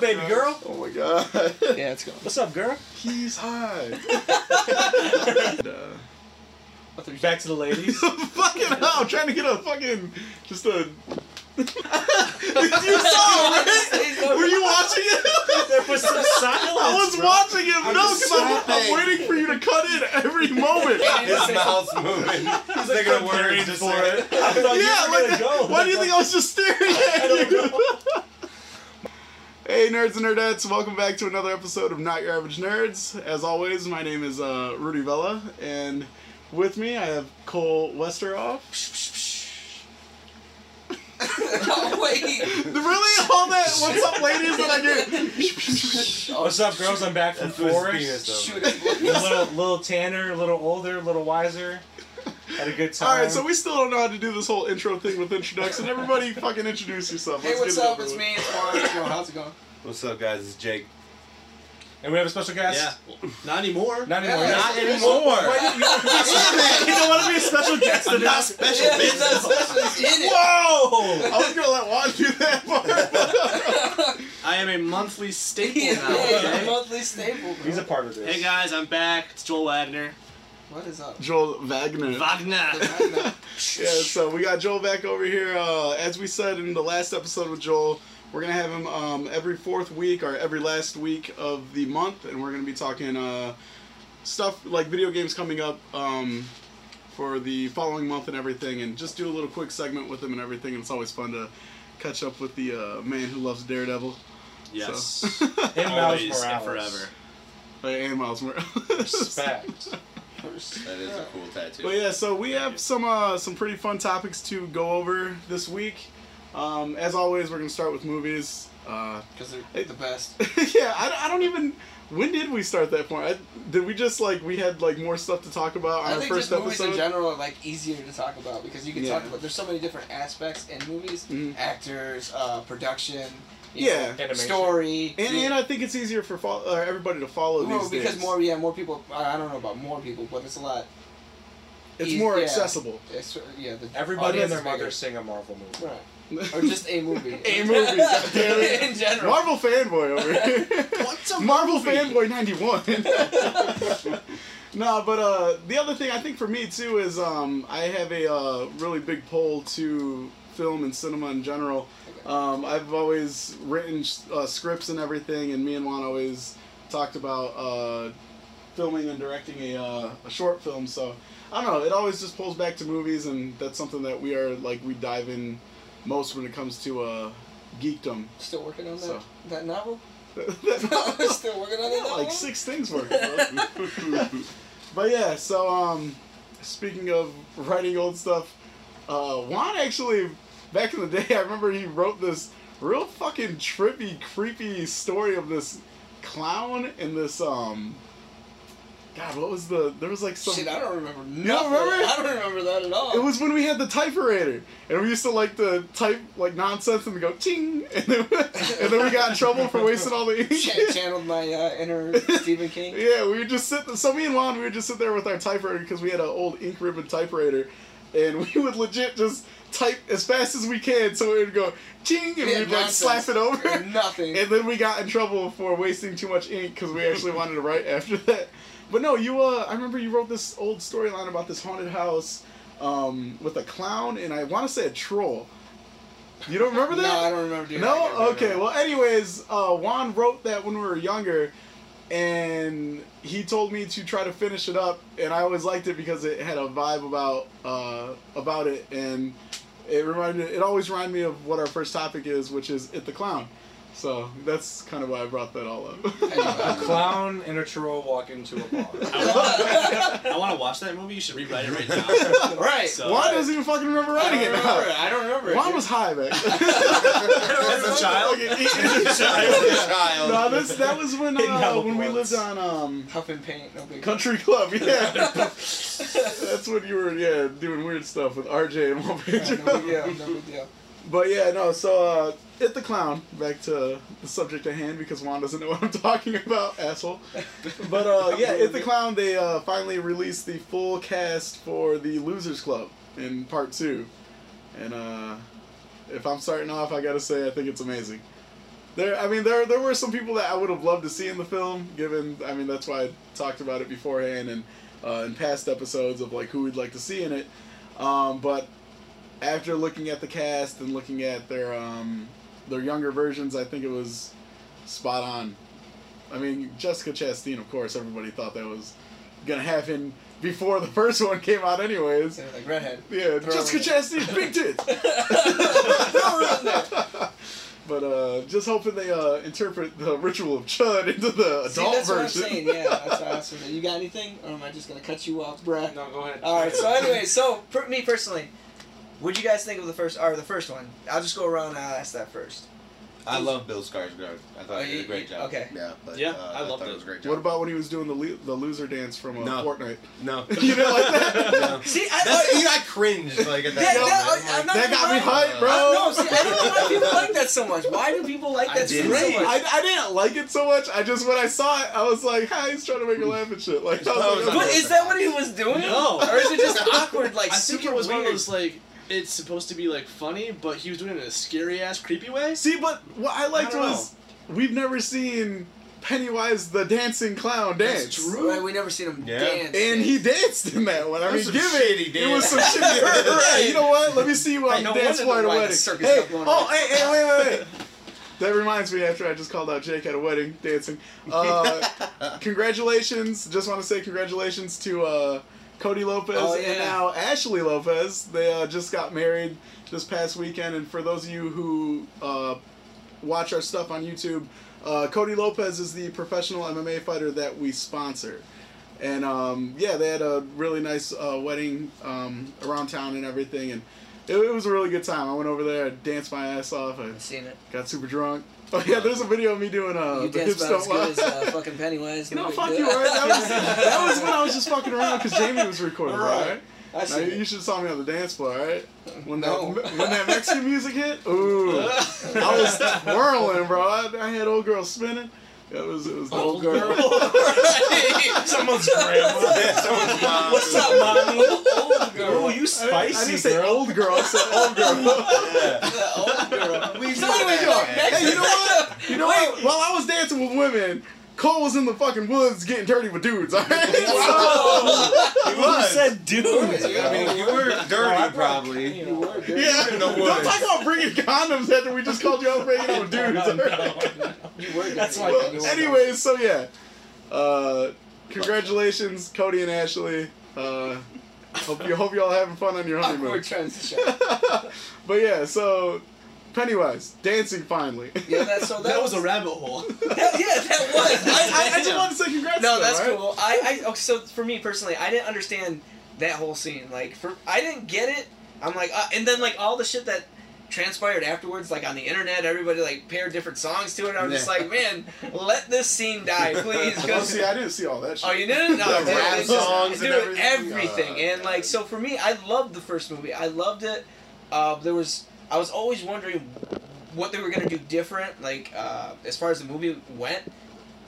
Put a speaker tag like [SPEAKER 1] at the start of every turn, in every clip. [SPEAKER 1] baby
[SPEAKER 2] gosh.
[SPEAKER 1] girl?
[SPEAKER 2] Oh my god.
[SPEAKER 3] Yeah, it's gone.
[SPEAKER 1] What's up, girl?
[SPEAKER 2] He's high. Nah.
[SPEAKER 1] Back to the ladies.
[SPEAKER 2] fucking hell, I'm trying to get a fucking just a. you saw it, right? Were you watching it?
[SPEAKER 1] there was some silence.
[SPEAKER 2] I was
[SPEAKER 1] bro.
[SPEAKER 2] watching it.
[SPEAKER 4] I'm
[SPEAKER 2] no,
[SPEAKER 4] just
[SPEAKER 2] because I'm, I'm
[SPEAKER 4] snapping.
[SPEAKER 2] waiting for you to cut in every moment.
[SPEAKER 4] His mouth's moving. He's like a word just for it.
[SPEAKER 1] I thought
[SPEAKER 2] yeah,
[SPEAKER 1] you were
[SPEAKER 2] like,
[SPEAKER 1] gonna go.
[SPEAKER 2] why do you think I was just staring at you? hey, nerds and nerdettes, welcome back to another episode of Not Your Average Nerds. As always, my name is uh, Rudy Vella, and with me I have Cole Westeroff.
[SPEAKER 4] Oh, wait.
[SPEAKER 2] really, all that what's up, ladies, that I do.
[SPEAKER 1] What's up, girls? I'm back from
[SPEAKER 4] That's what his
[SPEAKER 1] Forest.
[SPEAKER 4] penis though.
[SPEAKER 5] Shoot it.
[SPEAKER 1] a little, little tanner, a little older, a little wiser. Had a good time.
[SPEAKER 2] All right, so we still don't know how to do this whole intro thing with introduction. Everybody, fucking introduce yourself.
[SPEAKER 5] Hey,
[SPEAKER 2] Let's
[SPEAKER 5] what's
[SPEAKER 2] get it
[SPEAKER 5] up?
[SPEAKER 2] over
[SPEAKER 5] It's
[SPEAKER 2] with.
[SPEAKER 5] me. It's Juan. Yo, how's it going?
[SPEAKER 4] What's up, guys? It's Jake.
[SPEAKER 1] and we have a special guest.
[SPEAKER 6] Yeah. Not anymore.
[SPEAKER 1] Not anymore.
[SPEAKER 5] Yeah.
[SPEAKER 4] Not anymore.
[SPEAKER 1] Wait, you, you don't want to be a special guest today.
[SPEAKER 6] Not special,
[SPEAKER 5] Yeah,
[SPEAKER 6] bitch.
[SPEAKER 5] it's not special. It's in it.
[SPEAKER 1] Whoa!
[SPEAKER 2] I was gonna let Juan do that part.
[SPEAKER 6] I am a monthly staple
[SPEAKER 5] Yeah,
[SPEAKER 6] now.
[SPEAKER 5] yeah,
[SPEAKER 6] Okay?
[SPEAKER 5] monthly staple. Bro.
[SPEAKER 1] He's a part of this.
[SPEAKER 6] Hey guys, I'm back. It's Joel Wagner.
[SPEAKER 5] What is up?
[SPEAKER 2] Joel Wagner.
[SPEAKER 6] Wagner.
[SPEAKER 2] yeah, so we got Joel back over here. Uh, as we said in the last episode with Joel, we're gonna have him um, every fourth week or every last week of the month, and we're gonna be talking uh, stuff like video games coming up um, for the following month and everything, and just do a little quick segment with him and everything. And it's always fun to catch up with the uh, man who loves Daredevil.
[SPEAKER 6] Yes.
[SPEAKER 1] And Miles
[SPEAKER 6] Always
[SPEAKER 1] Morales.
[SPEAKER 6] and forever.
[SPEAKER 2] Hey, and Miles Morales.
[SPEAKER 1] Respect.
[SPEAKER 4] That is a cool tattoo.
[SPEAKER 2] But yeah, so we
[SPEAKER 6] you.
[SPEAKER 2] have some uh, some pretty fun topics to go over this week. Um, as always, we're gonna start with movies. Uh,
[SPEAKER 5] Because they're the best.
[SPEAKER 2] yeah, I, I don't even. When did we start that point? I, did we just like we had like more stuff to talk about on
[SPEAKER 5] I
[SPEAKER 2] our
[SPEAKER 5] think
[SPEAKER 2] first
[SPEAKER 5] just movies in
[SPEAKER 2] episode?
[SPEAKER 5] general are like easier to talk about because you can talk
[SPEAKER 2] Yeah.
[SPEAKER 5] about. There's so many different aspects in movies:
[SPEAKER 2] Mhm.
[SPEAKER 5] actors, uh, production, you
[SPEAKER 2] Yeah.
[SPEAKER 5] know,
[SPEAKER 1] Animation.
[SPEAKER 5] story.
[SPEAKER 2] And, and I think it's easier for fol- uh, everybody to follow
[SPEAKER 5] Well,
[SPEAKER 2] these
[SPEAKER 5] Oh, because
[SPEAKER 2] days.
[SPEAKER 5] more, yeah, more people. I I don't know about more people, but it's a lot.
[SPEAKER 2] it's
[SPEAKER 5] eas-
[SPEAKER 2] more
[SPEAKER 5] yeah.
[SPEAKER 2] accessible.
[SPEAKER 5] It's, yeah, the
[SPEAKER 1] Everybody
[SPEAKER 5] audience
[SPEAKER 1] and their
[SPEAKER 5] is bigger.
[SPEAKER 1] mother sing a Marvel movie.
[SPEAKER 5] Right. Or just a movie.
[SPEAKER 2] A movie, goddamn it.
[SPEAKER 5] in general.
[SPEAKER 2] Marvel fanboy over here.
[SPEAKER 6] What's a
[SPEAKER 2] Marvel
[SPEAKER 6] movie?
[SPEAKER 2] fanboy ninety one. nah, but uh, the other thing I think for me too is um, I have a uh, really big pull to film and cinema in general. Um, I've always written uh, scripts and everything, and me and Juan always talked about uh, filming and directing a, uh, a short film. So I don't know. It always just pulls back to movies, and that's something that we are like we dive in most when it comes to uh, geekdom.
[SPEAKER 5] Still working on that
[SPEAKER 2] So.
[SPEAKER 5] that novel?
[SPEAKER 2] That-
[SPEAKER 5] Still working on that
[SPEAKER 2] Yeah,
[SPEAKER 5] novel?
[SPEAKER 2] like six things working. bro. but yeah, so um, speaking of writing old stuff, uh, Juan actually back in the day, I remember he wrote this real fucking trippy, creepy story of this clown and this um. God, what was the? There was like some.
[SPEAKER 5] Shit, I don't remember. Nothing.
[SPEAKER 2] don't remember?
[SPEAKER 5] I don't remember that at all.
[SPEAKER 2] It was when we had the typewriter, and we used to like to type like nonsense and go ting, and then, and then we got in trouble for wasting all the ink.
[SPEAKER 5] Ch- channeled my uh, inner Stephen King.
[SPEAKER 2] Yeah, we would just sit. So me and Juan, we would just sit there with our typewriter because we had an old ink ribbon typewriter, and we would legit just type as fast as we can. So it would go ting, and
[SPEAKER 5] Yeah,
[SPEAKER 2] we'd like
[SPEAKER 5] nonsense.
[SPEAKER 2] slap it over.
[SPEAKER 5] Or Nothing.
[SPEAKER 2] And then we got in trouble for wasting too much ink because we actually wanted to write after that. But no, you. Uh, I remember you wrote this old storyline about this haunted house um, with a clown and I want to say a troll. You don't remember that?
[SPEAKER 5] No, I don't remember doing that.
[SPEAKER 2] No? Okay, well, anyways, uh, Juan wrote that when we were younger, and he told me to try to finish it up, and I always liked it because it had a vibe about uh, about it, and it reminded it always reminded me of what our first topic is, which is it the clown. So that's kind of why I brought that all
[SPEAKER 1] A
[SPEAKER 2] up.
[SPEAKER 1] clown and a troll walk into a bar.
[SPEAKER 6] I want to watch that movie. You should rewrite it right now.
[SPEAKER 5] Right.
[SPEAKER 6] So-
[SPEAKER 2] Juan doesn't even fucking remember
[SPEAKER 5] I
[SPEAKER 2] writing
[SPEAKER 5] don't
[SPEAKER 2] it.
[SPEAKER 5] remember.
[SPEAKER 2] Now.
[SPEAKER 5] I don't remember.
[SPEAKER 2] Juan
[SPEAKER 5] dude.
[SPEAKER 2] was high back.
[SPEAKER 6] As a child.
[SPEAKER 2] Okay,
[SPEAKER 6] As a child.
[SPEAKER 4] Child.
[SPEAKER 2] no, this, that was when uh,
[SPEAKER 1] Novel
[SPEAKER 2] when we
[SPEAKER 1] points.
[SPEAKER 2] lived on um,
[SPEAKER 5] Huffing paint. No big
[SPEAKER 2] Country Club, yeah. That's when you were, yeah, doing weird stuff with RJ and
[SPEAKER 5] deal.
[SPEAKER 2] Wallpaper.
[SPEAKER 5] No big deal. No big deal.
[SPEAKER 2] But yeah, no, so, uh, It the Clown, back to the subject at hand because Juan doesn't know what I'm talking about, asshole. But, uh, yeah, It the Clown, they, uh, finally released the full cast for the Losers Club in part two. And, uh, if I'm starting off, I gotta say, I think it's amazing. There, I mean, there there were some people that I would have loved to see in the film. Given, I mean, that's why I talked about it beforehand and uh, in past episodes of like who we'd like to see in it. Um, but after looking at the cast and looking at their um, their younger versions, I think it was spot on. I mean, Jessica Chastain, of course, everybody thought that was gonna happen before the first one came out, anyways.
[SPEAKER 5] So, like redhead.
[SPEAKER 2] Yeah,
[SPEAKER 5] Throw
[SPEAKER 2] Jessica
[SPEAKER 5] it.
[SPEAKER 2] Chastain, big tits. but uh, just hoping they uh, interpret the ritual of Chud into the adult
[SPEAKER 5] See, that's
[SPEAKER 2] version.
[SPEAKER 5] what I'm saying. Yeah, that's what I was saying. You got anything, or am I just gonna cut you off, bruh?
[SPEAKER 4] No, go ahead.
[SPEAKER 5] All right. So anyway, so for me personally, what'd you guys think of the first or the first one? I'll just go around and I'll ask that first.
[SPEAKER 4] I love Bill Skarsgård. I thought
[SPEAKER 5] Oh,
[SPEAKER 4] he did
[SPEAKER 5] you-
[SPEAKER 4] a great job.
[SPEAKER 5] okay.
[SPEAKER 4] Yeah, but,
[SPEAKER 6] Yeah,
[SPEAKER 4] uh,
[SPEAKER 6] I
[SPEAKER 4] I
[SPEAKER 6] loved
[SPEAKER 4] thought
[SPEAKER 6] it.
[SPEAKER 4] it was a great job.
[SPEAKER 2] What about when he was doing the le- the loser dance from uh,
[SPEAKER 4] No.
[SPEAKER 2] Fortnite?
[SPEAKER 4] No.
[SPEAKER 2] You didn't like that?
[SPEAKER 5] See, I,
[SPEAKER 4] That's,
[SPEAKER 5] I,
[SPEAKER 4] you know, I cringed Oh, like at
[SPEAKER 5] Yeah,
[SPEAKER 4] that.
[SPEAKER 5] that-
[SPEAKER 4] moment.
[SPEAKER 5] I- I'm not
[SPEAKER 2] that
[SPEAKER 5] even
[SPEAKER 2] got me
[SPEAKER 5] lying.
[SPEAKER 2] hyped,
[SPEAKER 4] I-
[SPEAKER 2] bro.
[SPEAKER 5] I- no, see, I don't know why people like that so much. Why do people like
[SPEAKER 4] I
[SPEAKER 5] that so
[SPEAKER 4] did.
[SPEAKER 5] much?
[SPEAKER 2] I, I didn't like it so much. I just when I saw it, I was like, "Hi, he's trying to make a laugh and shit." Like, I was like,
[SPEAKER 5] But is that what he was doing?
[SPEAKER 6] No.
[SPEAKER 5] Or is it just awkward, like
[SPEAKER 6] I
[SPEAKER 5] super
[SPEAKER 6] think it was
[SPEAKER 5] weird?
[SPEAKER 6] one of those like it's supposed to be like funny, but he was doing it in a scary ass, creepy way.
[SPEAKER 2] See, but what I liked
[SPEAKER 6] I don't
[SPEAKER 2] was we've never seen Pennywise the dancing clown dance.
[SPEAKER 6] That's true.
[SPEAKER 5] Right, we never seen him
[SPEAKER 4] Yeah.
[SPEAKER 5] dance.
[SPEAKER 2] And he danced in that one. I
[SPEAKER 4] That
[SPEAKER 2] mean,
[SPEAKER 4] was
[SPEAKER 2] give
[SPEAKER 4] some
[SPEAKER 2] it.
[SPEAKER 4] shitty
[SPEAKER 2] It was
[SPEAKER 4] dance.
[SPEAKER 2] some shit. Right, right. You know what? Let me see you
[SPEAKER 5] Hey,
[SPEAKER 2] on
[SPEAKER 5] no
[SPEAKER 2] the dance
[SPEAKER 5] wonder
[SPEAKER 2] floor at a
[SPEAKER 5] why the
[SPEAKER 2] wedding.
[SPEAKER 5] circus
[SPEAKER 2] Hey,
[SPEAKER 5] kept going
[SPEAKER 2] oh,
[SPEAKER 5] around.
[SPEAKER 2] hey, hey, wait, wait, wait. That reminds me. After I just called out Jake at a wedding dancing. Uh, congratulations. Just want to say congratulations to uh, Cody Lopez
[SPEAKER 5] Oh, yeah.
[SPEAKER 2] and now Ashley Lopez. They uh, just got married this past weekend. And for those of you who uh, watch our stuff on YouTube, uh, Cody Lopez is the professional MMA fighter that we sponsor. And um, yeah, they had a really nice uh, wedding um, around town and everything. And it, it was a really good time. I went over there, I danced my ass off, I
[SPEAKER 5] I've seen it.
[SPEAKER 2] got super drunk. Oh, yeah, there's a video of me doing uh,
[SPEAKER 5] You
[SPEAKER 2] the
[SPEAKER 5] danced
[SPEAKER 2] hips
[SPEAKER 5] about
[SPEAKER 2] don't
[SPEAKER 5] as good
[SPEAKER 2] lie.
[SPEAKER 5] as uh, fucking Pennywise.
[SPEAKER 2] No,
[SPEAKER 5] big
[SPEAKER 2] fuck
[SPEAKER 5] deal.
[SPEAKER 2] you, all right? That was, that was when I was just fucking around because Jamie was recording,
[SPEAKER 5] Right.
[SPEAKER 2] all right?
[SPEAKER 5] I
[SPEAKER 2] Now,
[SPEAKER 5] seen
[SPEAKER 2] you
[SPEAKER 5] it.
[SPEAKER 2] should have saw me on the dance floor, all right? When
[SPEAKER 5] No.
[SPEAKER 2] that when that Mexican music hit, ooh, I was twirling, bro. I, I had old girl spinning. It was it was dope.
[SPEAKER 6] Old girl.
[SPEAKER 1] Someone's grandma.
[SPEAKER 4] Yeah, someone's mom.
[SPEAKER 5] What's up, mom? old
[SPEAKER 1] Oh,
[SPEAKER 5] girl.
[SPEAKER 1] you
[SPEAKER 2] I didn't- I didn't
[SPEAKER 1] spicy
[SPEAKER 2] say
[SPEAKER 1] girl.
[SPEAKER 2] old girl. I said old girl.
[SPEAKER 4] Yeah.
[SPEAKER 5] old girl.
[SPEAKER 4] We
[SPEAKER 5] So anyway,
[SPEAKER 4] know
[SPEAKER 5] no,
[SPEAKER 4] that.
[SPEAKER 5] next-
[SPEAKER 2] hey, you know what? You know what? While I was dancing with women, Cole was in the fucking woods getting dirty with dudes. All right.
[SPEAKER 5] Oh,
[SPEAKER 4] He was.
[SPEAKER 1] said dude.
[SPEAKER 4] I mean, you were dirty, probably.
[SPEAKER 5] you were good.
[SPEAKER 2] yeah.
[SPEAKER 4] in the
[SPEAKER 2] Don't
[SPEAKER 4] woods.
[SPEAKER 2] talk about bringing condoms after we just called you out for hanging out with dudes. all right?
[SPEAKER 5] You were good.
[SPEAKER 1] That's why-
[SPEAKER 2] Well, anyways, so yeah. Uh, congratulations, Cody and Ashley. Uh, hope you hope y'all having fun on your honeymoon.
[SPEAKER 5] Awkward transition.
[SPEAKER 2] but yeah, so Pennywise dancing finally.
[SPEAKER 5] Yeah, that, so that,
[SPEAKER 6] That was a rabbit hole.
[SPEAKER 5] That, yeah, that was.
[SPEAKER 2] I, I, I just
[SPEAKER 6] Yeah.
[SPEAKER 2] wanted to say congrats.
[SPEAKER 5] no,
[SPEAKER 2] though,
[SPEAKER 5] that's
[SPEAKER 2] right?
[SPEAKER 5] cool. I, I oh, so for me personally, I didn't understand that whole scene. Like for I didn't get it. I'm like, uh, and then like all the shit that transpired afterwards, like on the internet, everybody like paired different songs to it. I'm just
[SPEAKER 4] Yeah.
[SPEAKER 5] like, man, let this scene die, please. 'cause-
[SPEAKER 2] Oh, see, I didn't see all that shit.
[SPEAKER 5] Oh, you didn't? No,
[SPEAKER 2] The
[SPEAKER 5] dude,
[SPEAKER 2] rap
[SPEAKER 5] it's just-
[SPEAKER 4] songs
[SPEAKER 5] dude,
[SPEAKER 4] and everything.
[SPEAKER 5] everything.
[SPEAKER 4] Uh,
[SPEAKER 5] and like, so for me, I loved the first movie. I loved it. Uh, there was, I was always wondering what they were gonna do different. Like, uh, as far as the movie went,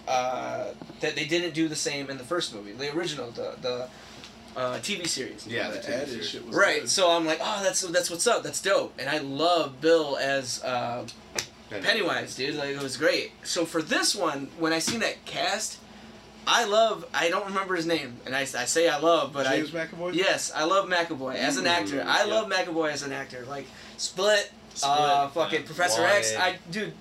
[SPEAKER 5] uh, that they didn't do the same in the first movie, the original, the the uh, TV series.
[SPEAKER 4] Yeah,
[SPEAKER 2] The
[SPEAKER 4] the
[SPEAKER 2] added
[SPEAKER 4] two
[SPEAKER 2] shit was
[SPEAKER 5] Right.
[SPEAKER 2] good.
[SPEAKER 5] So I'm like, oh, that's that's what's up. That's dope. And I love Bill as. Uh, Pennywise, dude, like it was great. So for this one, when I seen that cast, I love. I don't remember his name, and I, I say I love, but
[SPEAKER 2] James
[SPEAKER 5] I
[SPEAKER 2] McAvoy.
[SPEAKER 5] yes, I love McAvoy as an actor.
[SPEAKER 6] Mm,
[SPEAKER 5] I
[SPEAKER 6] yeah.
[SPEAKER 5] love McAvoy as an actor. Like Split, uh,
[SPEAKER 6] Split,
[SPEAKER 5] fucking
[SPEAKER 6] yeah.
[SPEAKER 5] Professor X. I
[SPEAKER 4] Wanted.
[SPEAKER 5] dude,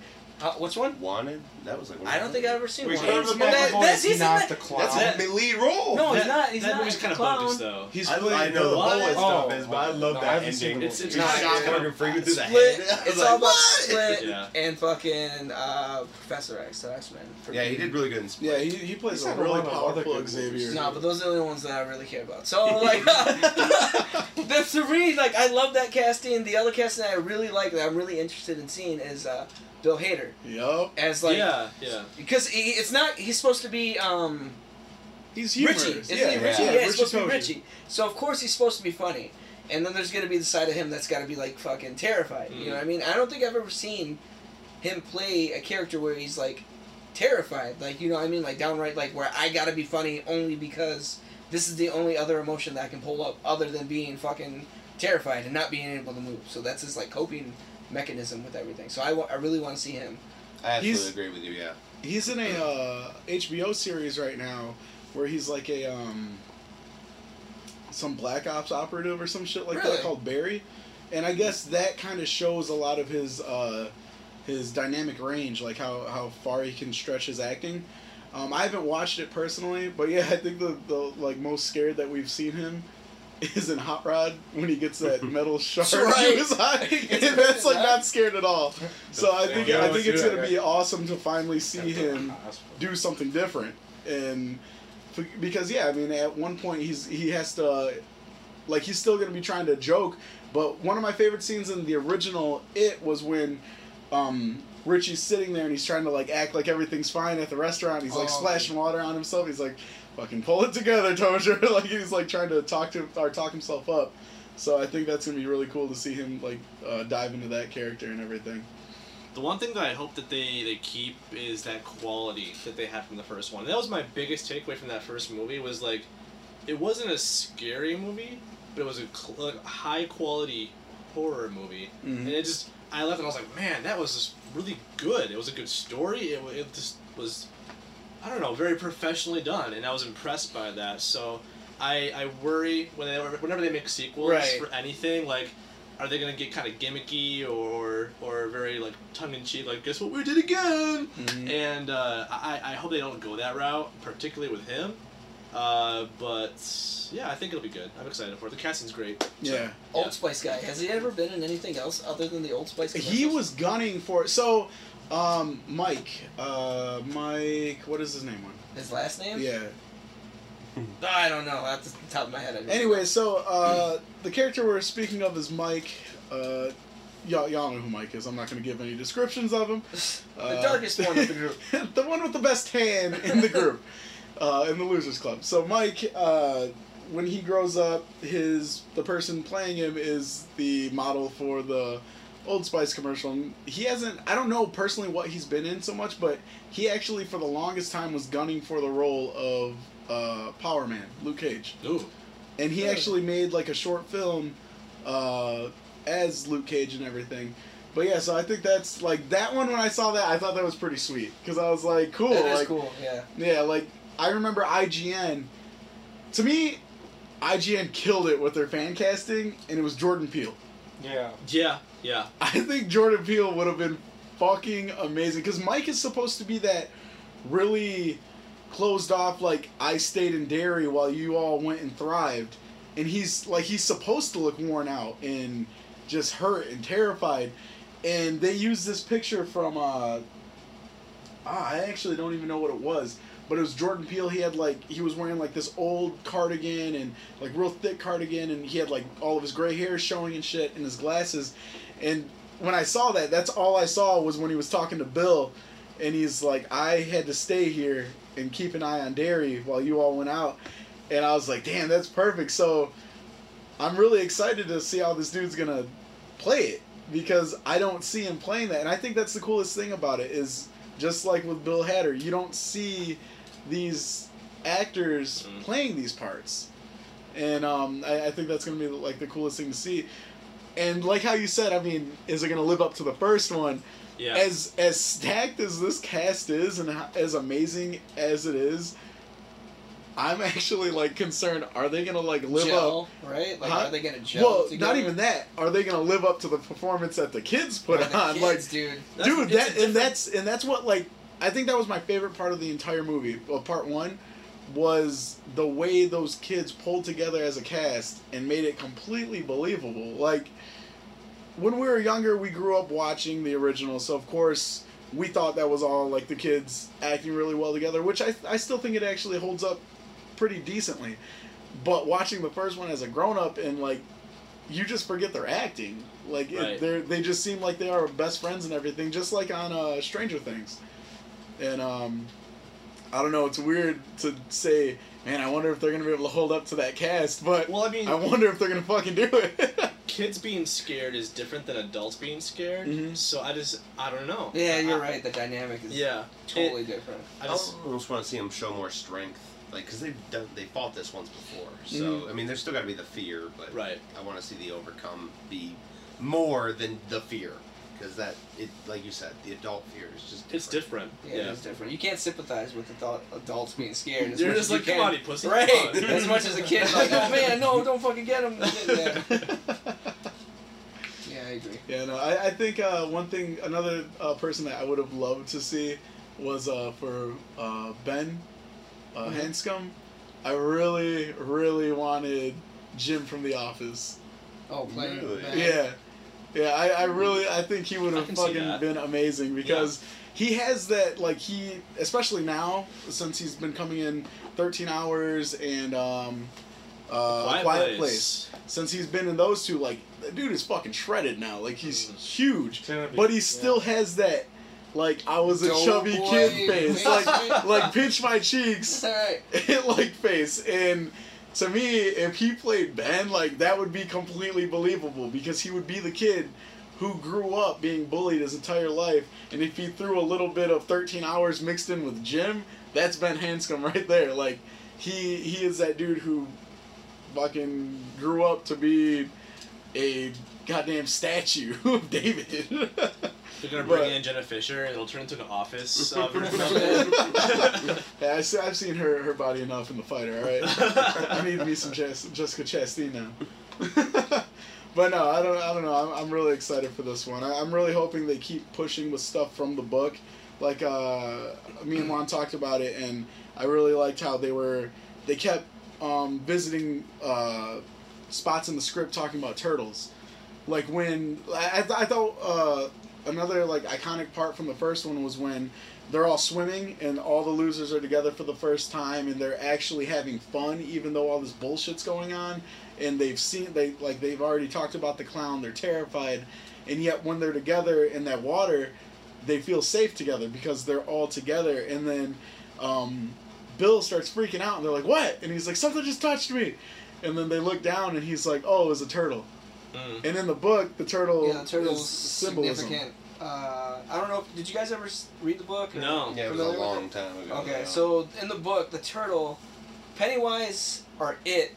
[SPEAKER 5] uh, which one?
[SPEAKER 4] Wanted? That was like. one of
[SPEAKER 5] I don't
[SPEAKER 4] the-
[SPEAKER 5] think I've ever seen
[SPEAKER 1] We
[SPEAKER 5] one.
[SPEAKER 1] covered that
[SPEAKER 5] But that-
[SPEAKER 1] before,
[SPEAKER 5] that's- he's
[SPEAKER 1] he's
[SPEAKER 5] in
[SPEAKER 1] not
[SPEAKER 5] that-
[SPEAKER 1] the clown.
[SPEAKER 4] That's
[SPEAKER 6] That-
[SPEAKER 4] a lead role.
[SPEAKER 5] No, he's
[SPEAKER 6] That-
[SPEAKER 5] not. He's
[SPEAKER 6] that
[SPEAKER 5] not
[SPEAKER 6] movie's
[SPEAKER 5] a
[SPEAKER 6] kind of
[SPEAKER 5] clown.
[SPEAKER 6] bogus though.
[SPEAKER 4] He's
[SPEAKER 1] I-
[SPEAKER 4] playing
[SPEAKER 1] I know
[SPEAKER 4] the
[SPEAKER 1] the
[SPEAKER 4] bullet
[SPEAKER 1] bullet.
[SPEAKER 4] stuff
[SPEAKER 1] Oh,
[SPEAKER 4] is, but I love
[SPEAKER 1] no, I
[SPEAKER 4] that
[SPEAKER 1] haven't seen
[SPEAKER 4] ending.
[SPEAKER 1] the
[SPEAKER 6] It's it's
[SPEAKER 5] Nah,
[SPEAKER 6] just
[SPEAKER 5] yeah.
[SPEAKER 4] Shot fucking freaking through the
[SPEAKER 5] Split.
[SPEAKER 4] head. I was
[SPEAKER 5] It's
[SPEAKER 4] like,
[SPEAKER 5] all about
[SPEAKER 4] "What?"
[SPEAKER 5] Split
[SPEAKER 6] Yeah.
[SPEAKER 5] and fucking uh, Professor X, the X Men.
[SPEAKER 4] Yeah, he did really good in Split.
[SPEAKER 2] Yeah, he, he plays
[SPEAKER 1] He's
[SPEAKER 2] a
[SPEAKER 1] had a
[SPEAKER 2] really
[SPEAKER 1] lot of other
[SPEAKER 2] powerful
[SPEAKER 1] good
[SPEAKER 2] Xavier.
[SPEAKER 1] movies.
[SPEAKER 5] No, but those are the only ones that I really care about. So like, the three like I love that casting. The other casting I really like that I'm really interested in seeing is uh, Bill Hader
[SPEAKER 2] Yup.
[SPEAKER 5] as like
[SPEAKER 6] yeah, yeah.
[SPEAKER 5] because he, it's not he's supposed to be um
[SPEAKER 2] He's humorous.
[SPEAKER 5] Richie, isn't
[SPEAKER 2] yeah,
[SPEAKER 5] he
[SPEAKER 4] yeah.
[SPEAKER 5] Richie? Yeah,
[SPEAKER 2] Yeah,
[SPEAKER 5] he's supposed to be
[SPEAKER 2] Tozier.
[SPEAKER 5] Richie. So of course he's supposed to be funny, and then there's gonna be the side of him that's gotta be like fucking terrified.
[SPEAKER 2] Hmm.
[SPEAKER 5] You know what I mean? I don't think I've ever seen him play a character where he's like terrified. Like you know what I mean? Like downright like where I gotta be funny only because this is the only other emotion that I can pull up other than being fucking terrified and not being able to move. So that's his like coping mechanism with everything. So I wa- I really want to see him.
[SPEAKER 4] I absolutely
[SPEAKER 2] He's-
[SPEAKER 4] agree with you. Yeah.
[SPEAKER 2] He's in a uh, HBO series right now where he's like a um, some black ops operative or some shit like
[SPEAKER 5] Really?
[SPEAKER 2] that called Barry, and I guess that kind of shows a lot of his uh, his dynamic range, like how how far he can stretch his acting. Um, I haven't watched it personally, but yeah, I think the, the like most scared that we've seen him is in Hot Rod when he gets that metal shard
[SPEAKER 5] right.
[SPEAKER 2] to his eye, and that's like not scared at all. So I think
[SPEAKER 1] You
[SPEAKER 2] I
[SPEAKER 1] don't
[SPEAKER 2] think
[SPEAKER 1] do
[SPEAKER 2] it's
[SPEAKER 1] that,
[SPEAKER 2] gonna
[SPEAKER 1] right?
[SPEAKER 2] be awesome to finally see him
[SPEAKER 1] Hospital.
[SPEAKER 2] do something different and f- because yeah i mean at one point he's he has to like he's still gonna be trying to joke but one of my favorite scenes in the original it was when um richie's sitting there and he's trying to like act like everything's fine at the restaurant he's like
[SPEAKER 5] Oh.
[SPEAKER 2] splashing water on himself he's like fucking pull it together Tozer. like he's like trying to talk to or talk himself up so i think that's gonna be really cool to see him like uh, dive into that character and everything
[SPEAKER 6] The one thing that I hope that they, they keep is that quality that they had from the first one. That was my biggest takeaway from that first movie was like, it wasn't a scary movie, but it was a cl- like, high quality horror movie,
[SPEAKER 2] Mm-hmm.
[SPEAKER 6] and it just I left and I was like, man, that was just really good. It was a good story. It wa- it just was, I don't know, very professionally done, and I was impressed by that. So I I worry when they whenever they make sequels
[SPEAKER 5] Right.
[SPEAKER 6] for anything like. Are they gonna get kind of gimmicky or or very like tongue in cheek? Like, guess what we did again?
[SPEAKER 2] Mm-hmm.
[SPEAKER 6] And uh, I I hope they don't go that route, particularly with him. Uh, but yeah, I think it'll be good. I'm excited for it. The casting's great.
[SPEAKER 2] yeah
[SPEAKER 5] Old Spice guy. Has he ever been in anything else other than the Old Spice?
[SPEAKER 2] He
[SPEAKER 5] commercials?
[SPEAKER 2] was gunning for so, um, Mike, uh, Mike, what is his name on?
[SPEAKER 5] His last name?
[SPEAKER 2] Yeah.
[SPEAKER 5] I don't know. That's the top of my head. I don't-
[SPEAKER 2] Anyway, so uh, the character we're speaking of is Mike. Uh, y'all, y'all know who Mike is. I'm not gonna give any descriptions of him.
[SPEAKER 5] the
[SPEAKER 2] Uh,
[SPEAKER 5] darkest one of the group.
[SPEAKER 2] the one with the best tan in the group, uh, in the losers club. So Mike, uh, when he grows up, his the person playing him is the model for the Old Spice commercial. And He hasn't. I don't know personally what he's been in so much, but he actually for the longest time was gunning for the role of uh, Power Man, Luke Cage
[SPEAKER 6] Ooh.
[SPEAKER 2] and he
[SPEAKER 5] Really?
[SPEAKER 2] actually made like a short film uh, as Luke Cage and everything. But yeah, so I think that's like that one. When I saw that, I thought that was pretty sweet because I was like, cool.
[SPEAKER 5] That is
[SPEAKER 2] like,
[SPEAKER 5] cool. Yeah.
[SPEAKER 2] Yeah, like I remember IGN. To me, IGN killed it with their fan casting, and it was Jordan Peele.
[SPEAKER 1] Yeah.
[SPEAKER 6] Yeah, yeah.
[SPEAKER 2] I think Jordan Peele would have been fucking amazing because Mike is supposed to be that really closed off, like I stayed in Derry while you all went and thrived, and he's like he's supposed to look worn out and just hurt and terrified, and they use this picture from uh, ah, I actually don't even know what it was. But it was Jordan Peele. He had like he was wearing like this old cardigan and like real thick cardigan, and he had like all of his gray hair showing and shit, and his glasses. And when I saw that, that's all I saw was when he was talking to Bill, and he's like, "I had to stay here and keep an eye on Derry while you all went out," and I was like, "Damn, that's perfect." So I'm really excited to see how this dude's gonna play it because I don't see him playing that, and I think that's the coolest thing about it is just like with Bill Hader, you don't see these actors
[SPEAKER 6] Mhm.
[SPEAKER 2] playing these parts, and um, I, I think that's gonna be like the coolest thing to see. And like how you said, I mean, is it gonna live up to the first one?
[SPEAKER 6] Yeah.
[SPEAKER 2] As as stacked as this cast is, and ho- as amazing as it is, I'm actually like concerned. Are they gonna like live up?
[SPEAKER 5] gel, right? Like,
[SPEAKER 2] Huh?
[SPEAKER 5] are they gonna gel?
[SPEAKER 2] Well,
[SPEAKER 5] together?
[SPEAKER 2] not even that. Are they gonna live up to the performance that the kids
[SPEAKER 5] Or
[SPEAKER 2] put
[SPEAKER 5] the
[SPEAKER 2] on?
[SPEAKER 5] kids,
[SPEAKER 2] like,
[SPEAKER 5] dude.
[SPEAKER 6] That's-
[SPEAKER 2] dude,
[SPEAKER 6] it's a
[SPEAKER 2] that and
[SPEAKER 6] different-
[SPEAKER 2] that's and that's what like I think that was my favorite part of the entire movie. Well, part one was the way those kids pulled together as a cast and made it completely believable. Like when we were younger, we grew up watching the original, so of course we thought that was all like the kids acting really well together, which I I still think it actually holds up pretty decently. But watching the first one as a grown up and like you just forget they're acting. Like
[SPEAKER 6] Right.
[SPEAKER 2] it, they they just seem like they are best friends and everything, just like on uh, Stranger Things. And um, I don't know. It's weird to say, man. I wonder if they're gonna be able to hold up to that cast, but
[SPEAKER 6] well, I mean,
[SPEAKER 2] I wonder if they're gonna fucking do it.
[SPEAKER 6] kids being scared is different than adults being scared.
[SPEAKER 2] Mhm.
[SPEAKER 6] So I just, I don't know.
[SPEAKER 5] Yeah, you're
[SPEAKER 6] I-
[SPEAKER 5] right. The dynamic is
[SPEAKER 6] Yeah.
[SPEAKER 5] totally different.
[SPEAKER 6] I
[SPEAKER 4] I
[SPEAKER 6] just,
[SPEAKER 4] almost want to see them show more strength, like because they've done they fought this once before. So
[SPEAKER 2] Mhm.
[SPEAKER 4] I mean, there's still
[SPEAKER 5] Oh.
[SPEAKER 4] got to be the fear, but
[SPEAKER 6] right.
[SPEAKER 4] I want to see the overcome be more than the fear. because that it like you said the adult fear is just different.
[SPEAKER 6] It's different.
[SPEAKER 5] Yeah, it's different. You can't sympathize with adult, adults being scared. As
[SPEAKER 6] You're
[SPEAKER 5] much as
[SPEAKER 6] just
[SPEAKER 5] you
[SPEAKER 6] like, come
[SPEAKER 5] can.
[SPEAKER 6] on, you pussy. come
[SPEAKER 5] Right,
[SPEAKER 6] on.
[SPEAKER 5] as much as a kid, like, oh man, no, don't fucking get him. Yeah, yeah, I agree.
[SPEAKER 2] Yeah, no, I, I think uh, one thing, another uh, person that I would have loved to see was uh, for uh, Ben uh,
[SPEAKER 6] Mm-hmm.
[SPEAKER 5] Mhm.
[SPEAKER 2] Hanscom. I really, really wanted Jim from The Office.
[SPEAKER 5] Oh, playing with
[SPEAKER 4] Really?
[SPEAKER 5] that.
[SPEAKER 2] Yeah. Yeah, I, I really, I think he would
[SPEAKER 6] Mm-hmm. I
[SPEAKER 2] have
[SPEAKER 6] can see
[SPEAKER 2] fucking
[SPEAKER 6] that.
[SPEAKER 2] been amazing because he has that, like, he, especially now, since he's been coming in 13 hours and, um, uh,
[SPEAKER 6] Quiet
[SPEAKER 2] Quiet, Place. Since he's been in those two, like, the dude is fucking shredded now. Like, he's
[SPEAKER 6] Mhm.
[SPEAKER 2] huge.
[SPEAKER 1] It's gonna be-
[SPEAKER 2] But he
[SPEAKER 1] yeah.
[SPEAKER 2] still has that, like I was a
[SPEAKER 5] Dope
[SPEAKER 2] chubby
[SPEAKER 5] boy
[SPEAKER 2] kid face,
[SPEAKER 5] face.
[SPEAKER 2] like like pinch my cheeks,
[SPEAKER 5] Alright.
[SPEAKER 2] like face. And to me, if he played Ben, like that would be completely believable because he would be the kid who grew up being bullied his entire life. And if he threw a little bit of 13 hours mixed in with Jim, that's Ben Hanscom right there. Like he he is that dude who fucking grew up to be a goddamn statue of David.
[SPEAKER 6] They're gonna bring
[SPEAKER 2] But-
[SPEAKER 6] in Jenna Fisher, and it'll turn into an office. Uh,
[SPEAKER 2] Yeah, I see, I've seen her her body enough in the fighter. All right, I need me some Jes- Jessica Chastain now. but no, I don't. I don't know. I'm, I'm really excited for this one. I, I'm really hoping they keep pushing with stuff from the book. Like uh, me and Juan talked about it, and I really liked how they were. They kept um, visiting uh, spots in the script talking about turtles. Like when I, I, th- I thought uh, another like iconic part from the first one was when they're all swimming and all the losers are together for the first time and they're actually having fun even though all this bullshit's going on and they've seen they like they've already talked about the clown they're terrified and yet when they're together in that water they feel safe together because they're all together and then um, bill starts freaking out and they're like what and he's like something just touched me and then they look down and he's like oh it was a turtle
[SPEAKER 6] Mm.
[SPEAKER 2] and in the book the turtle
[SPEAKER 5] Yeah, the turtle's
[SPEAKER 2] is symbolism
[SPEAKER 5] significant. Uh, I don't know. If, did you guys ever s- read the book? or-
[SPEAKER 6] No.
[SPEAKER 4] Yeah, it was a
[SPEAKER 5] Familiar with
[SPEAKER 4] long time ago.
[SPEAKER 5] Okay,
[SPEAKER 4] now.
[SPEAKER 5] so in the book, the turtle, Pennywise are it,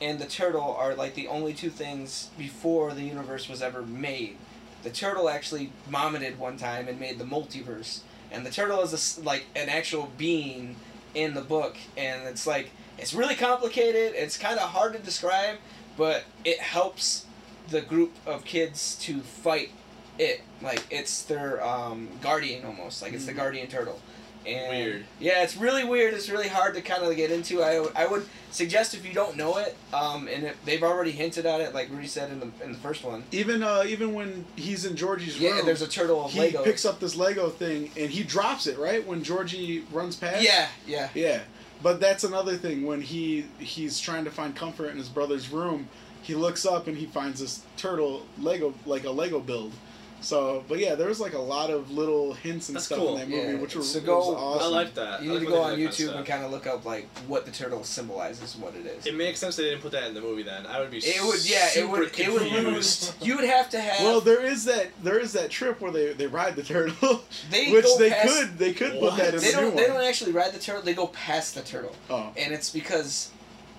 [SPEAKER 5] and the turtle are like the only two things before the universe was ever made. The turtle actually vomited one time and made the multiverse, and the turtle is a s like an actual being in the book, and it's like it's really complicated. It's kind of hard to describe, but it helps the group of kids to fight it. Like it's their um, guardian almost. Like it's the
[SPEAKER 2] Mhm.
[SPEAKER 5] guardian turtle. And
[SPEAKER 6] Mm-hmm. Weird.
[SPEAKER 5] Yeah, it's really weird. It's really hard to kind of get into. I, I would suggest if you don't know it, um, and if they've already hinted at it, like Rudy said in the in the first one.
[SPEAKER 2] Even uh, even when he's in Georgie's
[SPEAKER 5] Yeah,
[SPEAKER 2] room,
[SPEAKER 5] there's a turtle of
[SPEAKER 2] he
[SPEAKER 5] Lego.
[SPEAKER 2] picks up this Lego thing and he drops it right when Georgie runs past.
[SPEAKER 5] yeah, yeah.
[SPEAKER 2] yeah. But that's another thing when he he's trying to find comfort in his brother's room, he looks up and he finds this turtle Lego like a Lego build. So, but yeah, there was like a lot of little hints and
[SPEAKER 6] That's
[SPEAKER 2] stuff
[SPEAKER 6] cool.
[SPEAKER 2] in that movie,
[SPEAKER 5] Yeah,
[SPEAKER 2] which were,
[SPEAKER 5] so
[SPEAKER 2] was
[SPEAKER 5] go-
[SPEAKER 2] awesome.
[SPEAKER 6] I like that.
[SPEAKER 5] You need
[SPEAKER 6] I like
[SPEAKER 5] to
[SPEAKER 6] when
[SPEAKER 5] go
[SPEAKER 6] they
[SPEAKER 5] on
[SPEAKER 6] do that kind of
[SPEAKER 5] YouTube
[SPEAKER 6] stuff.
[SPEAKER 5] and kind of look up like what the turtle symbolizes, what it is.
[SPEAKER 6] It makes sense they didn't put that in the movie. Then I would be.
[SPEAKER 5] It would, yeah, it would,
[SPEAKER 6] super
[SPEAKER 5] it would
[SPEAKER 6] confused.
[SPEAKER 5] lose. You would have to have.
[SPEAKER 2] Well, there is that there is that trip where they, they ride the turtle,
[SPEAKER 5] they
[SPEAKER 2] which
[SPEAKER 5] go
[SPEAKER 2] they
[SPEAKER 5] past,
[SPEAKER 2] could they could
[SPEAKER 6] What?
[SPEAKER 2] put that in the
[SPEAKER 5] They don't.
[SPEAKER 2] new
[SPEAKER 5] They
[SPEAKER 2] one.
[SPEAKER 5] don't actually ride the turtle. They go past the turtle,
[SPEAKER 2] oh.
[SPEAKER 5] and it's because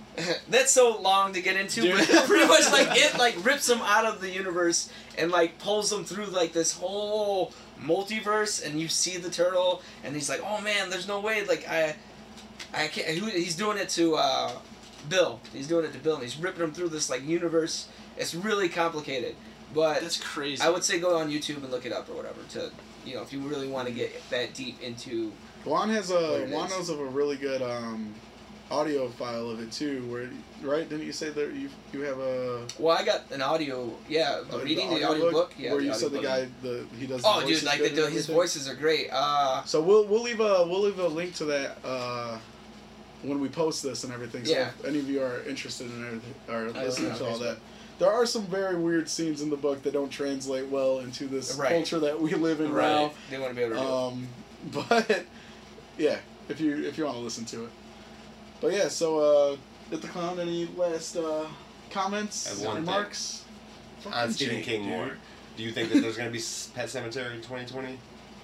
[SPEAKER 5] that's so long to get into.
[SPEAKER 6] Dude.
[SPEAKER 5] But pretty much, like it, like rips them out of the universe and like pulls them through like this whole multiverse. And you see the turtle, and he's like, "Oh man, there's no way!" Like I, I can't. Who, he's doing it to uh, Bill. He's doing it to Bill, and he's ripping him through this like universe. It's really complicated, but
[SPEAKER 6] That's crazy.
[SPEAKER 5] I would say go on YouTube and look it up or whatever to, you know, if you really want to get that deep into.
[SPEAKER 2] Juan has
[SPEAKER 5] What
[SPEAKER 2] a
[SPEAKER 5] it
[SPEAKER 2] Juan
[SPEAKER 5] is.
[SPEAKER 2] knows of a really good um, audio file of it too. Where right? Didn't you say that you you have a
[SPEAKER 5] Well, I got an audio, yeah, the
[SPEAKER 2] uh,
[SPEAKER 5] Oh, reading, the audio book, yeah.
[SPEAKER 2] where
[SPEAKER 5] the
[SPEAKER 2] you said the
[SPEAKER 5] audiobook.
[SPEAKER 2] guy the he does. the
[SPEAKER 5] Oh, dude,
[SPEAKER 2] voices
[SPEAKER 5] like
[SPEAKER 2] good
[SPEAKER 5] the,
[SPEAKER 2] and
[SPEAKER 5] dude, his
[SPEAKER 2] everything?
[SPEAKER 5] voices are great. Uh,
[SPEAKER 2] So we'll we'll leave a we'll leave a link to that uh, when we post this and everything. So
[SPEAKER 5] Yeah.
[SPEAKER 2] if any of you are interested in everything or
[SPEAKER 5] yeah,
[SPEAKER 2] listening to all
[SPEAKER 5] Facebook.
[SPEAKER 2] that. There are some very weird scenes in the book that don't translate well into this
[SPEAKER 5] Right.
[SPEAKER 2] culture that we live in
[SPEAKER 5] right. They want to be able to. do it.
[SPEAKER 2] now. Um, but yeah, if you if you want to listen to it. But yeah, so uh, did the clown any last uh,
[SPEAKER 4] I have
[SPEAKER 2] comments,
[SPEAKER 4] one thing.
[SPEAKER 2] remarks?
[SPEAKER 4] on
[SPEAKER 2] Fucking
[SPEAKER 4] Stephen
[SPEAKER 2] Jake,
[SPEAKER 4] King
[SPEAKER 2] dude.
[SPEAKER 4] more. Do you think that there's gonna be S- Pet Cemetery in 2020?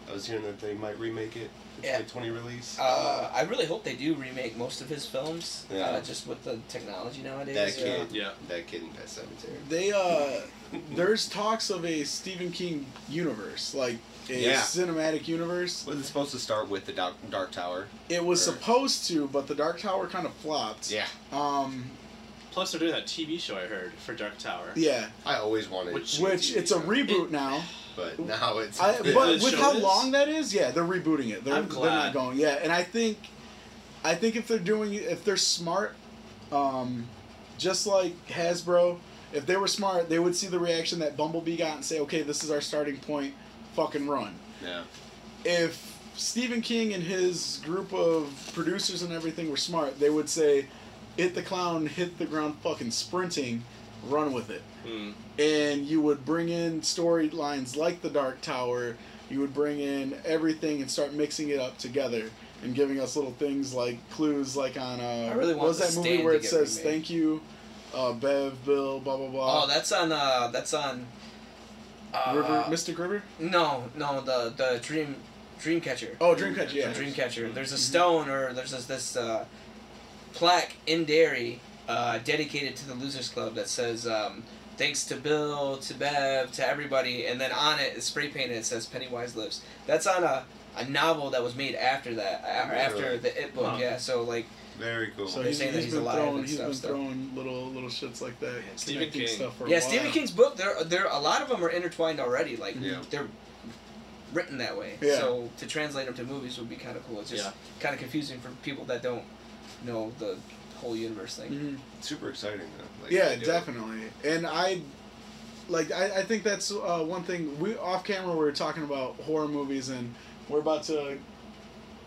[SPEAKER 4] I was hearing that they might remake it. for
[SPEAKER 5] Yeah.
[SPEAKER 4] 2020 release.
[SPEAKER 5] Uh, I really hope they do remake most of his films.
[SPEAKER 4] Yeah.
[SPEAKER 5] Uh, just with the technology nowadays.
[SPEAKER 4] that
[SPEAKER 5] uh,
[SPEAKER 4] kid.
[SPEAKER 6] Yeah.
[SPEAKER 4] That kid in Pet Cemetery.
[SPEAKER 2] They uh, there's talks of a Stephen King universe, like a
[SPEAKER 4] Yeah.
[SPEAKER 2] cinematic universe.
[SPEAKER 4] Was it supposed to start with the Dark, dark Tower?
[SPEAKER 2] It was
[SPEAKER 4] Sure.
[SPEAKER 2] supposed to, but the Dark Tower kind of flopped.
[SPEAKER 4] Yeah.
[SPEAKER 2] Um.
[SPEAKER 6] Plus, they're doing that TV show I heard for Dark Tower.
[SPEAKER 2] Yeah.
[SPEAKER 4] I always wanted.
[SPEAKER 6] Which-
[SPEAKER 4] to do
[SPEAKER 2] Which it's a
[SPEAKER 4] that,
[SPEAKER 2] reboot now.
[SPEAKER 4] But now it's.
[SPEAKER 2] I,
[SPEAKER 6] Yeah.
[SPEAKER 2] but with
[SPEAKER 6] Show
[SPEAKER 2] how
[SPEAKER 6] is?
[SPEAKER 2] long that is, yeah, they're rebooting it. They're,
[SPEAKER 6] I'm
[SPEAKER 2] they're not
[SPEAKER 6] glad.
[SPEAKER 2] going. Yeah, and I think, I think if they're doing, if they're smart, um, just like Hasbro, if they were smart, they would see the reaction that Bumblebee got and say, okay, this is our starting point, fucking run.
[SPEAKER 4] yeah.
[SPEAKER 2] If Stephen King and his group of producers and everything were smart, they would say, hit the clown, hit the ground, fucking sprinting, run with it
[SPEAKER 6] Hmm.
[SPEAKER 2] and you would bring in storylines like the Dark Tower. You would bring in everything and start mixing it up together and giving us little things like clues, like on uh,
[SPEAKER 5] I really
[SPEAKER 2] what was
[SPEAKER 5] want
[SPEAKER 2] that
[SPEAKER 5] The
[SPEAKER 2] movie
[SPEAKER 5] Stand
[SPEAKER 2] where
[SPEAKER 5] to
[SPEAKER 2] it
[SPEAKER 5] get
[SPEAKER 2] says
[SPEAKER 5] remade.
[SPEAKER 2] "Thank you, uh, Bev, Bill, blah blah blah."
[SPEAKER 5] Oh, that's on. Uh, that's on. Uh,
[SPEAKER 2] River, Mystic River.
[SPEAKER 5] No, no, the the dream, Dreamcatcher.
[SPEAKER 2] Oh, Dreamcatcher. Yeah.
[SPEAKER 5] From Dreamcatcher. There's a stone or there's this, this uh, plaque in Derry uh, dedicated to the Losers Club that says, um, thanks to Bill, to Bev, to everybody. And then on it is spray painted. It says Pennywise Lives. That's on a, a novel that was made after that, a- or after
[SPEAKER 4] Really?
[SPEAKER 5] the It book.
[SPEAKER 6] Wow.
[SPEAKER 5] Yeah, so like,
[SPEAKER 4] Very cool.
[SPEAKER 2] So
[SPEAKER 5] They're
[SPEAKER 2] he's,
[SPEAKER 5] saying that
[SPEAKER 2] he's
[SPEAKER 5] he's
[SPEAKER 2] been
[SPEAKER 5] alive and
[SPEAKER 2] throwing, he's
[SPEAKER 5] stuff
[SPEAKER 2] been
[SPEAKER 5] still.
[SPEAKER 2] throwing little little shits like that,
[SPEAKER 6] Stephen
[SPEAKER 2] connecting
[SPEAKER 6] King.
[SPEAKER 2] stuff for a
[SPEAKER 5] yeah,
[SPEAKER 2] while.
[SPEAKER 5] Stephen King's book. There, there. A lot of them are intertwined already. Like
[SPEAKER 4] Yeah.
[SPEAKER 5] they're written that way.
[SPEAKER 2] Yeah.
[SPEAKER 5] So to translate them to movies would be kind of cool. It's just
[SPEAKER 6] Yeah.
[SPEAKER 5] kind of confusing for people that don't know the whole universe thing.
[SPEAKER 2] Mhm.
[SPEAKER 4] Super exciting though. Like,
[SPEAKER 2] yeah,
[SPEAKER 4] they do it.
[SPEAKER 2] definitely. And I, like, I, I think that's uh, one thing. We off camera we were talking about horror movies, and we're about to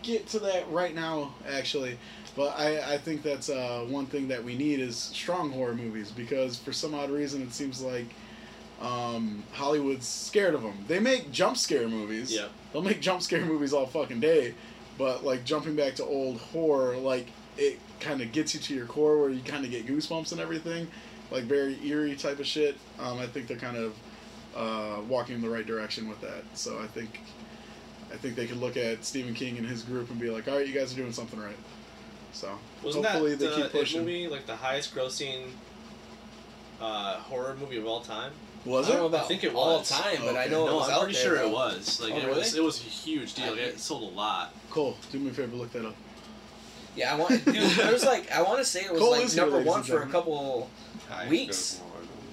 [SPEAKER 2] get to that right now, actually. But I, I think that's uh, one thing that we need is strong horror movies because for some odd reason it seems like um, Hollywood's scared of them. They make jump scare movies.
[SPEAKER 6] Yeah.
[SPEAKER 2] They'll make jump scare movies all fucking day, but like jumping back to old horror, like it kind of gets you to your core where you kind of get goosebumps and everything, like very eerie type of shit. Um, I think they're kind of uh, walking in the right direction with that. So I think, I think they could look at Stephen King and his group and be like, all right, you guys are doing something right. So
[SPEAKER 6] Wasn't
[SPEAKER 2] hopefully
[SPEAKER 6] that
[SPEAKER 2] they
[SPEAKER 6] the
[SPEAKER 2] keep pushing.
[SPEAKER 6] movie like the highest grossing uh, horror movie of all time?
[SPEAKER 5] I
[SPEAKER 2] Was
[SPEAKER 5] don't know
[SPEAKER 2] it?
[SPEAKER 5] about
[SPEAKER 6] I think it
[SPEAKER 5] all
[SPEAKER 6] was.
[SPEAKER 5] time, but I
[SPEAKER 2] Okay.
[SPEAKER 5] know it
[SPEAKER 6] no,
[SPEAKER 5] was
[SPEAKER 6] I'm
[SPEAKER 5] out
[SPEAKER 6] pretty
[SPEAKER 5] there,
[SPEAKER 6] sure
[SPEAKER 5] though.
[SPEAKER 6] it was. Like
[SPEAKER 5] Oh,
[SPEAKER 6] it was.
[SPEAKER 5] really?
[SPEAKER 6] It was a huge deal.
[SPEAKER 5] I
[SPEAKER 6] Like,
[SPEAKER 5] did.
[SPEAKER 6] it sold a lot.
[SPEAKER 2] Cole, do me a favor, look that up.
[SPEAKER 5] Yeah, I want. Dude, it was like I want to say it was
[SPEAKER 2] Cole
[SPEAKER 5] like
[SPEAKER 2] is here,
[SPEAKER 5] number
[SPEAKER 2] ladies
[SPEAKER 5] one
[SPEAKER 2] and
[SPEAKER 5] for a
[SPEAKER 2] gentlemen.
[SPEAKER 5] couple.
[SPEAKER 4] I
[SPEAKER 5] Weeks.
[SPEAKER 4] don't know.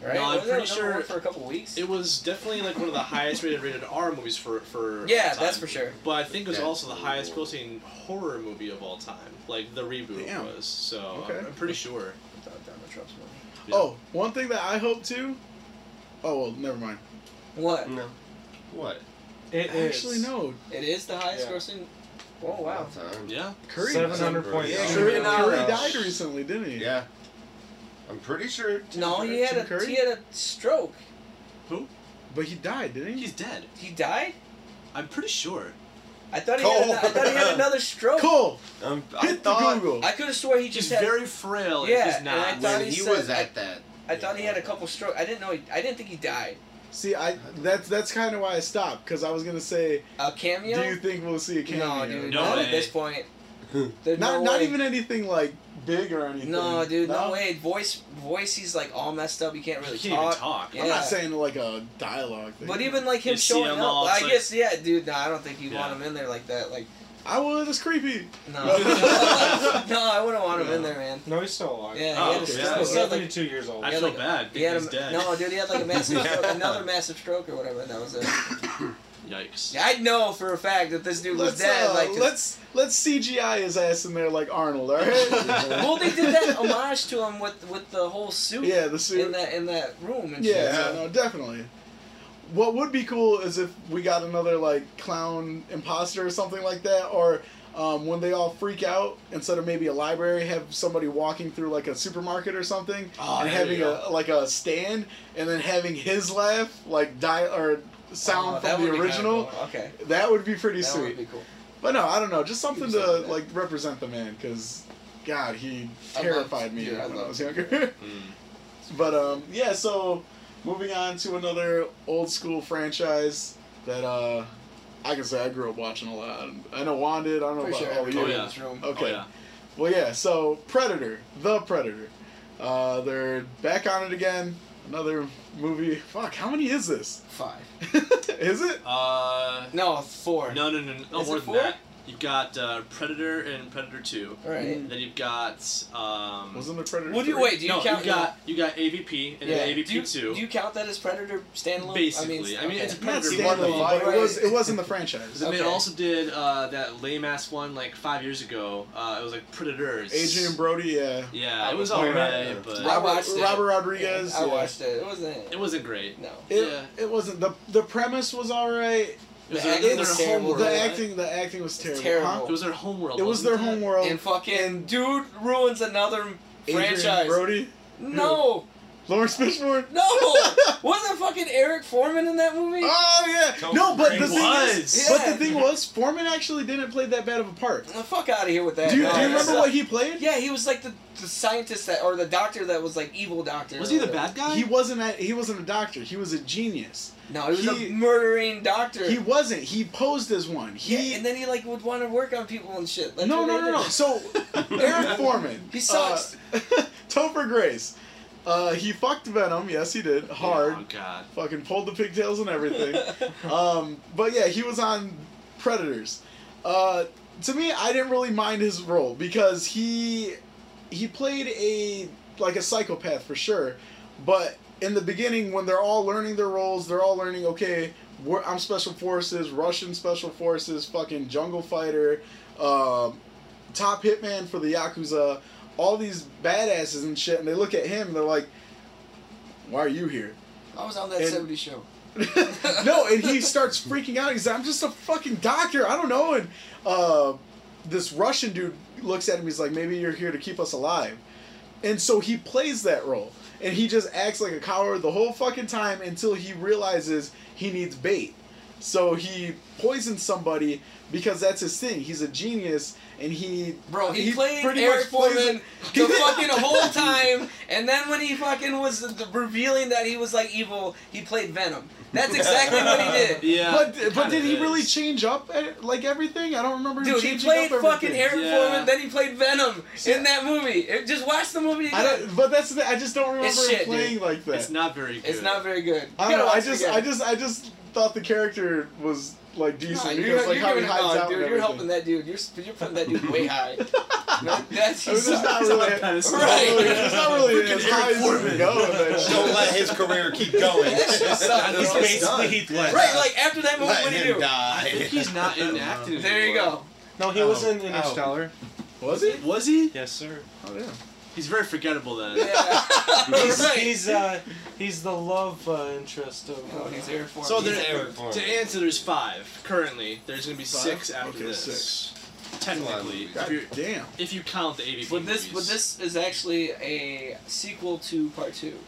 [SPEAKER 5] Right?
[SPEAKER 6] No, I'm
[SPEAKER 5] Wasn't it
[SPEAKER 6] pretty
[SPEAKER 5] number one
[SPEAKER 6] sure-
[SPEAKER 5] for a couple weeks.
[SPEAKER 6] It was definitely like one of the highest rated rated R movies for for.
[SPEAKER 5] yeah,
[SPEAKER 6] all time.
[SPEAKER 5] that's for sure.
[SPEAKER 6] But I think it was
[SPEAKER 4] Yeah.
[SPEAKER 6] also the highest grossing horror movie of all time. Like the reboot
[SPEAKER 2] Damn.
[SPEAKER 6] was. So I'm-
[SPEAKER 2] Okay.
[SPEAKER 6] I'm pretty sure.
[SPEAKER 5] Without Donald Trump's movie.
[SPEAKER 6] Yeah.
[SPEAKER 2] Oh, one thing that I hope too. Oh well, never mind.
[SPEAKER 5] What?
[SPEAKER 2] Hmm.
[SPEAKER 4] No. What?
[SPEAKER 1] It is.
[SPEAKER 2] Actually, no.
[SPEAKER 5] It is the highest
[SPEAKER 1] Yeah.
[SPEAKER 5] grossing. Oh wow.
[SPEAKER 4] Time.
[SPEAKER 6] Yeah.
[SPEAKER 2] Curry.
[SPEAKER 1] Seven hundred point.
[SPEAKER 2] Yeah, uh,
[SPEAKER 4] Yeah.
[SPEAKER 2] Curry,
[SPEAKER 5] Curry
[SPEAKER 2] Curry
[SPEAKER 5] died.
[SPEAKER 2] died recently, didn't he?
[SPEAKER 4] Yeah. I'm pretty sure. Tim
[SPEAKER 5] No,
[SPEAKER 4] Curry-
[SPEAKER 5] he had
[SPEAKER 2] Tim
[SPEAKER 5] a
[SPEAKER 2] Curry?
[SPEAKER 5] he had a stroke.
[SPEAKER 2] But he died, didn't he?
[SPEAKER 6] He's dead.
[SPEAKER 5] He died.
[SPEAKER 6] I'm pretty sure.
[SPEAKER 5] I thought he had
[SPEAKER 4] Cole.
[SPEAKER 5] ano- I thought he had another stroke.
[SPEAKER 2] Cole,
[SPEAKER 4] Um, I
[SPEAKER 2] hit the
[SPEAKER 4] thought
[SPEAKER 2] Google.
[SPEAKER 5] I could have swore he
[SPEAKER 6] He's
[SPEAKER 5] just had.
[SPEAKER 6] very frail. if
[SPEAKER 5] Yeah,
[SPEAKER 6] He's
[SPEAKER 5] and
[SPEAKER 6] not.
[SPEAKER 5] I thought
[SPEAKER 4] when
[SPEAKER 5] he
[SPEAKER 4] he
[SPEAKER 5] said-
[SPEAKER 4] was at that.
[SPEAKER 5] I thought he had a couple strokes. I didn't know. He, I didn't think he died.
[SPEAKER 2] See, I that's that's kind of why I stopped because I was gonna say,
[SPEAKER 5] A cameo?
[SPEAKER 2] do you think we'll see a cameo?
[SPEAKER 5] No, dude.
[SPEAKER 6] No
[SPEAKER 5] not
[SPEAKER 6] way.
[SPEAKER 5] at this point.
[SPEAKER 2] Not
[SPEAKER 5] There's no
[SPEAKER 2] not
[SPEAKER 5] way.
[SPEAKER 2] even anything like big or anything.
[SPEAKER 5] No, dude. No? way. Voice, voice. He's like all messed up. You can't really
[SPEAKER 6] he can't
[SPEAKER 5] talk.
[SPEAKER 6] even talk.
[SPEAKER 5] Yeah.
[SPEAKER 2] I'm not saying like a dialogue thing.
[SPEAKER 5] But even like him
[SPEAKER 6] You see
[SPEAKER 5] showing
[SPEAKER 6] him
[SPEAKER 5] up,
[SPEAKER 6] all,
[SPEAKER 5] I
[SPEAKER 6] it's like-
[SPEAKER 5] guess yeah, dude. No, I don't think you
[SPEAKER 6] Yeah.
[SPEAKER 5] want him in there like that. Like
[SPEAKER 2] I would. It's creepy.
[SPEAKER 5] no, no, I wouldn't want him in
[SPEAKER 2] No.
[SPEAKER 5] there, man.
[SPEAKER 1] No, he's still alive.
[SPEAKER 5] Yeah,
[SPEAKER 6] Oh,
[SPEAKER 5] he had a
[SPEAKER 6] okay.
[SPEAKER 5] stroke.
[SPEAKER 1] He's
[SPEAKER 5] He had, like,
[SPEAKER 1] 72 years old.
[SPEAKER 6] I
[SPEAKER 5] Yeah,
[SPEAKER 6] feel
[SPEAKER 5] like-
[SPEAKER 6] bad.
[SPEAKER 5] He had
[SPEAKER 6] because
[SPEAKER 5] a,
[SPEAKER 6] he's dead.
[SPEAKER 5] No, dude, he had like a massive
[SPEAKER 4] Yeah.
[SPEAKER 5] stroke, another massive stroke or whatever. and That was it.
[SPEAKER 6] Yikes.
[SPEAKER 5] Yeah, I know for a fact that this dude
[SPEAKER 2] Let's
[SPEAKER 5] was dead.
[SPEAKER 2] uh,
[SPEAKER 5] like, 'cause-
[SPEAKER 2] let's let's CGI his ass in there like Arnold. All right.
[SPEAKER 5] well, they did that oh homage to him with with the whole suit.
[SPEAKER 2] yeah, the
[SPEAKER 5] In
[SPEAKER 2] suit.
[SPEAKER 5] that in that room and shit.
[SPEAKER 2] Yeah,
[SPEAKER 5] so-
[SPEAKER 2] no, definitely. What would be cool is if we got another like clown imposter or something like that, or um, when they all freak out, instead of maybe a library, have somebody walking through like a supermarket or something,
[SPEAKER 5] Ah,
[SPEAKER 6] Oh,
[SPEAKER 2] and
[SPEAKER 6] there
[SPEAKER 2] having
[SPEAKER 6] you
[SPEAKER 2] a like a stand, and then having his laugh like die or
[SPEAKER 5] Oh,
[SPEAKER 2] sound
[SPEAKER 5] that
[SPEAKER 2] from
[SPEAKER 5] would
[SPEAKER 2] the
[SPEAKER 5] be kinda
[SPEAKER 2] original.
[SPEAKER 5] cool. Okay.
[SPEAKER 2] That would be pretty
[SPEAKER 5] That
[SPEAKER 2] sweet.
[SPEAKER 5] would be cool.
[SPEAKER 2] But no, I don't know, just something
[SPEAKER 5] Something
[SPEAKER 2] to
[SPEAKER 5] like that.
[SPEAKER 2] like represent the man, because God, he
[SPEAKER 5] I loved-
[SPEAKER 2] terrified me
[SPEAKER 5] yeah, I
[SPEAKER 2] when I
[SPEAKER 5] loved
[SPEAKER 2] was
[SPEAKER 5] him.
[SPEAKER 2] younger.
[SPEAKER 6] Mm.
[SPEAKER 2] But um, yeah, so moving on to another old school franchise that uh, I can say I grew up watching a lot. I know Juan did. I don't know
[SPEAKER 5] Pretty
[SPEAKER 2] about
[SPEAKER 5] sure
[SPEAKER 2] all of you.
[SPEAKER 5] everybody
[SPEAKER 6] yeah.
[SPEAKER 5] in this room.
[SPEAKER 2] Okay.
[SPEAKER 6] Oh, yeah.
[SPEAKER 2] Well, yeah. So Predator, the Predator. Uh, they're back on it again. Another movie. Fuck, how many is this?
[SPEAKER 5] Five.
[SPEAKER 2] is it?
[SPEAKER 6] Uh,
[SPEAKER 5] No, four.
[SPEAKER 6] no, no, no, no, no
[SPEAKER 5] Is
[SPEAKER 6] more
[SPEAKER 5] it
[SPEAKER 6] than
[SPEAKER 5] four?
[SPEAKER 6] that. You've got uh, Predator and Predator Two.
[SPEAKER 5] All right.
[SPEAKER 6] Then you've got um.
[SPEAKER 2] Wasn't it Predator?
[SPEAKER 5] What do you
[SPEAKER 2] three?
[SPEAKER 5] wait? Do you
[SPEAKER 6] no,
[SPEAKER 5] count?
[SPEAKER 6] you got you got AVP and
[SPEAKER 5] yeah.
[SPEAKER 6] then AVP
[SPEAKER 5] do you,
[SPEAKER 6] Two.
[SPEAKER 5] Do you count that as Predator standalone?
[SPEAKER 6] Basically. I mean,
[SPEAKER 5] okay.
[SPEAKER 6] it's a
[SPEAKER 2] Not
[SPEAKER 6] Predator
[SPEAKER 2] standalone,
[SPEAKER 5] one.
[SPEAKER 2] but it was it was in the
[SPEAKER 6] Because
[SPEAKER 2] franchise.
[SPEAKER 6] then they
[SPEAKER 5] Okay.
[SPEAKER 6] also did uh, that lame ass one like five years ago. Uh, it was like Predators.
[SPEAKER 2] Adrian Brody, yeah.
[SPEAKER 6] Yeah,
[SPEAKER 5] I
[SPEAKER 6] it was
[SPEAKER 5] was
[SPEAKER 6] alright,
[SPEAKER 4] playing it.
[SPEAKER 6] but
[SPEAKER 5] I watched it.
[SPEAKER 2] Robert
[SPEAKER 5] Yeah,
[SPEAKER 2] Rodriguez.
[SPEAKER 5] I
[SPEAKER 2] yeah.
[SPEAKER 5] watched it. It wasn't.
[SPEAKER 6] it wasn't great.
[SPEAKER 5] No.
[SPEAKER 2] It,
[SPEAKER 6] Yeah.
[SPEAKER 2] it wasn't the the premise was all right.
[SPEAKER 6] It was,
[SPEAKER 5] The
[SPEAKER 6] their,
[SPEAKER 5] acting
[SPEAKER 6] their
[SPEAKER 5] was
[SPEAKER 6] home
[SPEAKER 5] terrible,
[SPEAKER 6] world.
[SPEAKER 2] The
[SPEAKER 5] Right.
[SPEAKER 2] acting the acting was terrible.
[SPEAKER 5] terrible.
[SPEAKER 2] huh?
[SPEAKER 6] It was their home world.
[SPEAKER 2] It was their home world.
[SPEAKER 5] And fucking dude ruins another
[SPEAKER 2] Adrian
[SPEAKER 5] franchise.
[SPEAKER 2] Brody,
[SPEAKER 5] No,
[SPEAKER 2] Lawrence Fishburne.
[SPEAKER 5] no. Wasn't fucking Eric Foreman in that movie?
[SPEAKER 2] Oh yeah.
[SPEAKER 4] Tell
[SPEAKER 2] no,
[SPEAKER 4] me
[SPEAKER 2] but
[SPEAKER 4] he
[SPEAKER 2] the thing
[SPEAKER 6] was.
[SPEAKER 2] is,
[SPEAKER 5] Yeah.
[SPEAKER 2] but the thing was, Foreman actually didn't play that bad of a part.
[SPEAKER 5] the fuck out of here with that.
[SPEAKER 2] Do you,
[SPEAKER 5] No,
[SPEAKER 2] do you
[SPEAKER 5] that
[SPEAKER 2] remember
[SPEAKER 5] sucked.
[SPEAKER 2] what he played?
[SPEAKER 5] Yeah, he was like the, the scientist that, or the doctor that was like evil doctor.
[SPEAKER 6] Was
[SPEAKER 5] or
[SPEAKER 6] he the
[SPEAKER 5] whatever.
[SPEAKER 6] bad guy?
[SPEAKER 2] He wasn't a, he wasn't a doctor. He was a genius.
[SPEAKER 5] No, he was
[SPEAKER 2] He-
[SPEAKER 5] a murdering doctor.
[SPEAKER 2] He wasn't. He posed as one. He
[SPEAKER 5] yeah, and then he like would want to work on people and shit. That's
[SPEAKER 2] no
[SPEAKER 5] what
[SPEAKER 2] no
[SPEAKER 5] they
[SPEAKER 2] no no.
[SPEAKER 5] did.
[SPEAKER 2] So Eric Foreman.
[SPEAKER 5] He sucks.
[SPEAKER 2] Uh, Topher Grace. Uh, he fucked Venom. Yes, he did. Hard.
[SPEAKER 6] Oh god.
[SPEAKER 2] Fucking pulled the pigtails and everything. um, but yeah, he was on Predators. Uh, to me, I didn't really mind his role because he he played a like a psychopath for sure. But in the beginning, when they're all learning their roles, they're all learning. Okay, we're, I'm special forces, Russian special forces, fucking jungle fighter, uh, top hitman for the yakuza. All these badasses and shit, and they look at him. and They're like, "Why are you here?"
[SPEAKER 5] I was on that
[SPEAKER 2] And-
[SPEAKER 5] 70 show.
[SPEAKER 2] no, and he starts freaking out. He's like, I'm just a fucking doctor. I don't know. And uh, this Russian dude looks at him. He's like, maybe you're here to keep us alive. And so he plays that role. And he just acts like a coward the whole fucking time until he realizes he needs bait. So he poisons somebody because that's his thing. He's a genius, and he
[SPEAKER 5] Bro, he, played
[SPEAKER 2] pretty much
[SPEAKER 5] Eric
[SPEAKER 2] plays
[SPEAKER 5] Foreman
[SPEAKER 2] it-
[SPEAKER 5] the fucking whole time, and then when he fucking was the, the revealing that he was like evil, he played Venom. That's exactly what he did.
[SPEAKER 6] Yeah.
[SPEAKER 2] But
[SPEAKER 6] it
[SPEAKER 2] but
[SPEAKER 6] kinda
[SPEAKER 2] did he
[SPEAKER 6] is.
[SPEAKER 2] really change up eh, like everything? I don't remember. him
[SPEAKER 5] Dude, he
[SPEAKER 2] changing
[SPEAKER 5] played
[SPEAKER 2] up
[SPEAKER 5] fucking
[SPEAKER 2] everything.
[SPEAKER 5] Eric
[SPEAKER 6] Yeah.
[SPEAKER 5] Foreman, then he played Venom
[SPEAKER 2] Yeah.
[SPEAKER 5] in that movie. It- just watch the movie
[SPEAKER 2] I
[SPEAKER 5] again.
[SPEAKER 2] don't, but that's the, I just don't remember
[SPEAKER 5] It's
[SPEAKER 2] him
[SPEAKER 5] shit,
[SPEAKER 2] playing
[SPEAKER 5] dude.
[SPEAKER 2] like that.
[SPEAKER 6] It's not very good.
[SPEAKER 5] It's not very good.
[SPEAKER 2] I
[SPEAKER 5] You
[SPEAKER 2] don't know.
[SPEAKER 5] gotta
[SPEAKER 2] I
[SPEAKER 5] watch it
[SPEAKER 2] just
[SPEAKER 5] again.
[SPEAKER 2] I just I just thought the character was like
[SPEAKER 5] Nah,
[SPEAKER 2] decent
[SPEAKER 5] you're,
[SPEAKER 2] because like
[SPEAKER 5] you're
[SPEAKER 2] how he
[SPEAKER 5] giving it
[SPEAKER 2] hides
[SPEAKER 5] on,
[SPEAKER 2] out.
[SPEAKER 5] dude.
[SPEAKER 2] and
[SPEAKER 5] You're helping
[SPEAKER 2] everything.
[SPEAKER 5] that dude. You're, sp- you're putting that dude way high. No, that's
[SPEAKER 2] I mean,
[SPEAKER 5] he's
[SPEAKER 2] there's not
[SPEAKER 6] He's
[SPEAKER 2] really.
[SPEAKER 6] on a pedestal.
[SPEAKER 5] Right.
[SPEAKER 2] There's not really as high as you can go in that
[SPEAKER 4] Don't
[SPEAKER 2] show.
[SPEAKER 4] let his career keep going.
[SPEAKER 5] That shit sucked,
[SPEAKER 1] He's
[SPEAKER 5] bro.
[SPEAKER 1] basically Heath Ledger.
[SPEAKER 5] Right, like after that movie, what
[SPEAKER 4] Let
[SPEAKER 5] do you
[SPEAKER 4] him
[SPEAKER 5] do?
[SPEAKER 6] I think
[SPEAKER 4] die.
[SPEAKER 6] he's not in acting.
[SPEAKER 5] There you
[SPEAKER 6] anymore.
[SPEAKER 5] go.
[SPEAKER 1] No, he
[SPEAKER 2] Oh.
[SPEAKER 1] was in Interstellar.
[SPEAKER 2] Was it?
[SPEAKER 6] Was he?
[SPEAKER 1] Yes, sir.
[SPEAKER 2] Oh yeah.
[SPEAKER 6] He's very forgettable then.
[SPEAKER 5] Yeah.
[SPEAKER 1] He's,
[SPEAKER 5] Right.
[SPEAKER 1] he's uh, he's the love uh, interest of. uh,
[SPEAKER 5] Oh, he's Eric Foreman.
[SPEAKER 6] So
[SPEAKER 5] He's
[SPEAKER 4] He's
[SPEAKER 6] there,
[SPEAKER 4] Eric Foreman.
[SPEAKER 6] to answer, there's five currently. There's gonna be
[SPEAKER 2] Five?
[SPEAKER 6] six after
[SPEAKER 2] Okay,
[SPEAKER 6] this.
[SPEAKER 2] six.
[SPEAKER 6] Technically,
[SPEAKER 4] That's
[SPEAKER 6] if,
[SPEAKER 2] God
[SPEAKER 6] you
[SPEAKER 2] damn.
[SPEAKER 6] if you count the AVP
[SPEAKER 5] But this, but
[SPEAKER 6] movies.
[SPEAKER 5] this is actually a sequel to part two.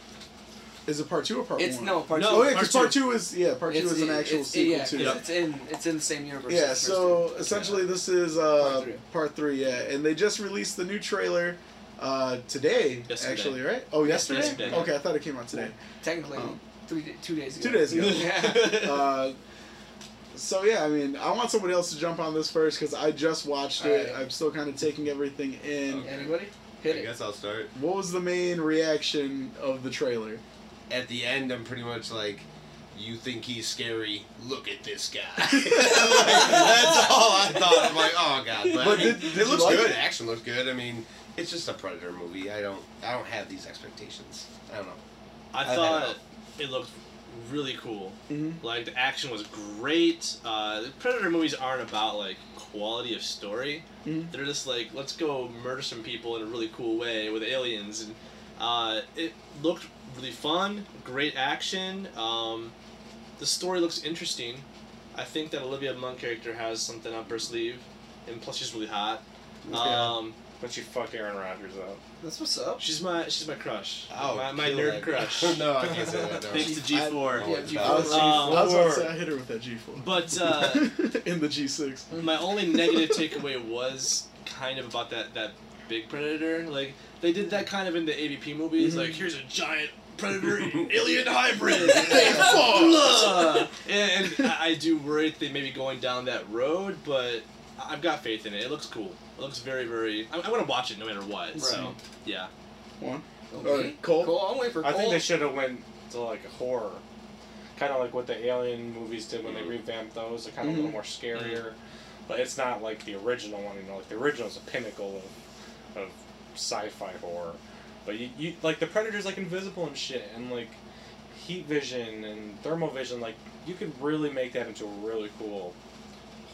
[SPEAKER 2] Is it part two or part
[SPEAKER 5] It's
[SPEAKER 2] one?
[SPEAKER 5] no part
[SPEAKER 6] No,
[SPEAKER 2] Oh
[SPEAKER 5] two.
[SPEAKER 2] yeah, because
[SPEAKER 6] part
[SPEAKER 2] part two is yeah, part two
[SPEAKER 5] It's-
[SPEAKER 2] is an
[SPEAKER 5] it-
[SPEAKER 2] actual
[SPEAKER 5] it's,
[SPEAKER 2] sequel
[SPEAKER 5] yeah,
[SPEAKER 2] to.
[SPEAKER 5] 'cause It's in it's in the same universe.
[SPEAKER 2] Yeah,
[SPEAKER 5] as the first
[SPEAKER 2] so
[SPEAKER 5] two.
[SPEAKER 2] essentially this is uh,
[SPEAKER 5] Part three.
[SPEAKER 2] part three, yeah, and they just released the new trailer uh, today,
[SPEAKER 6] Yesterday.
[SPEAKER 2] actually, right? Oh, yesterday?
[SPEAKER 6] Yesterday.
[SPEAKER 2] Okay, I thought it came out today.
[SPEAKER 5] technically
[SPEAKER 2] um,
[SPEAKER 5] three da- two days ago.
[SPEAKER 2] Two days ago.
[SPEAKER 5] Yeah.
[SPEAKER 2] Uh, so yeah, I mean, I want somebody else to jump on this first because I just watched it.
[SPEAKER 5] Alright.
[SPEAKER 2] I'm still kind of taking everything in.
[SPEAKER 5] Anybody
[SPEAKER 4] I
[SPEAKER 5] hit it?
[SPEAKER 4] guess I'll start.
[SPEAKER 2] What was the main reaction of the trailer?
[SPEAKER 4] At the end, I'm pretty much like, you think he's scary? Look at this guy. Like, that's all I thought. I'm like, oh god. But, I
[SPEAKER 2] But
[SPEAKER 4] mean,
[SPEAKER 2] did- did you
[SPEAKER 4] it looks
[SPEAKER 2] like
[SPEAKER 4] good.
[SPEAKER 2] it?
[SPEAKER 4] Action looks good. I mean, it's just a predator movie. I don't. I don't have these expectations. I don't know. I've
[SPEAKER 6] I
[SPEAKER 4] had
[SPEAKER 6] thought it looked really cool. Like the action was great. Uh, the Predator movies aren't about like quality of story.
[SPEAKER 2] Mhm.
[SPEAKER 6] They're just like let's go murder some people in a really cool way with aliens, and uh, it looked really fun. Great action. Um, the story looks interesting. I think that Olivia Munn character has something up her sleeve, and plus she's really hot. Um,
[SPEAKER 1] But you fucked Aaron Rodgers up.
[SPEAKER 5] That's what's up.
[SPEAKER 6] she's my she's my crush.
[SPEAKER 4] Oh,
[SPEAKER 6] my, my
[SPEAKER 4] kill
[SPEAKER 6] nerd
[SPEAKER 4] that.
[SPEAKER 6] crush.
[SPEAKER 4] no, I can't say that.
[SPEAKER 6] Thanks to
[SPEAKER 4] No.
[SPEAKER 6] G four.
[SPEAKER 4] I-
[SPEAKER 5] Yeah,
[SPEAKER 4] Oh,
[SPEAKER 5] G4.
[SPEAKER 2] I was,
[SPEAKER 6] Um,
[SPEAKER 2] I was about to say I hit her with that G4.
[SPEAKER 6] But uh,
[SPEAKER 2] in the G6.
[SPEAKER 6] my only negative takeaway was kind of about that that big predator. Like they did that kind of in the AVP movies.
[SPEAKER 1] Mm-hmm.
[SPEAKER 2] Mhm.
[SPEAKER 6] Like here's a giant predator alien hybrid. Blah. and and I I do worry that they may be going down that road, but I- I've got faith in it. It looks cool. It looks very, very. I, I want to watch it no matter what. So
[SPEAKER 5] Right.
[SPEAKER 6] yeah,
[SPEAKER 5] Okay.
[SPEAKER 2] Cole?
[SPEAKER 5] Cole, I'm waiting for
[SPEAKER 1] I
[SPEAKER 5] Cole.
[SPEAKER 1] think they should have went to like a horror, kind of like what the Alien movies did when they
[SPEAKER 6] Mhm.
[SPEAKER 1] revamped those. They're kind of
[SPEAKER 2] Mhm.
[SPEAKER 1] a little more scarier, but it's not like the original one. You know, like the original is a pinnacle of, of sci-fi horror. But you, you like the Predator's like invisible and shit, and like heat vision and thermal vision. Like you could really make that into a really cool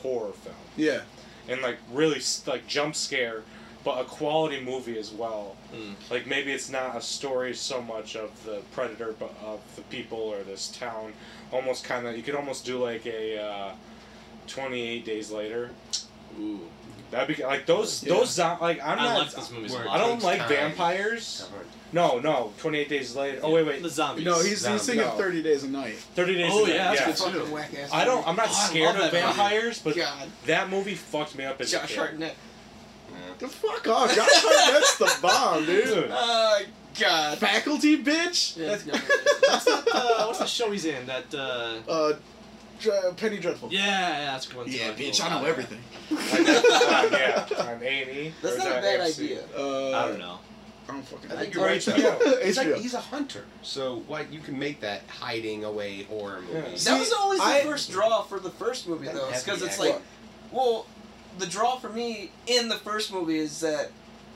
[SPEAKER 1] horror film
[SPEAKER 2] Yeah.
[SPEAKER 1] and like really s- like jump scare, but a quality movie as well.
[SPEAKER 6] Mm.
[SPEAKER 1] Like maybe it's not a story so much of the predator, but of the people or this town. Almost kind of you could almost do like a uh, twenty eight days later.
[SPEAKER 6] ooh,
[SPEAKER 1] That'd be like those
[SPEAKER 2] Yeah.
[SPEAKER 1] those zo- like I'm
[SPEAKER 6] I
[SPEAKER 1] not.
[SPEAKER 6] like this movie a
[SPEAKER 4] Word.
[SPEAKER 6] lot.
[SPEAKER 1] I don't like
[SPEAKER 4] Time.
[SPEAKER 1] vampires. No, no. Twenty eight days later. Oh wait,
[SPEAKER 6] the
[SPEAKER 1] wait.
[SPEAKER 6] zombies.
[SPEAKER 2] No, he's, he's thinking
[SPEAKER 1] No.
[SPEAKER 2] 30 Days a Night.
[SPEAKER 1] Thirty days.
[SPEAKER 6] Oh,
[SPEAKER 1] later,
[SPEAKER 6] yeah, that's
[SPEAKER 1] yeah.
[SPEAKER 6] good.
[SPEAKER 5] fucking
[SPEAKER 6] too.
[SPEAKER 5] whack ass.
[SPEAKER 1] I don't. I'm not
[SPEAKER 6] Oh, I
[SPEAKER 1] scared
[SPEAKER 6] love
[SPEAKER 1] of
[SPEAKER 6] that movie.
[SPEAKER 1] vampires, but
[SPEAKER 5] God,
[SPEAKER 1] that movie fucked me up as
[SPEAKER 5] Josh
[SPEAKER 1] a kid.
[SPEAKER 5] Hartnett.
[SPEAKER 2] The fuck off. Josh Hartnett's the bomb, dude.
[SPEAKER 1] Dude.
[SPEAKER 5] Oh God.
[SPEAKER 2] Faculty, bitch.
[SPEAKER 5] Yeah, no,
[SPEAKER 6] What's that? Uh, what's the show he's in? That. Uh,
[SPEAKER 2] Uh, Dr- Penny Dreadful.
[SPEAKER 6] yeah, yeah, that's a good one. too. Uh,
[SPEAKER 1] Like, on, yeah, on A and E.
[SPEAKER 5] That's not a bad idea.
[SPEAKER 2] Uh,
[SPEAKER 6] I don't know.
[SPEAKER 2] I don't fucking
[SPEAKER 4] I
[SPEAKER 2] know.
[SPEAKER 4] think
[SPEAKER 5] Or
[SPEAKER 4] you're right.
[SPEAKER 1] HBO.
[SPEAKER 4] though. It's
[SPEAKER 2] HBO.
[SPEAKER 4] like he's a hunter, so what you can make that hiding away horror movie.
[SPEAKER 1] Yeah.
[SPEAKER 5] That was always the
[SPEAKER 2] I-
[SPEAKER 5] first draw for the first movie, though,
[SPEAKER 4] That's
[SPEAKER 5] because it's
[SPEAKER 4] heavy
[SPEAKER 5] like, well, the draw for me in the first movie is that,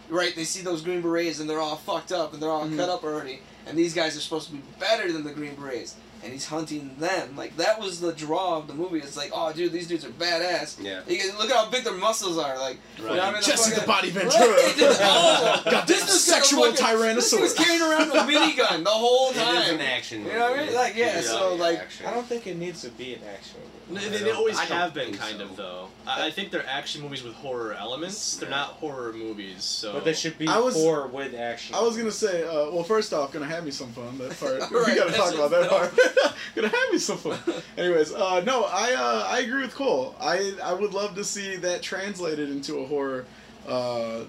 [SPEAKER 5] right? They see those Green Berets and they're all fucked up and they're all
[SPEAKER 2] Mhm.
[SPEAKER 5] cut up already, and these guys are supposed to be better than the Green Berets, and he's hunting them. Like that was the draw of the movie. It's like, oh, dude, these dudes are badass.
[SPEAKER 4] Yeah.
[SPEAKER 5] You can- look at how big their muscles are. Like,
[SPEAKER 6] Right.
[SPEAKER 5] you know what I mean?
[SPEAKER 2] Jesse
[SPEAKER 5] fucking-
[SPEAKER 2] the Body Ventura.
[SPEAKER 5] Right, dude, oh,
[SPEAKER 2] Got
[SPEAKER 5] this
[SPEAKER 2] that
[SPEAKER 5] dude's got a
[SPEAKER 2] sexual
[SPEAKER 5] fucking- This
[SPEAKER 2] tyrannosaurus.
[SPEAKER 5] dude's carrying around a minigun the whole
[SPEAKER 4] It is an
[SPEAKER 5] time.
[SPEAKER 4] action.
[SPEAKER 5] You know what I
[SPEAKER 4] movie.
[SPEAKER 5] mean? Like, yeah,
[SPEAKER 4] It's
[SPEAKER 5] so,
[SPEAKER 4] really
[SPEAKER 5] like,
[SPEAKER 4] action.
[SPEAKER 1] I don't think it needs to be an action
[SPEAKER 6] No,
[SPEAKER 1] movie.
[SPEAKER 6] They,
[SPEAKER 4] I
[SPEAKER 6] they
[SPEAKER 4] don't-
[SPEAKER 6] always
[SPEAKER 4] I don't
[SPEAKER 6] have been
[SPEAKER 4] think
[SPEAKER 6] kind
[SPEAKER 4] so.
[SPEAKER 6] of though. I, I think they're action movies with horror elements. They're not horror movies, so.
[SPEAKER 1] But they should be
[SPEAKER 2] I was-
[SPEAKER 1] for with action.
[SPEAKER 2] I was gonna say, uh, well, first off, gonna have me some fun. That part we
[SPEAKER 5] Right,
[SPEAKER 2] gotta
[SPEAKER 5] that's
[SPEAKER 2] talk about that
[SPEAKER 5] just-
[SPEAKER 2] part. gonna have me some fun. Anyways, uh, no, I uh, I agree with Cole. I I would love to see that translated into a horror uh,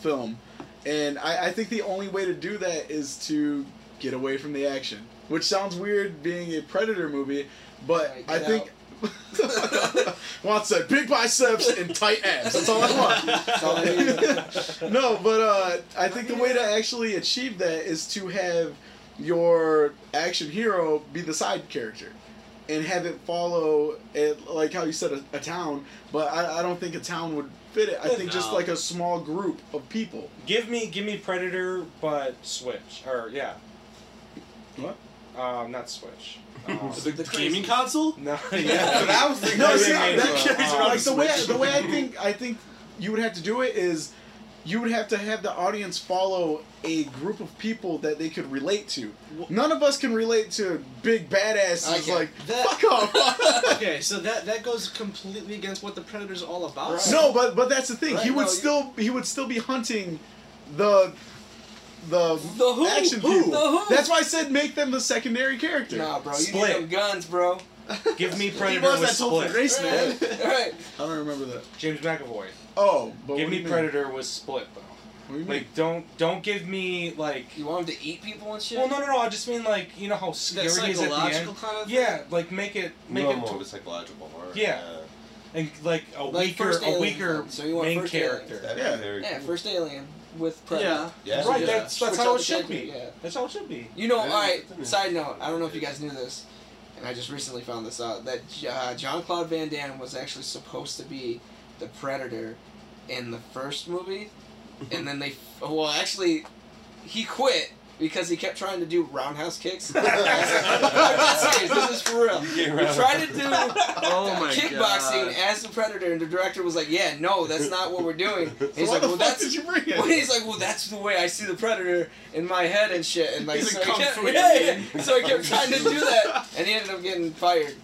[SPEAKER 2] film, and I, I think the only way to do that is to get away from the action, which sounds weird being a predator movie, but
[SPEAKER 5] Right,
[SPEAKER 2] I
[SPEAKER 5] get
[SPEAKER 2] think. Wants that big biceps and tight abs. That's all I want
[SPEAKER 5] all I need.
[SPEAKER 2] no, but uh, I think the way to actually achieve that is to have your action hero be the side character, and have it follow it like how you said a, a town. But I, I don't think a town would fit it. I think just
[SPEAKER 6] No.
[SPEAKER 2] like a small group of people.
[SPEAKER 1] give me give me Predator, but Switch or yeah.
[SPEAKER 2] What?
[SPEAKER 1] Um, not Switch. Um,
[SPEAKER 6] The,
[SPEAKER 5] The crazy-
[SPEAKER 6] gaming console.
[SPEAKER 1] no, yeah.
[SPEAKER 4] But I was thinking
[SPEAKER 2] No,
[SPEAKER 4] that
[SPEAKER 2] see,
[SPEAKER 4] made
[SPEAKER 2] that
[SPEAKER 4] sense.
[SPEAKER 2] carries
[SPEAKER 1] Um,
[SPEAKER 2] around like the way the way I think I think you would have to do it is you would have to have the audience follow a group of people that they could relate to. None of us can relate to big
[SPEAKER 5] I
[SPEAKER 2] badasses
[SPEAKER 5] can.
[SPEAKER 2] like
[SPEAKER 6] That-
[SPEAKER 2] fuck off.
[SPEAKER 6] okay, so that that goes completely against what the Predator's all about.
[SPEAKER 5] Right.
[SPEAKER 2] no, but but that's the thing.
[SPEAKER 5] Right,
[SPEAKER 2] he would
[SPEAKER 5] no, you-
[SPEAKER 2] still he would still be hunting the the,
[SPEAKER 5] The who?
[SPEAKER 2] action
[SPEAKER 5] Who?
[SPEAKER 2] people.
[SPEAKER 5] The who?
[SPEAKER 2] That's why I said make them the secondary character.
[SPEAKER 5] Nah, bro, you
[SPEAKER 1] Split.
[SPEAKER 5] need them guns, bro.
[SPEAKER 1] give me
[SPEAKER 2] he
[SPEAKER 1] Predator
[SPEAKER 2] was
[SPEAKER 1] with
[SPEAKER 2] that Topher
[SPEAKER 1] Split.
[SPEAKER 2] Grace man.
[SPEAKER 5] Right, right.
[SPEAKER 2] I don't remember that.
[SPEAKER 1] James McAvoy.
[SPEAKER 2] Oh, but
[SPEAKER 1] give
[SPEAKER 2] what do you
[SPEAKER 1] me
[SPEAKER 2] mean?
[SPEAKER 1] Predator with Split though.
[SPEAKER 2] What do you mean?
[SPEAKER 1] Like don't don't give me like.
[SPEAKER 5] You want them to eat people and shit?
[SPEAKER 1] Well, no, no, no. I just mean like you know how
[SPEAKER 6] That
[SPEAKER 1] scary he is at the
[SPEAKER 6] psychological
[SPEAKER 1] end.
[SPEAKER 6] kind of.
[SPEAKER 1] Yeah, like make it make
[SPEAKER 4] No,
[SPEAKER 1] it
[SPEAKER 4] more
[SPEAKER 1] to-
[SPEAKER 4] of a psychological horror.
[SPEAKER 1] Yeah. and like a
[SPEAKER 5] Like
[SPEAKER 1] weaker
[SPEAKER 5] first
[SPEAKER 1] a
[SPEAKER 5] alien
[SPEAKER 1] weaker
[SPEAKER 5] film, so you want
[SPEAKER 1] main
[SPEAKER 5] first alien.
[SPEAKER 1] character.
[SPEAKER 4] That'd be
[SPEAKER 2] Yeah.
[SPEAKER 4] very
[SPEAKER 5] Yeah,
[SPEAKER 4] cool.
[SPEAKER 5] first alien with Predator.
[SPEAKER 4] Yeah.
[SPEAKER 1] Right, that's
[SPEAKER 6] Yeah.
[SPEAKER 1] that's
[SPEAKER 5] Switch
[SPEAKER 1] how
[SPEAKER 5] out
[SPEAKER 1] it
[SPEAKER 5] the
[SPEAKER 1] should
[SPEAKER 5] character,
[SPEAKER 1] be.
[SPEAKER 5] yeah.
[SPEAKER 1] That's how it should be.
[SPEAKER 5] You know,
[SPEAKER 4] Yeah,
[SPEAKER 5] alright,
[SPEAKER 4] that's a-
[SPEAKER 5] side note, I don't know if you guys knew this, and I just recently found this out, that uh, John Claude Van Damme was actually supposed to be the Predator in the first movie, and then they. Well, actually, he quit because he kept trying to do roundhouse kicks. I'm not serious, this is for real.
[SPEAKER 4] You get
[SPEAKER 5] He tried to do
[SPEAKER 6] Oh my
[SPEAKER 5] kickboxing
[SPEAKER 6] god.
[SPEAKER 5] as the predator, and the director was like, "Yeah, no, that's not what we're doing."
[SPEAKER 4] So
[SPEAKER 5] He's
[SPEAKER 2] why
[SPEAKER 5] like,
[SPEAKER 2] the
[SPEAKER 5] "Well,
[SPEAKER 2] fuck
[SPEAKER 5] that's."
[SPEAKER 2] did you bring
[SPEAKER 5] Well,
[SPEAKER 2] it?
[SPEAKER 5] he's like, well, that's the way I see the predator in my head and shit, and like,
[SPEAKER 6] He's
[SPEAKER 5] so
[SPEAKER 6] a
[SPEAKER 5] I,
[SPEAKER 6] kung
[SPEAKER 5] kept,
[SPEAKER 6] fu
[SPEAKER 5] yeah,
[SPEAKER 6] alien.
[SPEAKER 5] yeah. so I kept trying to do that, and he ended up getting fired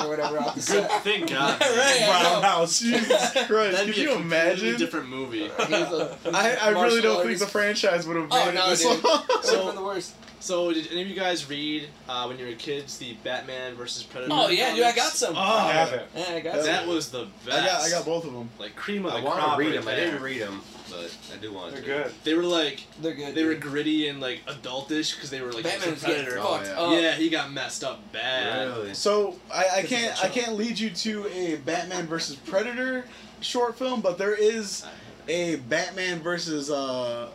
[SPEAKER 5] or whatever off the
[SPEAKER 6] Good.
[SPEAKER 5] set.
[SPEAKER 6] Thank God.
[SPEAKER 5] Right. Yeah, I know.
[SPEAKER 1] Roundhouse.
[SPEAKER 2] Jesus Christ!
[SPEAKER 6] That'd
[SPEAKER 2] Could
[SPEAKER 6] be
[SPEAKER 2] you
[SPEAKER 6] a completely
[SPEAKER 2] imagine?
[SPEAKER 6] different movie.
[SPEAKER 5] He was a
[SPEAKER 2] I, I really
[SPEAKER 5] martial
[SPEAKER 2] don't think
[SPEAKER 5] artist.
[SPEAKER 2] the franchise would have made
[SPEAKER 5] Oh,
[SPEAKER 2] it
[SPEAKER 5] no,
[SPEAKER 2] this
[SPEAKER 5] dude.
[SPEAKER 2] long.
[SPEAKER 5] That would've been the worst.
[SPEAKER 6] So, did any of you guys read uh, when you were kids the Batman versus Predator?
[SPEAKER 5] Oh yeah, dude, I got some.
[SPEAKER 1] I have
[SPEAKER 6] Oh,
[SPEAKER 1] it.
[SPEAKER 5] yeah, I got
[SPEAKER 2] That's
[SPEAKER 5] some.
[SPEAKER 6] that was the
[SPEAKER 2] I
[SPEAKER 6] best.
[SPEAKER 2] got I got both of them.
[SPEAKER 6] Like cream of
[SPEAKER 4] I
[SPEAKER 6] the
[SPEAKER 4] want
[SPEAKER 6] crop
[SPEAKER 4] to read
[SPEAKER 6] right
[SPEAKER 4] them. I
[SPEAKER 6] there.
[SPEAKER 4] didn't read them. but I do want
[SPEAKER 1] They're
[SPEAKER 4] to.
[SPEAKER 1] good.
[SPEAKER 6] They were like
[SPEAKER 5] They're good.
[SPEAKER 6] they were
[SPEAKER 5] dude.
[SPEAKER 6] gritty and like adultish because they were like
[SPEAKER 5] Batman
[SPEAKER 6] Batman
[SPEAKER 5] was getting
[SPEAKER 6] predator.
[SPEAKER 4] Oh,
[SPEAKER 5] fucked
[SPEAKER 4] yeah.
[SPEAKER 5] up.
[SPEAKER 6] yeah, he got messed up bad.
[SPEAKER 4] Really?
[SPEAKER 2] So I, I
[SPEAKER 5] This is
[SPEAKER 2] can't
[SPEAKER 5] a
[SPEAKER 2] I
[SPEAKER 5] show.
[SPEAKER 2] can't lead you to a Batman versus Predator short film, but there is a Batman versus uh,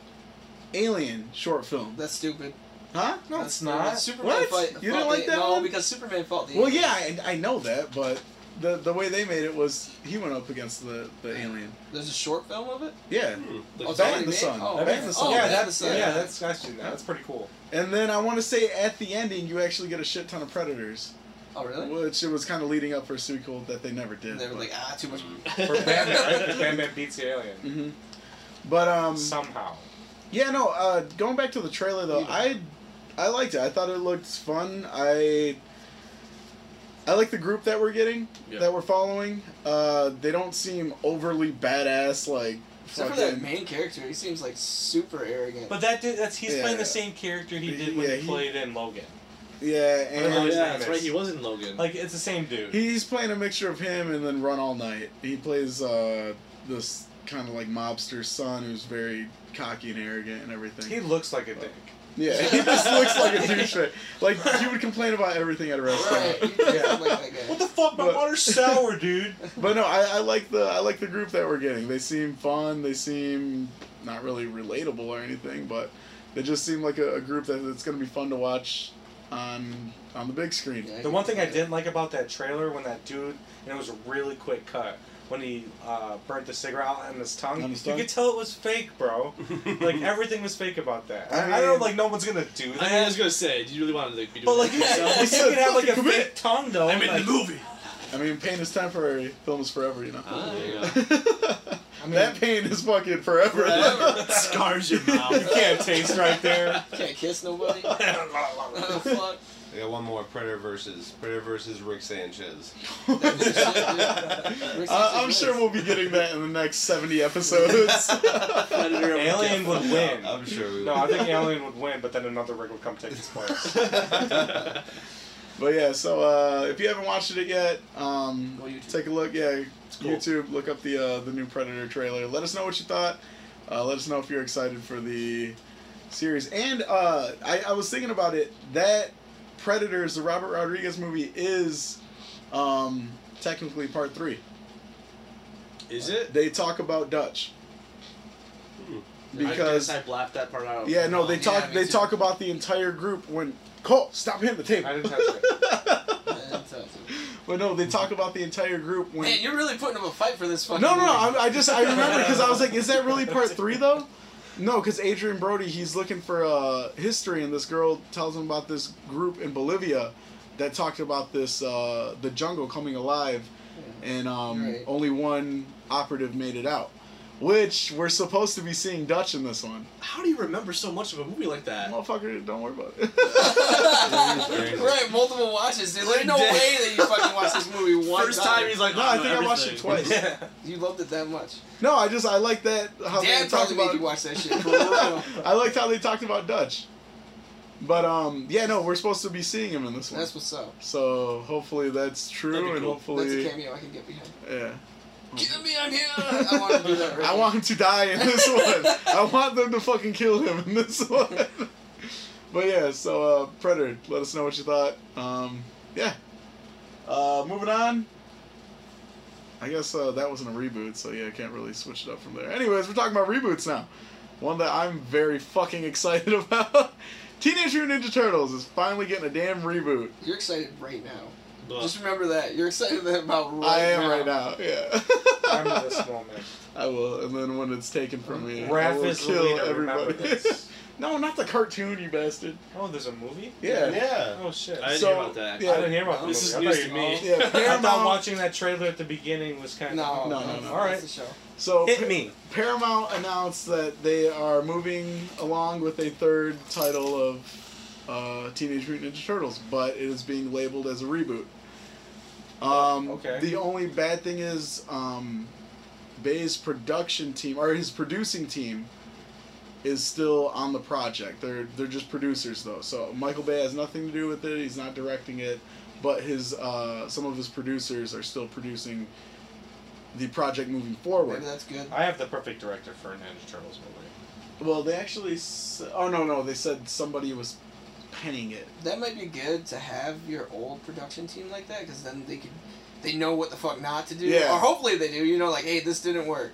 [SPEAKER 2] Alien short film.
[SPEAKER 5] That's stupid.
[SPEAKER 2] Huh?
[SPEAKER 1] No,
[SPEAKER 5] That's
[SPEAKER 1] it's not.
[SPEAKER 5] That's Superman
[SPEAKER 2] What?
[SPEAKER 5] Fight,
[SPEAKER 2] You didn't
[SPEAKER 5] fought
[SPEAKER 2] like
[SPEAKER 5] the,
[SPEAKER 2] that
[SPEAKER 5] No,
[SPEAKER 2] one?
[SPEAKER 5] because Superman fought the.
[SPEAKER 2] Well, yeah, I, I know that, but the the way they made it was he went up against the, the alien.
[SPEAKER 5] There's a short film of it.
[SPEAKER 2] Yeah,
[SPEAKER 6] Like,
[SPEAKER 5] Oh,
[SPEAKER 6] that-
[SPEAKER 2] Batman
[SPEAKER 5] already
[SPEAKER 2] the
[SPEAKER 5] made?
[SPEAKER 2] Sun.
[SPEAKER 5] Oh,
[SPEAKER 2] Batman the Sun.
[SPEAKER 5] oh,
[SPEAKER 1] yeah,
[SPEAKER 5] Batman the
[SPEAKER 1] that's,
[SPEAKER 5] Sun.
[SPEAKER 1] yeah, that's actually that's pretty cool.
[SPEAKER 2] and then I want to say at the ending you actually get a shit ton of predators,
[SPEAKER 5] Oh really?
[SPEAKER 2] which it was kind of leading up for a sequel that they never did.
[SPEAKER 5] They were like, ah, too much.
[SPEAKER 1] For Batman, right? Batman beats the alien
[SPEAKER 2] hmm But um,
[SPEAKER 1] somehow.
[SPEAKER 2] Yeah, no. Uh, going back to the trailer though, I I liked it. I thought it looked fun. I I like the group that we're getting,
[SPEAKER 6] Yeah.
[SPEAKER 2] that we're following. Uh, they don't seem overly badass. Like
[SPEAKER 5] Except for that
[SPEAKER 2] fucking-
[SPEAKER 5] main character, he seems like super arrogant.
[SPEAKER 1] But that did, that's he's playing
[SPEAKER 2] Yeah.
[SPEAKER 1] the same character he did when
[SPEAKER 2] Yeah,
[SPEAKER 1] he,
[SPEAKER 2] he-
[SPEAKER 1] played in Logan.
[SPEAKER 2] yeah,
[SPEAKER 6] Oh,
[SPEAKER 2] and
[SPEAKER 6] yeah,
[SPEAKER 1] Yeah,
[SPEAKER 6] that's
[SPEAKER 1] it's-
[SPEAKER 6] right. He was in Logan.
[SPEAKER 1] Like it's the same dude.
[SPEAKER 2] he's playing a mixture of him and then Run All Night. He plays uh, this kind of like mobster son who's very cocky and arrogant and everything.
[SPEAKER 1] he looks like a dick.
[SPEAKER 2] yeah, he just looks like a douchebag. Like he would complain about everything at a restaurant.
[SPEAKER 5] right. he does
[SPEAKER 1] Yeah.
[SPEAKER 5] look like that guy.
[SPEAKER 1] What the fuck? My
[SPEAKER 2] But-
[SPEAKER 1] water's sour, dude.
[SPEAKER 2] But no, I, I like the I like the group that we're getting. They seem fun. They seem not really relatable or anything, but they just seem like a, a group that it's gonna be fun to watch on on the big screen.
[SPEAKER 5] Yeah,
[SPEAKER 1] The one thing I
[SPEAKER 5] yeah.
[SPEAKER 1] didn't like about that trailer when that dude, and it was a really quick cut, when he uh, burnt the cigarette out on his tongue,
[SPEAKER 2] On his
[SPEAKER 1] you
[SPEAKER 2] tongue?
[SPEAKER 1] could tell it was fake, bro. like everything was fake about that. I,
[SPEAKER 2] I
[SPEAKER 1] I don't
[SPEAKER 2] mean-
[SPEAKER 1] know, like no one's gonna do
[SPEAKER 6] I, mean, I
[SPEAKER 1] that.
[SPEAKER 6] was gonna say, do you really want to like, be doing
[SPEAKER 1] but like,
[SPEAKER 6] that
[SPEAKER 1] you
[SPEAKER 6] yourself?
[SPEAKER 1] could
[SPEAKER 2] said,
[SPEAKER 1] have like a
[SPEAKER 2] "Fucking
[SPEAKER 1] fake
[SPEAKER 2] commit."
[SPEAKER 1] tongue though. like-
[SPEAKER 6] movie.
[SPEAKER 2] I mean, pain is temporary. Film is forever, you know.
[SPEAKER 6] Ah, there you go.
[SPEAKER 1] I mean,
[SPEAKER 2] that pain is fucking forever.
[SPEAKER 5] Forever.
[SPEAKER 6] Scars your
[SPEAKER 1] you can't taste right there.
[SPEAKER 5] Can't kiss nobody. Oh, fuck.
[SPEAKER 4] I got one more Predator versus Predator versus Rick Sanchez.
[SPEAKER 2] I, Uh, I'm sure we'll be getting that in the next 70 episodes.
[SPEAKER 6] Predator.
[SPEAKER 1] Alien would win.
[SPEAKER 4] I'm sure we
[SPEAKER 1] No, I think Alien would win, but then another rig would come take his place.
[SPEAKER 2] But yeah, so uh, if you haven't watched it yet, um,
[SPEAKER 5] Well, YouTube.
[SPEAKER 2] take a look. Yeah,
[SPEAKER 1] cool.
[SPEAKER 2] YouTube. Look up the uh, the new Predator trailer. Let us know what you thought. Uh, let us know if you're excited for the series. And uh, I, I was thinking about it. That Predators, the Robert Rodriguez movie, is um, technically part three.
[SPEAKER 6] Is it?
[SPEAKER 2] They talk about Dutch
[SPEAKER 6] I,
[SPEAKER 2] because
[SPEAKER 6] guess I blapped that part out.
[SPEAKER 2] yeah, no, they
[SPEAKER 5] Hmm. Yeah,
[SPEAKER 2] talk
[SPEAKER 5] me
[SPEAKER 2] they
[SPEAKER 5] too.
[SPEAKER 2] talk about the entire group when Cole stop hitting the
[SPEAKER 1] I
[SPEAKER 2] table.
[SPEAKER 1] didn't touch it.
[SPEAKER 2] But no, they talk about the entire group when
[SPEAKER 5] Man, you're really putting him a fight for this fucking.
[SPEAKER 2] No, no,
[SPEAKER 5] movie.
[SPEAKER 2] no. I, I just I remember because I was like, is that really part three though? No, because Adrian Brody he's looking for uh, history, and this girl tells him about this group in Bolivia that talked about this uh, the jungle coming alive, and um,
[SPEAKER 5] Right.
[SPEAKER 2] only one operative made it out. Which we're supposed to be seeing Dutch in this one.
[SPEAKER 6] How do you remember so much of a movie like that?
[SPEAKER 2] Motherfucker, don't worry about it.
[SPEAKER 5] right, multiple watches. dude. There's no way that you fucking watched this movie one
[SPEAKER 6] First time he's like,
[SPEAKER 2] no,
[SPEAKER 6] oh,
[SPEAKER 2] I think I watched it
[SPEAKER 6] everything.
[SPEAKER 2] twice.
[SPEAKER 5] You loved it that much.
[SPEAKER 2] No, I just I like that how they
[SPEAKER 5] Dad
[SPEAKER 2] talk
[SPEAKER 5] probably made
[SPEAKER 2] about
[SPEAKER 5] you watch that shit for real.
[SPEAKER 2] I liked how they talked about Dutch. But um, yeah, no, we're supposed to be seeing him in this one.
[SPEAKER 5] That's what's up.
[SPEAKER 2] So hopefully that's true,
[SPEAKER 6] That'd be
[SPEAKER 2] and
[SPEAKER 6] cool.
[SPEAKER 5] That's a
[SPEAKER 2] hopefully,
[SPEAKER 5] cameo I can get behind.
[SPEAKER 2] yeah.
[SPEAKER 5] Get me on here! I want to do that. Right
[SPEAKER 2] I want him to die in this one. I want them to fucking kill him in this one. but yeah, so uh, Predator, let us know what you thought. Um, yeah. Uh, moving on. I guess uh, that wasn't a reboot, so yeah, I can't really switch it up from there. Anyways, we're talking about reboots now. One that I'm very fucking excited about. Teenage Mutant Ninja Turtles is finally getting a damn reboot.
[SPEAKER 5] You're excited right now.
[SPEAKER 6] Blah.
[SPEAKER 5] Just remember that. You're excited about right
[SPEAKER 2] I am right now. Yeah.
[SPEAKER 1] Remember this moment.
[SPEAKER 2] I will, and then when it's taken from me, I
[SPEAKER 1] Raph
[SPEAKER 2] will
[SPEAKER 1] is the
[SPEAKER 2] kill
[SPEAKER 1] leader, remember
[SPEAKER 2] everybody.
[SPEAKER 1] this.
[SPEAKER 2] no, not the cartoon, you bastard.
[SPEAKER 1] Oh, there's a movie?
[SPEAKER 2] Yeah.
[SPEAKER 4] yeah.
[SPEAKER 1] Oh, shit.
[SPEAKER 6] I didn't
[SPEAKER 2] So-
[SPEAKER 6] hear about that.
[SPEAKER 2] yeah.
[SPEAKER 1] I didn't hear about the
[SPEAKER 6] This is
[SPEAKER 1] movie. I
[SPEAKER 6] news
[SPEAKER 1] thought
[SPEAKER 6] to
[SPEAKER 1] you
[SPEAKER 6] me.
[SPEAKER 1] mean-
[SPEAKER 2] Yeah,
[SPEAKER 1] I thought
[SPEAKER 2] Paramount-
[SPEAKER 1] watching that trailer at the beginning was kind
[SPEAKER 5] No,
[SPEAKER 1] of.
[SPEAKER 2] No, no, no.
[SPEAKER 1] All right.
[SPEAKER 5] That's the show.
[SPEAKER 2] So
[SPEAKER 1] Hit me.
[SPEAKER 2] Paramount announced that they are moving along with a third title of uh, Teenage Mutant Ninja Turtles, but it is being labeled as a reboot. Um,
[SPEAKER 1] Okay.
[SPEAKER 2] The only bad thing is um, Bay's production team or his producing team is still on the project. They're they're just producers though. So Michael Bay has nothing to do with it. He's not directing it, but his uh, some of his producers are still producing the project moving forward.
[SPEAKER 5] Maybe that's good.
[SPEAKER 1] I have the perfect director for a Ninja Turtles movie.
[SPEAKER 2] Well, they actually. S- oh no, no, they said somebody was penning it.
[SPEAKER 5] That might be good to have your old production team like that, because then they could, they know what the fuck not to do.
[SPEAKER 2] Yeah.
[SPEAKER 5] Or hopefully they do. You know, like, hey, this didn't work.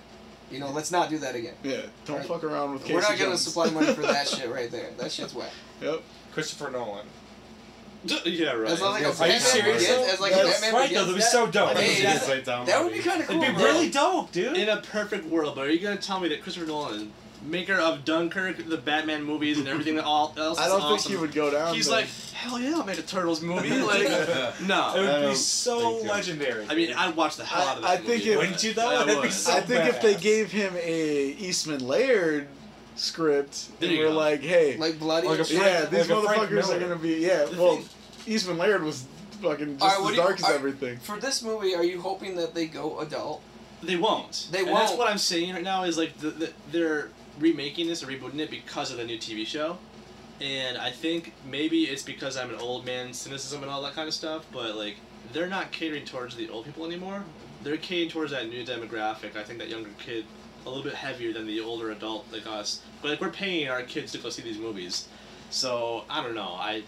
[SPEAKER 5] You know, let's not do that again.
[SPEAKER 2] Yeah, don't
[SPEAKER 5] Right.
[SPEAKER 2] fuck around with. Casey
[SPEAKER 5] We're not gonna
[SPEAKER 2] Jones.
[SPEAKER 5] supply money for that shit right there. That shit's whack.
[SPEAKER 2] Yep.
[SPEAKER 1] Christopher Nolan.
[SPEAKER 6] Yeah, right.
[SPEAKER 5] That's not like a
[SPEAKER 1] Yes, are you
[SPEAKER 5] Batman
[SPEAKER 1] serious?
[SPEAKER 5] begins. As like a
[SPEAKER 2] That's
[SPEAKER 5] Batman
[SPEAKER 1] right, though.
[SPEAKER 5] begins.
[SPEAKER 1] That'd be so dope.
[SPEAKER 5] Hey,
[SPEAKER 1] It'd
[SPEAKER 5] that- that would be kind of cool.
[SPEAKER 1] It'd be
[SPEAKER 5] bro.
[SPEAKER 1] really dope, dude.
[SPEAKER 6] In a perfect world, but are you gonna tell me that Christopher Nolan, maker of Dunkirk, the Batman movies, and everything that all else,
[SPEAKER 2] I
[SPEAKER 6] is
[SPEAKER 2] don't think
[SPEAKER 6] awesome,
[SPEAKER 2] he would go down.
[SPEAKER 6] He's
[SPEAKER 2] there.
[SPEAKER 6] like, hell yeah, I'll make a Turtles movie. Like,
[SPEAKER 1] it
[SPEAKER 6] no.
[SPEAKER 2] I
[SPEAKER 1] would be
[SPEAKER 2] don't
[SPEAKER 1] so
[SPEAKER 4] think so.
[SPEAKER 1] legendary.
[SPEAKER 6] I mean, I'd watch the hell out of that
[SPEAKER 2] I- I think
[SPEAKER 6] movie,
[SPEAKER 2] it-
[SPEAKER 6] but
[SPEAKER 1] Wouldn't you, though?
[SPEAKER 6] I
[SPEAKER 1] That'd be
[SPEAKER 6] would.
[SPEAKER 1] so-
[SPEAKER 2] I think if they
[SPEAKER 1] badass.
[SPEAKER 2] gave him a Eastman Laird script,
[SPEAKER 6] There
[SPEAKER 2] and
[SPEAKER 6] you
[SPEAKER 2] we're
[SPEAKER 6] go.
[SPEAKER 2] like, hey,
[SPEAKER 5] like bloody.
[SPEAKER 1] Like a
[SPEAKER 5] and shit.
[SPEAKER 2] yeah,
[SPEAKER 1] Frank-
[SPEAKER 2] these
[SPEAKER 1] like a Frank
[SPEAKER 2] motherfuckers are
[SPEAKER 1] Miller.
[SPEAKER 2] gonna be yeah.
[SPEAKER 6] The
[SPEAKER 2] well,
[SPEAKER 6] thing-
[SPEAKER 2] Eastman Laird was fucking just
[SPEAKER 5] Alright, what
[SPEAKER 2] as
[SPEAKER 5] do you-
[SPEAKER 2] dark as
[SPEAKER 5] alright.
[SPEAKER 2] everything.
[SPEAKER 5] For this movie, are you hoping that they go adult?
[SPEAKER 6] They won't.
[SPEAKER 5] They
[SPEAKER 6] and That's
[SPEAKER 5] won't.
[SPEAKER 6] what I'm saying right now is like the, the, they're remaking this or rebooting it because of the new TV show, and I think maybe it's because I'm an old man, cynicism and all that kind of stuff. But like they're not catering towards the old people anymore. They're catering towards that new demographic. I think that younger kid, a little bit heavier than the older adult like us. But like we're paying our kids to go see these movies, so I don't know. I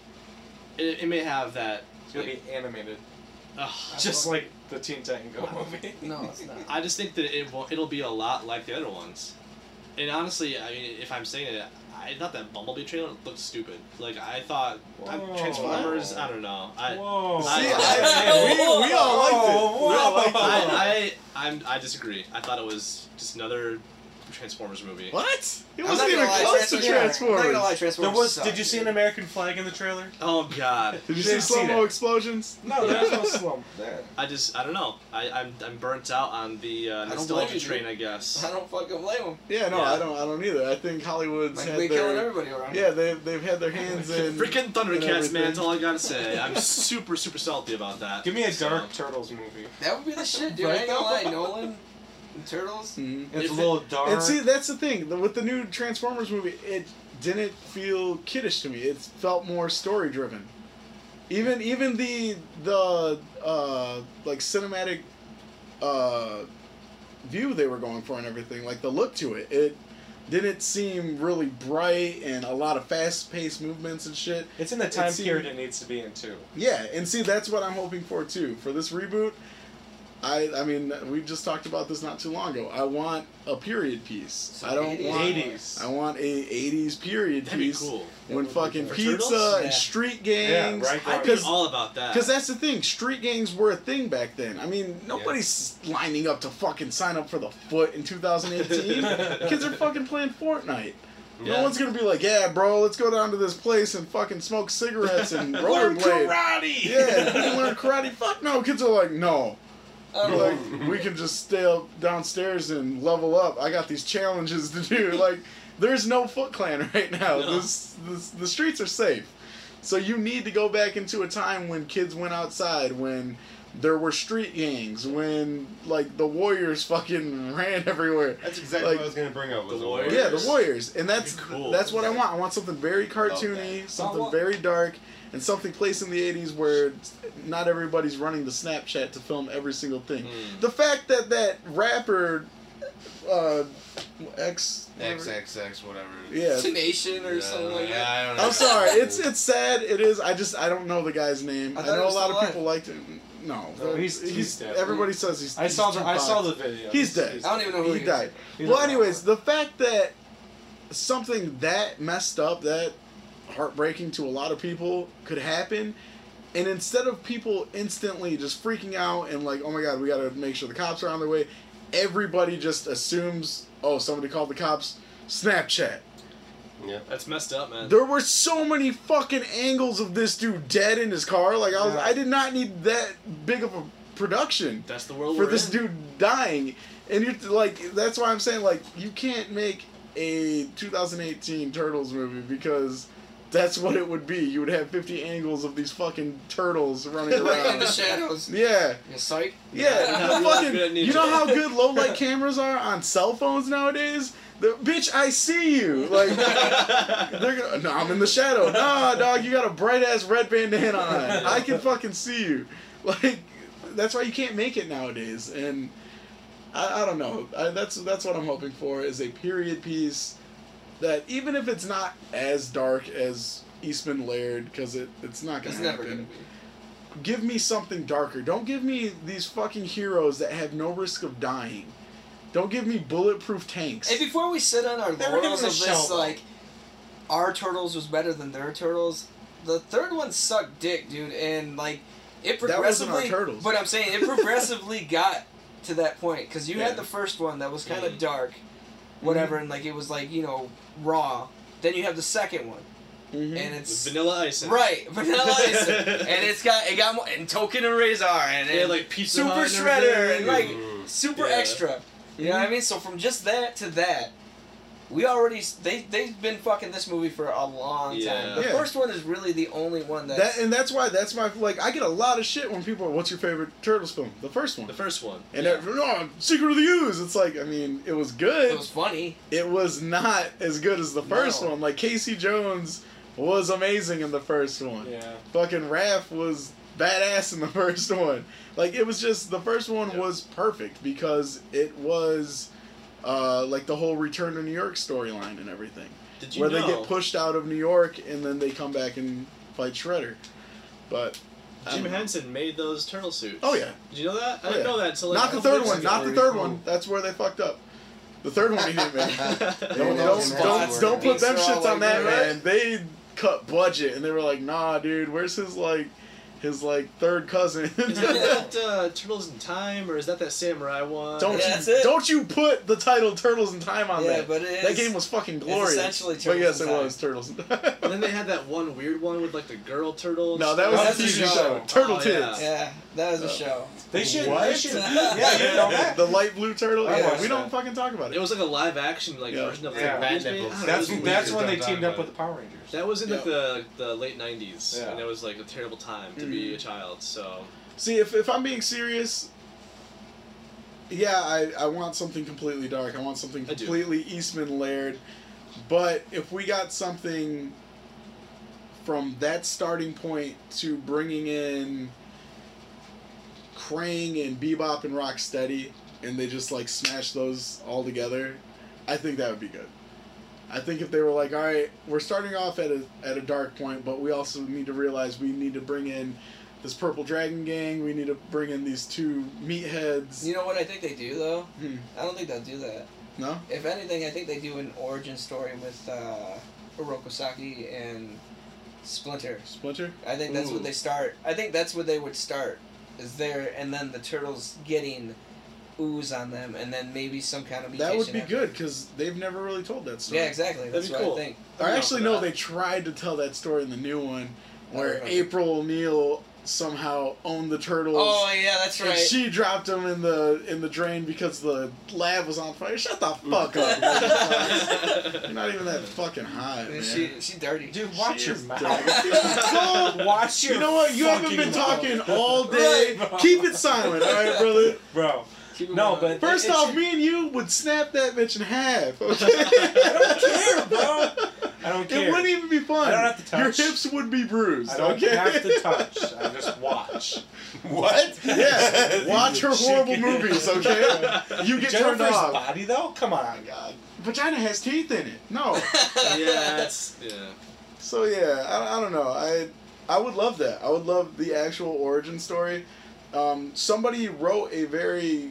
[SPEAKER 6] it, it may have that.
[SPEAKER 1] it's gonna be animated,
[SPEAKER 6] Ugh,
[SPEAKER 1] just like the Teen Titan Go movie.
[SPEAKER 5] No, it's not.
[SPEAKER 6] I just think that it will, it'll be a lot like the other ones. And honestly, I mean, if I'm saying it, I thought that Bumblebee trailer looked stupid. Like I thought I-
[SPEAKER 1] Whoa.
[SPEAKER 6] Transformers. I don't know. I,
[SPEAKER 1] Whoa!
[SPEAKER 6] See,
[SPEAKER 2] I-
[SPEAKER 5] we- we all
[SPEAKER 2] liked it.
[SPEAKER 1] Whoa,
[SPEAKER 2] We all
[SPEAKER 1] whoa.
[SPEAKER 2] liked it.
[SPEAKER 6] I, I, I'm, I disagree. I thought it was just another Transformers movie.
[SPEAKER 2] What? He
[SPEAKER 5] I'm not
[SPEAKER 2] wasn't
[SPEAKER 5] gonna
[SPEAKER 2] even
[SPEAKER 5] lie,
[SPEAKER 2] close to
[SPEAKER 5] I'm not
[SPEAKER 2] Transformers.
[SPEAKER 5] gonna lie, Transformers.
[SPEAKER 1] There was.
[SPEAKER 5] suck,
[SPEAKER 1] Did you see
[SPEAKER 5] dude.
[SPEAKER 1] an American flag in the trailer?
[SPEAKER 6] Oh God.
[SPEAKER 2] Did you
[SPEAKER 1] Should've
[SPEAKER 2] see slow
[SPEAKER 1] seen
[SPEAKER 2] mo
[SPEAKER 1] it.
[SPEAKER 2] explosions?
[SPEAKER 1] No, there's no slump there.
[SPEAKER 6] I just, I don't know. I, I'm, I'm burnt out on the uh,
[SPEAKER 5] don't blame
[SPEAKER 6] nostalgia
[SPEAKER 5] you,
[SPEAKER 6] train.
[SPEAKER 5] dude.
[SPEAKER 6] I guess.
[SPEAKER 5] I don't fucking blame them.
[SPEAKER 2] Yeah, no,
[SPEAKER 6] Yeah.
[SPEAKER 2] I don't. I don't either. I think Hollywood's
[SPEAKER 5] Like,
[SPEAKER 2] had
[SPEAKER 5] we killing
[SPEAKER 2] their
[SPEAKER 5] everybody around.
[SPEAKER 2] yeah. They they've had their hands in.
[SPEAKER 6] Freaking Thundercats,
[SPEAKER 2] everything.
[SPEAKER 6] man. That's all I gotta say. I'm super, super salty about that.
[SPEAKER 1] Give me a
[SPEAKER 6] So-
[SPEAKER 1] Dark Turtles movie.
[SPEAKER 5] That would be the shit, dude. I ain't gonna lie. Nolan, and Turtles.
[SPEAKER 2] Mhm.
[SPEAKER 1] It's
[SPEAKER 6] If
[SPEAKER 1] a
[SPEAKER 6] it-
[SPEAKER 1] little dark.
[SPEAKER 2] And see, that's the thing the- with the new Transformers movie. It didn't feel kiddish to me. It felt more story driven. Even even the the uh, like cinematic uh, view they were going for and everything, like the look to it, it didn't seem really bright and a lot of fast paced movements and shit.
[SPEAKER 1] it's in the time
[SPEAKER 2] seemed-
[SPEAKER 1] period it needs to be in too.
[SPEAKER 2] Yeah, and see, that's what I'm hoping for too. For this reboot, I I mean, we just talked about this not too long ago. I want a period piece.
[SPEAKER 5] So
[SPEAKER 2] I don't
[SPEAKER 5] 80s.
[SPEAKER 2] want.
[SPEAKER 1] 80s.
[SPEAKER 2] I want a '80s period
[SPEAKER 6] That'd be
[SPEAKER 2] piece
[SPEAKER 6] cool.
[SPEAKER 2] when
[SPEAKER 5] That would be
[SPEAKER 2] fucking
[SPEAKER 5] cool.
[SPEAKER 6] For
[SPEAKER 2] pizza
[SPEAKER 6] Turtles?
[SPEAKER 2] and
[SPEAKER 5] Yeah.
[SPEAKER 2] street
[SPEAKER 1] Yeah,
[SPEAKER 2] gangs.
[SPEAKER 1] right.
[SPEAKER 6] I'd be
[SPEAKER 2] Because-
[SPEAKER 6] all about that.
[SPEAKER 2] Because that's the thing, street gangs were a thing back then. I mean, nobody's lining up to fucking sign up for the foot in 2018. Kids are fucking playing Fortnite.
[SPEAKER 6] Yeah.
[SPEAKER 2] No one's gonna be like, yeah, bro, let's go down to this place and fucking smoke cigarettes and rollerblade.
[SPEAKER 1] karate.
[SPEAKER 2] Yeah, we can learn karate. Fuck no, kids are like, no.
[SPEAKER 5] I don't know.
[SPEAKER 2] Like, we can just stay up downstairs and level up. I got these challenges to do. Like, there's no Foot Clan right now.
[SPEAKER 6] No.
[SPEAKER 2] This, this, the streets are safe. So you need to go back into a time when kids went outside, when there were street gangs, when like the warriors fucking ran everywhere.
[SPEAKER 4] That's exactly
[SPEAKER 2] Like-
[SPEAKER 4] what I was gonna bring up. Was
[SPEAKER 6] The
[SPEAKER 4] the
[SPEAKER 6] Warriors.
[SPEAKER 2] Yeah, the warriors, and that's
[SPEAKER 6] That'd be cool.
[SPEAKER 2] that's what I want. I want something very
[SPEAKER 4] Love
[SPEAKER 2] cartoony,
[SPEAKER 5] I
[SPEAKER 2] something
[SPEAKER 5] want-
[SPEAKER 2] very dark, and something placed in the '80s where not everybody's running the Snapchat to film every single thing.
[SPEAKER 6] Mm.
[SPEAKER 2] The fact that that rapper uh, X,
[SPEAKER 4] XXX, whatever.
[SPEAKER 2] yeah,
[SPEAKER 5] Tenation or something like that.
[SPEAKER 4] I don't know.
[SPEAKER 2] I'm sorry, it's it's sad. It is. I just I don't know the guy's name.
[SPEAKER 5] I
[SPEAKER 2] I,
[SPEAKER 5] thought he
[SPEAKER 2] know a
[SPEAKER 5] was
[SPEAKER 2] lot
[SPEAKER 5] still
[SPEAKER 2] of people liked him. No,
[SPEAKER 1] No, he's- he's dead.
[SPEAKER 2] everybody says he's.
[SPEAKER 1] I saw
[SPEAKER 2] he's
[SPEAKER 1] the I
[SPEAKER 2] Tupac.
[SPEAKER 1] saw the video.
[SPEAKER 2] He's dead.
[SPEAKER 5] I don't even know who
[SPEAKER 2] he
[SPEAKER 5] it is.
[SPEAKER 2] died.
[SPEAKER 1] He's
[SPEAKER 2] well,
[SPEAKER 1] a rapper.
[SPEAKER 2] anyways, the fact that something that messed up, that heartbreaking to a lot of people, could happen, and instead of people instantly just freaking out and like, oh my god, we gotta make sure the cops are on their way, everybody just assumes, oh, somebody called the cops. Snapchat.
[SPEAKER 4] Yeah.
[SPEAKER 6] That's messed up, man.
[SPEAKER 2] There were so many fucking angles of this dude dead in his car. Like I was,
[SPEAKER 1] Yeah.
[SPEAKER 2] I did not need that big of a production
[SPEAKER 6] That's the world
[SPEAKER 2] for
[SPEAKER 6] we're
[SPEAKER 2] this
[SPEAKER 6] in.
[SPEAKER 2] dude dying. And you're like, that's why I'm saying like you can't make a 2018 Turtles movie because that's what it would be. You would have 50 angles of these fucking turtles running
[SPEAKER 5] Like in the
[SPEAKER 2] around.
[SPEAKER 5] shadows.
[SPEAKER 2] yeah.
[SPEAKER 5] You psych.
[SPEAKER 2] Yeah,
[SPEAKER 6] Yeah,
[SPEAKER 2] the
[SPEAKER 6] you look good,
[SPEAKER 2] fucking.
[SPEAKER 6] ninja.
[SPEAKER 2] You know how good low light cameras are on cell phones nowadays. The bitch, I see you. Like they're gonna. No, I'm in the shadow. Nah, dog, you got a bright ass red bandana on. I can fucking see you. Like that's why you can't make it nowadays. And I, I don't know. I, that's that's what I'm hoping for is a period piece that even if it's not as dark as Eastman Laird, because it, it's not gonna happen.
[SPEAKER 5] It's never gonna be.
[SPEAKER 2] give me something darker. Don't give me these fucking heroes that have no risk of dying. Don't give me bulletproof tanks.
[SPEAKER 5] And before we sit on our
[SPEAKER 3] They were given
[SPEAKER 5] laurels
[SPEAKER 3] a
[SPEAKER 5] of this,
[SPEAKER 3] shell, though.
[SPEAKER 5] like, our turtles was better than their turtles. The third one sucked dick, dude, and like it
[SPEAKER 2] That wasn't our
[SPEAKER 5] progressively.
[SPEAKER 2] turtles.
[SPEAKER 5] But I'm saying it progressively got to that point because you
[SPEAKER 2] Yeah. Mm-hmm.
[SPEAKER 5] had the first one that was kind of
[SPEAKER 6] Mhm.
[SPEAKER 5] dark, whatever, and like it was like you know raw. Then you have the second one,
[SPEAKER 2] Mhm.
[SPEAKER 5] and it's
[SPEAKER 6] Vanilla Ice.
[SPEAKER 5] right vanilla ice, and it's got it got more, and Token and Razor and,
[SPEAKER 6] They had,
[SPEAKER 5] and
[SPEAKER 6] like pizza
[SPEAKER 5] Super
[SPEAKER 6] Hut
[SPEAKER 5] Shredder and
[SPEAKER 6] everything.
[SPEAKER 5] like
[SPEAKER 4] Mm.
[SPEAKER 5] super
[SPEAKER 6] Yeah.
[SPEAKER 5] extra. You know what I mean? So from just that to that, we already they they've been fucking this movie for a long
[SPEAKER 6] Yeah.
[SPEAKER 5] time. The
[SPEAKER 2] Yeah.
[SPEAKER 5] first one is really the only one that's
[SPEAKER 2] that and that's why that's my like I get a lot of shit when people are what's your favorite Turtles film? The first one.
[SPEAKER 6] the first one.
[SPEAKER 2] and
[SPEAKER 5] yeah.
[SPEAKER 2] everyone, oh, Secret of the Ooze. It's like I mean, it was good.
[SPEAKER 5] it was funny.
[SPEAKER 2] not as good as the first
[SPEAKER 5] No.
[SPEAKER 2] one. Like Casey Jones was amazing in the first one.
[SPEAKER 1] Yeah.
[SPEAKER 2] Fucking Raph was badass in the first one. Like it was just the first one
[SPEAKER 6] Yeah.
[SPEAKER 2] was perfect because it was uh, like the whole Return to New York storyline and everything,
[SPEAKER 6] Did you
[SPEAKER 2] where
[SPEAKER 6] know?
[SPEAKER 2] they get pushed out of New York and then they come back and fight Shredder. But I
[SPEAKER 6] Jim
[SPEAKER 2] don't know.
[SPEAKER 6] Henson made those turtle suits.
[SPEAKER 2] Oh yeah,
[SPEAKER 6] Did you know that?
[SPEAKER 2] Oh,
[SPEAKER 6] I didn't
[SPEAKER 2] yeah.
[SPEAKER 6] know that until like
[SPEAKER 2] not the
[SPEAKER 6] a couple
[SPEAKER 2] third
[SPEAKER 6] weeks
[SPEAKER 2] one,
[SPEAKER 6] ago.
[SPEAKER 2] not the third one. That's where they fucked up. The third one he didn't make. Don't,
[SPEAKER 3] They
[SPEAKER 2] don't,
[SPEAKER 3] lost
[SPEAKER 2] don't,
[SPEAKER 3] spots
[SPEAKER 2] don't
[SPEAKER 3] where
[SPEAKER 2] put them
[SPEAKER 3] beats are
[SPEAKER 2] shits
[SPEAKER 3] all
[SPEAKER 2] on that,
[SPEAKER 3] over,
[SPEAKER 2] man. They cut budget and they were like, nah, dude, where's his like his like third cousin?
[SPEAKER 6] Is that that uh, Turtles in Time or is that that Samurai one?
[SPEAKER 2] don't
[SPEAKER 5] Yeah,
[SPEAKER 2] you
[SPEAKER 5] that's it.
[SPEAKER 2] don't you put the title Turtles in Time on
[SPEAKER 5] yeah,
[SPEAKER 2] that.
[SPEAKER 5] but it is.
[SPEAKER 2] that game was fucking glorious.
[SPEAKER 5] essentially
[SPEAKER 2] but
[SPEAKER 5] Turtles
[SPEAKER 2] yes,
[SPEAKER 5] in
[SPEAKER 2] it
[SPEAKER 5] Time.
[SPEAKER 2] was Turtles in
[SPEAKER 6] And then
[SPEAKER 2] Time.
[SPEAKER 6] they had that one weird one with like the girl Oh, turtle.
[SPEAKER 2] no, that was
[SPEAKER 5] That's
[SPEAKER 2] a
[SPEAKER 5] a
[SPEAKER 2] TV
[SPEAKER 5] show.
[SPEAKER 2] show. Turtle
[SPEAKER 6] Oh,
[SPEAKER 2] Tits.
[SPEAKER 6] yeah.
[SPEAKER 5] yeah, that was a
[SPEAKER 2] Uh,
[SPEAKER 5] show.
[SPEAKER 3] They should. They
[SPEAKER 2] What?
[SPEAKER 3] should. Yeah, you didn't know that.
[SPEAKER 2] The light blue turtle.
[SPEAKER 3] I
[SPEAKER 2] Yeah,
[SPEAKER 3] watched
[SPEAKER 2] we don't
[SPEAKER 3] that.
[SPEAKER 2] fucking talk about
[SPEAKER 6] It
[SPEAKER 2] it.
[SPEAKER 6] was like a live action like
[SPEAKER 2] Yeah.
[SPEAKER 6] version of
[SPEAKER 1] Yeah.
[SPEAKER 6] like,
[SPEAKER 4] Bad
[SPEAKER 6] Beast Bay.
[SPEAKER 4] nipples.
[SPEAKER 6] I don't know,
[SPEAKER 1] That's
[SPEAKER 6] it Oh, was
[SPEAKER 1] that's
[SPEAKER 6] weird.
[SPEAKER 1] when they
[SPEAKER 4] Don't
[SPEAKER 1] teamed
[SPEAKER 4] talk
[SPEAKER 1] up
[SPEAKER 4] about
[SPEAKER 1] with the Power Rangers.
[SPEAKER 6] That was in like
[SPEAKER 2] Yeah.
[SPEAKER 6] the, the late '90s,
[SPEAKER 1] Yeah.
[SPEAKER 6] and it was like a terrible time to
[SPEAKER 2] Mm.
[SPEAKER 6] be a child. So
[SPEAKER 2] See, if if I'm being serious, yeah, I, I want something completely dark. I want something
[SPEAKER 6] I do.
[SPEAKER 2] completely Eastman Laird. But if we got something from that starting point to bringing in Krang and Bebop and Rocksteady, and they just like smash those all together, I think that would be good. I think if they were like, all right, we're starting off at a at a dark point, but we also need to realize we need to bring in this purple dragon gang. We need to bring in these two meatheads.
[SPEAKER 5] You know what I think they do though?
[SPEAKER 2] Hmm.
[SPEAKER 5] I don't think they'll do that.
[SPEAKER 2] No,
[SPEAKER 5] If anything, I think they do an origin story with uh, Orokosaki and Splinter.
[SPEAKER 2] Splinter.
[SPEAKER 5] I think that's
[SPEAKER 6] Ooh.
[SPEAKER 5] what they start. I think that's where they would start. Is there and then the turtles getting ooze on them, and then maybe some kind of
[SPEAKER 2] That
[SPEAKER 5] mutation.
[SPEAKER 2] would be
[SPEAKER 5] after.
[SPEAKER 2] good because they've never really told that story.
[SPEAKER 5] Yeah, exactly. That's
[SPEAKER 6] be
[SPEAKER 5] what
[SPEAKER 6] cool.
[SPEAKER 5] I think.
[SPEAKER 2] Or actually,
[SPEAKER 6] No,
[SPEAKER 2] no,
[SPEAKER 6] but I-
[SPEAKER 2] they tried to tell that story in the new one, where
[SPEAKER 5] Oh, Okay.
[SPEAKER 2] April O'Neil somehow owned the turtles.
[SPEAKER 5] Oh yeah, that's
[SPEAKER 2] And
[SPEAKER 5] right.
[SPEAKER 2] she dropped him in the in the drain because the lab was on fire. Shut the fuck up! man. You're not even that fucking hot, man.
[SPEAKER 5] she she dirty.
[SPEAKER 3] Dude, watch
[SPEAKER 2] She
[SPEAKER 3] your
[SPEAKER 2] is
[SPEAKER 3] mouth.
[SPEAKER 2] dirty.
[SPEAKER 3] watch your.
[SPEAKER 2] you know what? You haven't
[SPEAKER 3] fucking
[SPEAKER 2] been talking
[SPEAKER 3] mouth.
[SPEAKER 2] all day.
[SPEAKER 3] Right, bro.
[SPEAKER 2] Keep it silent, all right, brother.
[SPEAKER 1] Bro,
[SPEAKER 5] Keep it
[SPEAKER 1] no,
[SPEAKER 5] moving.
[SPEAKER 1] but
[SPEAKER 2] First
[SPEAKER 1] it- it
[SPEAKER 2] off,
[SPEAKER 1] should-
[SPEAKER 2] me and you would snap that bitch in half. Okay?
[SPEAKER 1] care, bro. I don't care.
[SPEAKER 2] It wouldn't even be fun.
[SPEAKER 1] I don't have to
[SPEAKER 2] Your
[SPEAKER 1] touch.
[SPEAKER 2] hips would be bruised.
[SPEAKER 1] I don't
[SPEAKER 2] okay?
[SPEAKER 1] have to touch. I just watch.
[SPEAKER 4] What?
[SPEAKER 2] Yeah, watch her horrible
[SPEAKER 1] Chicken.
[SPEAKER 2] movies, okay? You get
[SPEAKER 1] Jennifer's
[SPEAKER 2] turned off. Oh
[SPEAKER 1] body though? Come on.
[SPEAKER 2] God. Vagina has teeth in it. No.
[SPEAKER 6] yeah, that's yeah.
[SPEAKER 2] so yeah, I, I don't know. I I would love that. I would love the actual origin story. Um, somebody wrote a very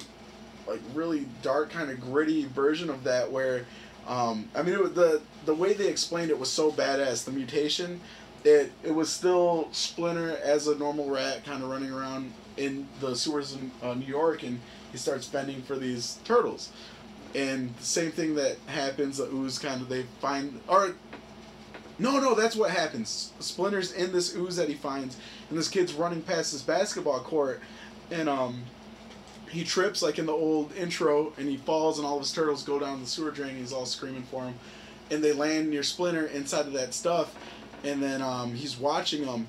[SPEAKER 2] like really dark kind of gritty version of that where um, I mean it, wa- the the way they explained it was so badass the mutation it it was still Splinter as a normal rat kind of running around in the sewers in uh, New York and he starts fending for these turtles and the same thing that happens the ooze kind of they find or no no that's what happens Splinter's in this ooze that he finds and this kid's running past this basketball court and um he trips like in the old intro and he falls and all of his turtles go down the sewer drain and he's all screaming for him and they land near splinter inside of that stuff and then um, he's watching them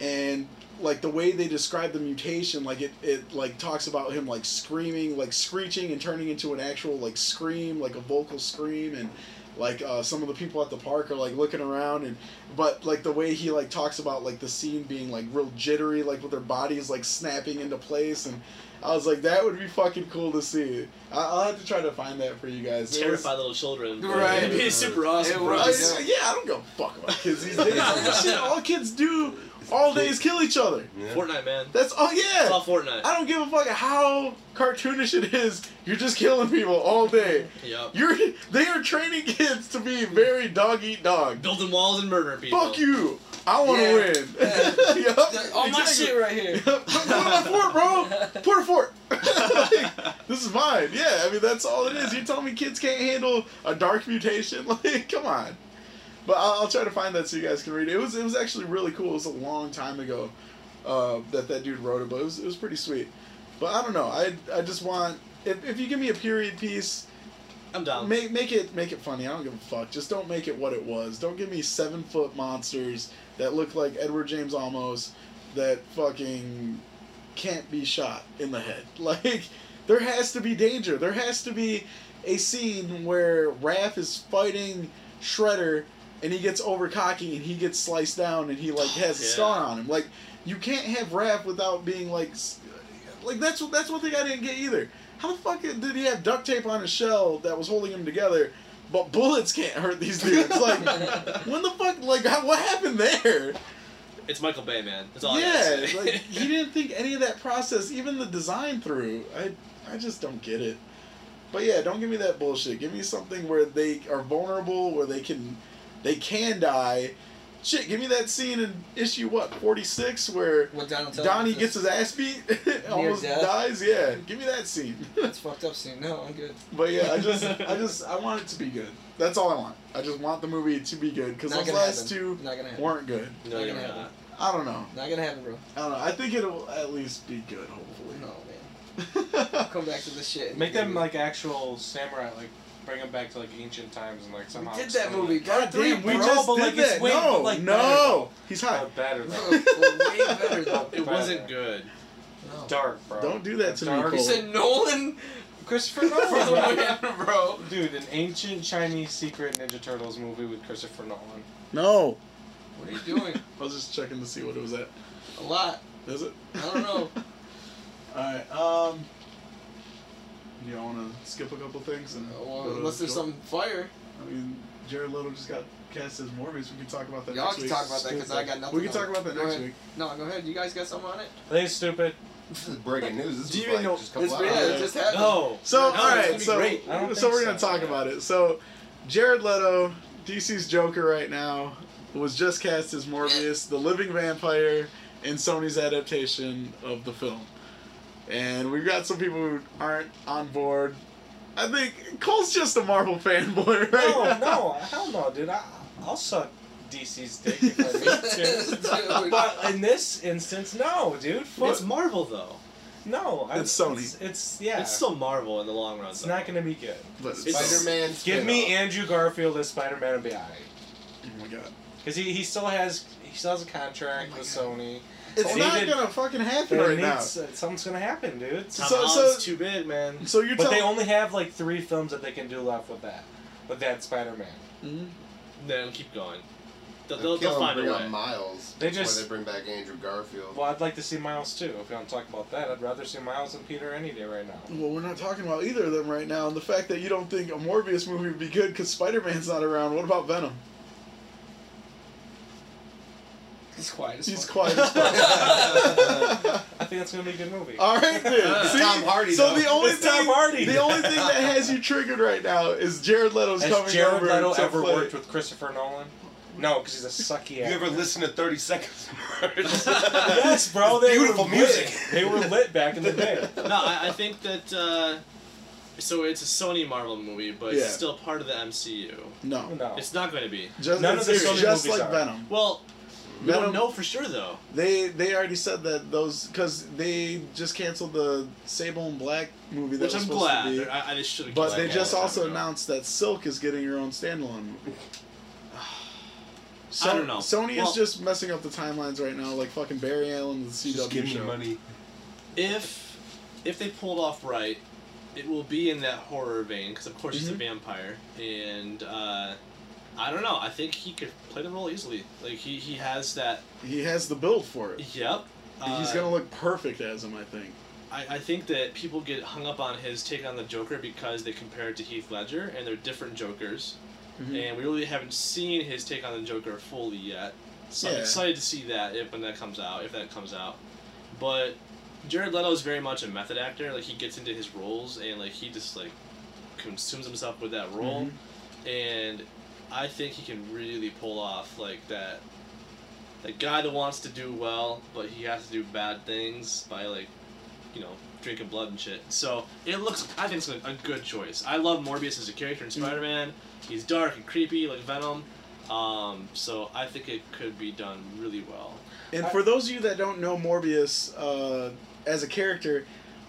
[SPEAKER 2] and like the way they describe the mutation like it, it like talks about him like screaming like screeching and turning into an actual like scream like a vocal scream and Like uh, some of the people at the park are like looking around and, but like the way he like talks about like the scene being like real jittery, like with their bodies like snapping into place, and I was like that would be fucking cool to see. I- I'll have to try to find that for you guys. It was-
[SPEAKER 6] Terrify little children.
[SPEAKER 5] Right.
[SPEAKER 6] It'd be super
[SPEAKER 5] It
[SPEAKER 6] awesome. bro.
[SPEAKER 2] I
[SPEAKER 5] was.
[SPEAKER 2] just- yeah, I don't give a fuck about kids these days. Like, shit, all kids do all day is kill each other.
[SPEAKER 4] Yeah.
[SPEAKER 6] Fortnite, man.
[SPEAKER 2] That's all.
[SPEAKER 6] It's all
[SPEAKER 2] Yeah.
[SPEAKER 6] Fortnite.
[SPEAKER 2] I don't give a fuck how cartoonish it is. You're just killing people all day.
[SPEAKER 6] Yep.
[SPEAKER 2] You're they are training kids to be very dog eat dog.
[SPEAKER 6] Building walls and murdering people.
[SPEAKER 2] Fuck you. I want to
[SPEAKER 5] Yeah.
[SPEAKER 2] win. Yup,
[SPEAKER 5] All my
[SPEAKER 2] exactly.
[SPEAKER 5] shit right here.
[SPEAKER 2] Yup. Put it on my fort, bro. Put it fort. Like, this is mine. Yeah, I mean that's all it is. You're telling me kids can't handle a dark mutation? Like, come on. But I'll, I'll try to find that so you guys can read it. It was it was actually really cool. It was a long time ago uh, that that dude wrote it, but it was, it was pretty sweet. But I don't know. I I just want if, if you give me a period piece
[SPEAKER 6] I'm down.
[SPEAKER 2] Make make it make it funny. I don't give a fuck. Just don't make it what it was. Don't give me seven foot monsters that look like Edward James Olmos that fucking can't be shot in the head. Like there has to be danger. There has to be a scene where Raph is fighting Shredder and he gets over cocky and he gets sliced down and he like has a
[SPEAKER 6] Yeah.
[SPEAKER 2] scar on him. Like you can't have Raph without being like s- like that's that's one thing I didn't get either. How the fuck did he have duct tape on his shell that was holding him together, but bullets can't hurt these dudes? Like, when the fuck? Like, how, what happened there?
[SPEAKER 6] It's Michael Bay, man. That's all. I
[SPEAKER 2] yeah,
[SPEAKER 6] gotta say.
[SPEAKER 2] like he didn't think any of that process, even the design through. I, I just don't get it. But yeah, don't give me that bullshit. Give me something where they are vulnerable, where they can, they can die. Shit, give me that scene in issue what forty six where
[SPEAKER 5] What Donald Trump
[SPEAKER 2] Donnie
[SPEAKER 5] says.
[SPEAKER 2] gets his ass beat, almost
[SPEAKER 5] death.
[SPEAKER 2] dies. Yeah, give me that scene.
[SPEAKER 5] That's fucked up scene. No, I'm good.
[SPEAKER 2] But yeah, I just, I just, I want it to be good. That's all I want. I just want the movie to be good because
[SPEAKER 5] Not
[SPEAKER 2] those
[SPEAKER 5] gonna
[SPEAKER 2] last
[SPEAKER 5] happen.
[SPEAKER 2] two
[SPEAKER 5] Not gonna happen.
[SPEAKER 2] weren't good.
[SPEAKER 6] no,
[SPEAKER 5] Not
[SPEAKER 6] you're
[SPEAKER 5] gonna
[SPEAKER 6] not.
[SPEAKER 2] I don't know.
[SPEAKER 5] Not gonna happen, bro.
[SPEAKER 2] I don't know. I think it'll at least be good,
[SPEAKER 5] No,
[SPEAKER 2] hopefully.
[SPEAKER 5] man. I'll come back to this shit.
[SPEAKER 1] Make them like actual samurai, like bring them back to like ancient times and like
[SPEAKER 5] We
[SPEAKER 1] somehow.
[SPEAKER 5] did that
[SPEAKER 1] explain
[SPEAKER 5] movie.
[SPEAKER 1] it.
[SPEAKER 5] God damn,
[SPEAKER 1] we
[SPEAKER 5] bro.
[SPEAKER 1] just- but, like, it's way-
[SPEAKER 2] no,
[SPEAKER 1] but, like,
[SPEAKER 2] no, he's high.
[SPEAKER 1] Uh, better
[SPEAKER 5] Bro,
[SPEAKER 1] though.
[SPEAKER 5] way better though.
[SPEAKER 6] It wasn't good.
[SPEAKER 5] No.
[SPEAKER 1] Dark, bro.
[SPEAKER 2] Don't do that to me,
[SPEAKER 1] Dark.
[SPEAKER 2] Cole.
[SPEAKER 5] You said Nolan
[SPEAKER 1] Christopher
[SPEAKER 5] for the
[SPEAKER 1] Nolan. bro.
[SPEAKER 5] win, bro.
[SPEAKER 1] Dude, an ancient Chinese secret Ninja Turtles movie with Christopher Nolan.
[SPEAKER 2] No,
[SPEAKER 5] What are you doing?
[SPEAKER 2] I was just checking to see what it was at.
[SPEAKER 5] A lot.
[SPEAKER 2] Is it?
[SPEAKER 5] I don't know.
[SPEAKER 2] all right. Um. You all want to skip a couple things and
[SPEAKER 5] Uh, Well,
[SPEAKER 2] go to-
[SPEAKER 5] unless there's
[SPEAKER 2] go-
[SPEAKER 5] some fire.
[SPEAKER 2] I mean, Jared Leto just got cast as Morbius. We can talk about that.
[SPEAKER 5] Y'all
[SPEAKER 2] next
[SPEAKER 5] can
[SPEAKER 2] week.
[SPEAKER 5] talk about that 'cause I got nothing
[SPEAKER 2] We can
[SPEAKER 5] on
[SPEAKER 2] talk
[SPEAKER 5] it.
[SPEAKER 2] about that
[SPEAKER 5] Go
[SPEAKER 2] next
[SPEAKER 5] ahead.
[SPEAKER 2] week.
[SPEAKER 5] No, go ahead. You guys got something on it?
[SPEAKER 1] They stupid.
[SPEAKER 4] This is breaking news. This
[SPEAKER 6] Do
[SPEAKER 4] is
[SPEAKER 6] you
[SPEAKER 4] like
[SPEAKER 6] know-
[SPEAKER 4] just a
[SPEAKER 5] It's
[SPEAKER 4] couple
[SPEAKER 5] yeah,
[SPEAKER 4] hours.
[SPEAKER 5] it just
[SPEAKER 2] Uh,
[SPEAKER 5] happened.
[SPEAKER 6] No.
[SPEAKER 2] So
[SPEAKER 6] No,
[SPEAKER 2] all
[SPEAKER 6] it's
[SPEAKER 2] right,
[SPEAKER 6] gonna be
[SPEAKER 2] so
[SPEAKER 6] great.
[SPEAKER 1] I don't
[SPEAKER 2] so
[SPEAKER 1] think
[SPEAKER 2] we're gonna
[SPEAKER 1] so,
[SPEAKER 2] talk
[SPEAKER 1] yeah.
[SPEAKER 2] about it. So Jared Leto, DC's Joker right now, was just cast as Morbius, the living vampire, in Sony's adaptation of the film. And we've got some people who aren't on board. I think Cole's just a Marvel fanboy right
[SPEAKER 1] No,
[SPEAKER 2] now.
[SPEAKER 1] no, hell no, dude. I, I'll suck DC's dick if I need to.
[SPEAKER 5] Dude.
[SPEAKER 1] But in this instance, no, dude. Fuck,
[SPEAKER 6] It's Marvel though.
[SPEAKER 1] no. I-
[SPEAKER 2] It's Sony.
[SPEAKER 1] It's, it's- yeah.
[SPEAKER 6] It's still Marvel in the long run.
[SPEAKER 1] It's
[SPEAKER 6] though.
[SPEAKER 1] not gonna be good.
[SPEAKER 2] But it's-
[SPEAKER 6] It's-
[SPEAKER 4] Spider-Man.
[SPEAKER 1] Give me
[SPEAKER 4] spin-off.
[SPEAKER 1] Andrew Garfield as Spider-Man and be alright.
[SPEAKER 2] oh my god.
[SPEAKER 1] Cause he, he still has he still has a
[SPEAKER 2] Oh
[SPEAKER 1] contract with Sony.
[SPEAKER 2] It's
[SPEAKER 1] They
[SPEAKER 2] not
[SPEAKER 1] did-
[SPEAKER 2] gonna fucking happen
[SPEAKER 1] There
[SPEAKER 2] right now.
[SPEAKER 1] needs, uh, something's gonna happen, dude.
[SPEAKER 6] Tom
[SPEAKER 2] So-
[SPEAKER 6] Holland's
[SPEAKER 2] so-
[SPEAKER 6] too big, man.
[SPEAKER 2] So you're
[SPEAKER 1] Uh, But they
[SPEAKER 2] telling
[SPEAKER 1] only have like three films that they can do left with that, with that Spider-Man.
[SPEAKER 2] Mhm.
[SPEAKER 6] No, keep going. They'll, they'll,
[SPEAKER 4] They'll kill
[SPEAKER 6] they'll
[SPEAKER 4] him,
[SPEAKER 6] find a
[SPEAKER 4] bring
[SPEAKER 6] way.
[SPEAKER 4] up Miles.
[SPEAKER 1] They
[SPEAKER 4] before
[SPEAKER 1] just-
[SPEAKER 4] they bring back Andrew Garfield.
[SPEAKER 1] Well, I'd like to see Miles too. If you want to talk about that, I'd rather see Miles and Peter any day right now.
[SPEAKER 2] Well, we're not talking about either of them right now, and the fact that you don't think a Morbius movie would be good because Spider Man's not around. What about Venom?
[SPEAKER 5] He's quiet as
[SPEAKER 2] He's
[SPEAKER 5] fuck.
[SPEAKER 2] quiet as fuck.
[SPEAKER 1] I think that's gonna be a good movie.
[SPEAKER 2] All right, then.
[SPEAKER 4] It's
[SPEAKER 2] See?
[SPEAKER 4] Tom Hardy,
[SPEAKER 2] So
[SPEAKER 4] though.
[SPEAKER 2] the only
[SPEAKER 1] It's
[SPEAKER 2] thing,
[SPEAKER 1] Tom Hardy.
[SPEAKER 2] the only thing that has you triggered right now is Jared Leto's coming
[SPEAKER 1] Has Jared
[SPEAKER 2] over
[SPEAKER 1] Leto
[SPEAKER 2] to
[SPEAKER 1] ever
[SPEAKER 2] play.
[SPEAKER 1] worked with Christopher Nolan? No, because he's a sucky
[SPEAKER 4] You
[SPEAKER 1] actor.
[SPEAKER 4] ever listen to 30 Seconds?
[SPEAKER 1] yes, bro.
[SPEAKER 4] It's
[SPEAKER 1] They
[SPEAKER 4] beautiful
[SPEAKER 1] were
[SPEAKER 4] music.
[SPEAKER 1] Lit. They were lit back in the day.
[SPEAKER 6] No, I, I think that. Uh, so it's a Sony Marvel movie, but
[SPEAKER 2] Yeah.
[SPEAKER 6] it's still part of the MCU.
[SPEAKER 2] No,
[SPEAKER 1] No.
[SPEAKER 6] It's not going to be.
[SPEAKER 2] just,
[SPEAKER 1] None of the
[SPEAKER 2] it's
[SPEAKER 1] Sony
[SPEAKER 2] just
[SPEAKER 1] movies
[SPEAKER 2] like
[SPEAKER 1] are.
[SPEAKER 2] Venom.
[SPEAKER 6] Well, we
[SPEAKER 2] Venom.
[SPEAKER 6] don't know for sure though.
[SPEAKER 2] They they already said that those because they just canceled the Sable and Black movie that
[SPEAKER 6] Which
[SPEAKER 2] was
[SPEAKER 6] I'm
[SPEAKER 2] supposed to be.
[SPEAKER 6] glad. I, I should have.
[SPEAKER 2] But they just also announced that Silk is getting her own standalone movie. So,
[SPEAKER 6] I don't know.
[SPEAKER 2] Sony
[SPEAKER 6] Well-
[SPEAKER 2] is just messing up the timelines right now, like fucking Barry Allen and the CW
[SPEAKER 4] Just give me
[SPEAKER 2] show.
[SPEAKER 4] money.
[SPEAKER 6] if if they pulled off right, it will be in that horror vein because of course he's a
[SPEAKER 2] Mm-hmm.
[SPEAKER 1] Mhm.
[SPEAKER 6] vampire, and uh, I don't know. I think he could play the role easily. Like he he has that.
[SPEAKER 2] He has the build for it.
[SPEAKER 6] Yep. Uh,
[SPEAKER 2] He's gonna look perfect as him, I think.
[SPEAKER 6] I, I think that people get hung up on his take on the Joker because they compare it to Heath Ledger, and they're different Jokers.
[SPEAKER 2] Mhm.
[SPEAKER 6] And we really haven't seen his take on the Joker fully yet. So I'm
[SPEAKER 2] Yeah.
[SPEAKER 6] excited to see that if when that comes out, if that comes out. But Jared Leto is very much a method actor. Like he gets into his roles and like he just like consumes himself with that role.
[SPEAKER 1] Mm-hmm.
[SPEAKER 6] And I think he can really pull off like that. That guy that wants to do well, but he has to do bad things by like you know, drinking blood and shit. So it looks, I think it's a, a good choice. I love Morbius as a character
[SPEAKER 1] Mm-hmm.
[SPEAKER 6] in Spider Man. He's dark and creepy like Venom. Um, so I think it could be done really well.
[SPEAKER 2] And for those of you that don't know Morbius uh, as a character,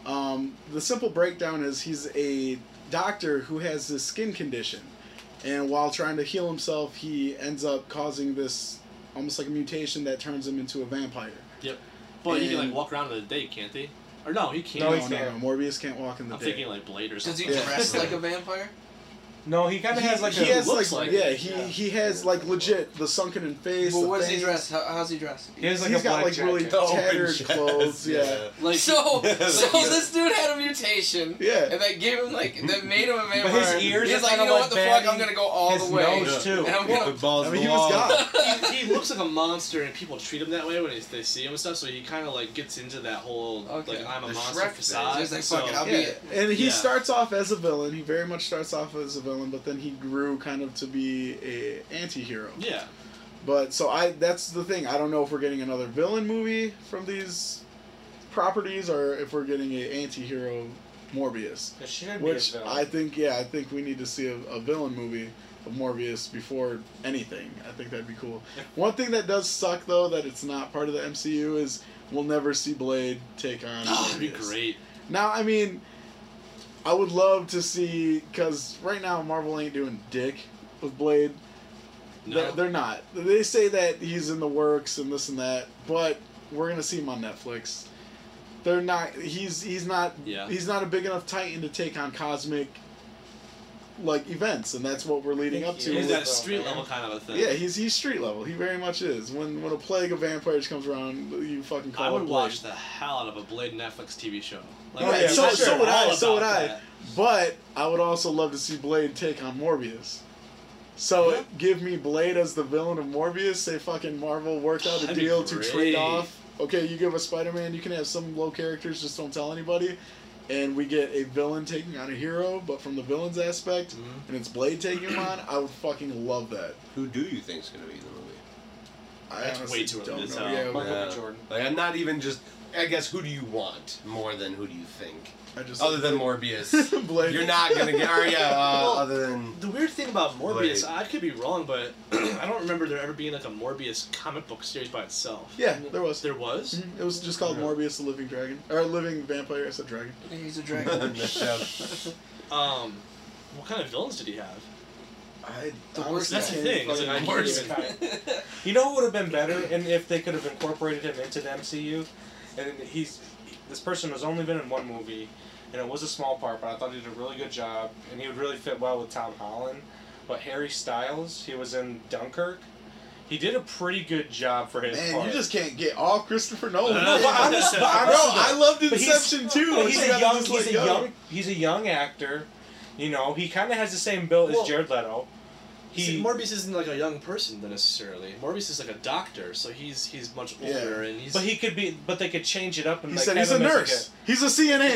[SPEAKER 2] um, the simple breakdown is he's a doctor who has this skin condition. And while trying to heal himself, he ends up causing this almost like a mutation that turns him into a vampire.
[SPEAKER 6] But he can like
[SPEAKER 2] And-
[SPEAKER 6] walk around in the day, can't he? Or no, he can't.
[SPEAKER 1] No, he
[SPEAKER 2] no,
[SPEAKER 1] can't.
[SPEAKER 2] no, Morbius can't walk in the
[SPEAKER 6] I'm
[SPEAKER 2] day.
[SPEAKER 6] thinking like Blade or
[SPEAKER 5] Does he
[SPEAKER 6] something.
[SPEAKER 2] Yeah.
[SPEAKER 5] dress like a vampire?
[SPEAKER 1] No, he kind of
[SPEAKER 2] he,
[SPEAKER 1] has like
[SPEAKER 2] he
[SPEAKER 1] a.
[SPEAKER 2] has
[SPEAKER 6] looks
[SPEAKER 2] like,
[SPEAKER 6] like
[SPEAKER 2] yeah,
[SPEAKER 6] it.
[SPEAKER 2] he
[SPEAKER 1] Yeah.
[SPEAKER 2] he has like legit the sunken in face.
[SPEAKER 5] Well,
[SPEAKER 2] the
[SPEAKER 5] what does he
[SPEAKER 2] fangs.
[SPEAKER 5] dress? How, how's he dressed?
[SPEAKER 1] he has like
[SPEAKER 2] he's
[SPEAKER 1] a
[SPEAKER 2] got
[SPEAKER 1] black
[SPEAKER 2] like really
[SPEAKER 1] jacket.
[SPEAKER 2] tattered
[SPEAKER 4] Yes,
[SPEAKER 2] clothes. Yeah,
[SPEAKER 6] Like
[SPEAKER 5] So,
[SPEAKER 4] Like
[SPEAKER 5] so
[SPEAKER 4] you-
[SPEAKER 5] this dude had a mutation.
[SPEAKER 2] yeah.
[SPEAKER 5] And that gave him like that made him a vampire.
[SPEAKER 1] his ears
[SPEAKER 5] He's
[SPEAKER 1] are
[SPEAKER 5] like,
[SPEAKER 1] kinda
[SPEAKER 5] you know
[SPEAKER 1] like
[SPEAKER 5] what the
[SPEAKER 1] baggy.
[SPEAKER 5] fuck? I'm gonna go all
[SPEAKER 1] His
[SPEAKER 5] the way.
[SPEAKER 1] nose, too.
[SPEAKER 5] And I'm
[SPEAKER 4] Yeah,
[SPEAKER 5] gonna.
[SPEAKER 4] the balls
[SPEAKER 2] I mean, he
[SPEAKER 4] the
[SPEAKER 2] was
[SPEAKER 4] wall.
[SPEAKER 2] God.
[SPEAKER 6] he, he looks like a monster, and people treat him that way when they see him and stuff. So he kind of like gets into that whole
[SPEAKER 5] Okay.
[SPEAKER 6] like I'm a
[SPEAKER 4] The
[SPEAKER 6] monster
[SPEAKER 4] Shrek thing.
[SPEAKER 6] facade.
[SPEAKER 5] He's like,
[SPEAKER 6] so,
[SPEAKER 5] fuck it, I'll be
[SPEAKER 2] Yeah,
[SPEAKER 5] it.
[SPEAKER 2] and he
[SPEAKER 6] Yeah.
[SPEAKER 2] starts off as a villain. He very much starts off as a villain, but then he grew kind of to be a anti-hero.
[SPEAKER 6] yeah.
[SPEAKER 2] But so I that's the thing. I don't know if we're getting another villain movie from these properties or if we're getting a anti-hero Morbius,
[SPEAKER 1] It should be a
[SPEAKER 2] which
[SPEAKER 1] villain.
[SPEAKER 2] I think yeah, I think we need to see a, a villain movie of Morbius before anything. I think that'd be cool. One thing that does suck though that it's not part of the MCU is we'll never see Blade take on
[SPEAKER 1] Ah,
[SPEAKER 6] Oh, it'd be
[SPEAKER 2] Morbius.
[SPEAKER 6] great.
[SPEAKER 2] Now, I mean, I would love to see because right now Marvel ain't doing dick with Blade.
[SPEAKER 6] No.
[SPEAKER 2] They're, they're not. They say that he's in the works and this and that, but we're gonna see him on Netflix. They're not. He's he's not.
[SPEAKER 6] Yeah.
[SPEAKER 2] He's not a big enough Titan to take on cosmic like events, and that's what we're leading up to.
[SPEAKER 1] He
[SPEAKER 6] He's
[SPEAKER 1] is
[SPEAKER 2] with-
[SPEAKER 6] that
[SPEAKER 1] though,
[SPEAKER 6] street
[SPEAKER 1] man.
[SPEAKER 6] level kind of a thing.
[SPEAKER 2] yeah, he's he's street level. He very much is. When when a plague of vampires comes around, you fucking call
[SPEAKER 6] I
[SPEAKER 2] it
[SPEAKER 6] would
[SPEAKER 2] Blade.
[SPEAKER 6] watch the hell out of a Blade Netflix TV show.
[SPEAKER 2] Oh,
[SPEAKER 1] yeah,
[SPEAKER 6] I'd
[SPEAKER 1] so-
[SPEAKER 6] be
[SPEAKER 1] so
[SPEAKER 6] all
[SPEAKER 1] would
[SPEAKER 2] I,
[SPEAKER 6] about
[SPEAKER 2] so would I.
[SPEAKER 6] that.
[SPEAKER 2] But I would also love to see Blade take on Morbius. So
[SPEAKER 6] Yeah.
[SPEAKER 2] give me Blade as the villain of Morbius. Say fucking Marvel worked out a
[SPEAKER 6] That'd be
[SPEAKER 2] deal to trade
[SPEAKER 6] great.
[SPEAKER 2] off. Okay, you give us Spider Man. You can have some low characters. Just don't tell anybody. And we get a villain taking on a hero, but from the villain's aspect,
[SPEAKER 6] Mhm.
[SPEAKER 2] and it's Blade taking him on. I would fucking love that.
[SPEAKER 4] Who do you think's gonna be in the movie?
[SPEAKER 2] I
[SPEAKER 6] That's
[SPEAKER 2] honestly
[SPEAKER 6] way too early
[SPEAKER 2] don't
[SPEAKER 6] to
[SPEAKER 2] know.
[SPEAKER 6] tell.
[SPEAKER 2] Yeah,
[SPEAKER 1] Michael
[SPEAKER 4] Yeah.
[SPEAKER 1] B. Jordan.
[SPEAKER 4] Like I'm not even just. I guess who do you want more than who do you think?
[SPEAKER 2] I just
[SPEAKER 4] Other than Morbius,
[SPEAKER 2] Blade.
[SPEAKER 4] you're not gonna get. Or yeah, uh,
[SPEAKER 6] Well-
[SPEAKER 4] other than
[SPEAKER 6] The weird thing about Morbius,
[SPEAKER 4] Blade.
[SPEAKER 6] I could be wrong, but I don't remember there ever being like a Morbius comic book series by itself.
[SPEAKER 2] Yeah, there was.
[SPEAKER 6] There was?
[SPEAKER 2] Mhm, It was just called
[SPEAKER 4] Yeah.
[SPEAKER 2] Morbius the Living Dragon or Living Vampire. I said dragon.
[SPEAKER 5] He's a dragon.
[SPEAKER 4] I,
[SPEAKER 6] Um, what kind of villains did he have?
[SPEAKER 5] The
[SPEAKER 2] honestly
[SPEAKER 5] worst
[SPEAKER 6] That's the
[SPEAKER 2] can't
[SPEAKER 6] thing. It's
[SPEAKER 2] fucking-
[SPEAKER 6] like, I can't
[SPEAKER 1] Worst
[SPEAKER 6] even-
[SPEAKER 1] You know what would have been better, and if they could have incorporated him into the MCU, and he's this person has only been in one movie, and it was a small part, but I thought he did a really good job, and he would really fit well with Tom Holland. But Harry Styles, he was in Dunkirk. He did a pretty good job for his
[SPEAKER 2] Man,
[SPEAKER 1] part.
[SPEAKER 2] you just can't get off Christopher Nolan.
[SPEAKER 6] No, but I'm just- but I'm
[SPEAKER 2] Bro,
[SPEAKER 1] just-
[SPEAKER 2] I loved
[SPEAKER 1] but he's-
[SPEAKER 2] Inception too.
[SPEAKER 1] But
[SPEAKER 2] You
[SPEAKER 1] he's a
[SPEAKER 2] gotta
[SPEAKER 1] young,
[SPEAKER 2] just
[SPEAKER 1] he's
[SPEAKER 2] let
[SPEAKER 1] a
[SPEAKER 2] go.
[SPEAKER 1] young, he's a young actor. You know, he kind of has the same build
[SPEAKER 6] Well-
[SPEAKER 1] as Jared Leto.
[SPEAKER 6] He,
[SPEAKER 1] He
[SPEAKER 6] Morbius isn't like a young person though, necessarily. Morbius is like a doctor, so he's he's much
[SPEAKER 2] Yeah.
[SPEAKER 6] older and he's
[SPEAKER 1] But he could be. But they could change it up and
[SPEAKER 2] He
[SPEAKER 1] like
[SPEAKER 2] said
[SPEAKER 1] have
[SPEAKER 2] he's a
[SPEAKER 1] him as, like,
[SPEAKER 2] nurse. He's a CNA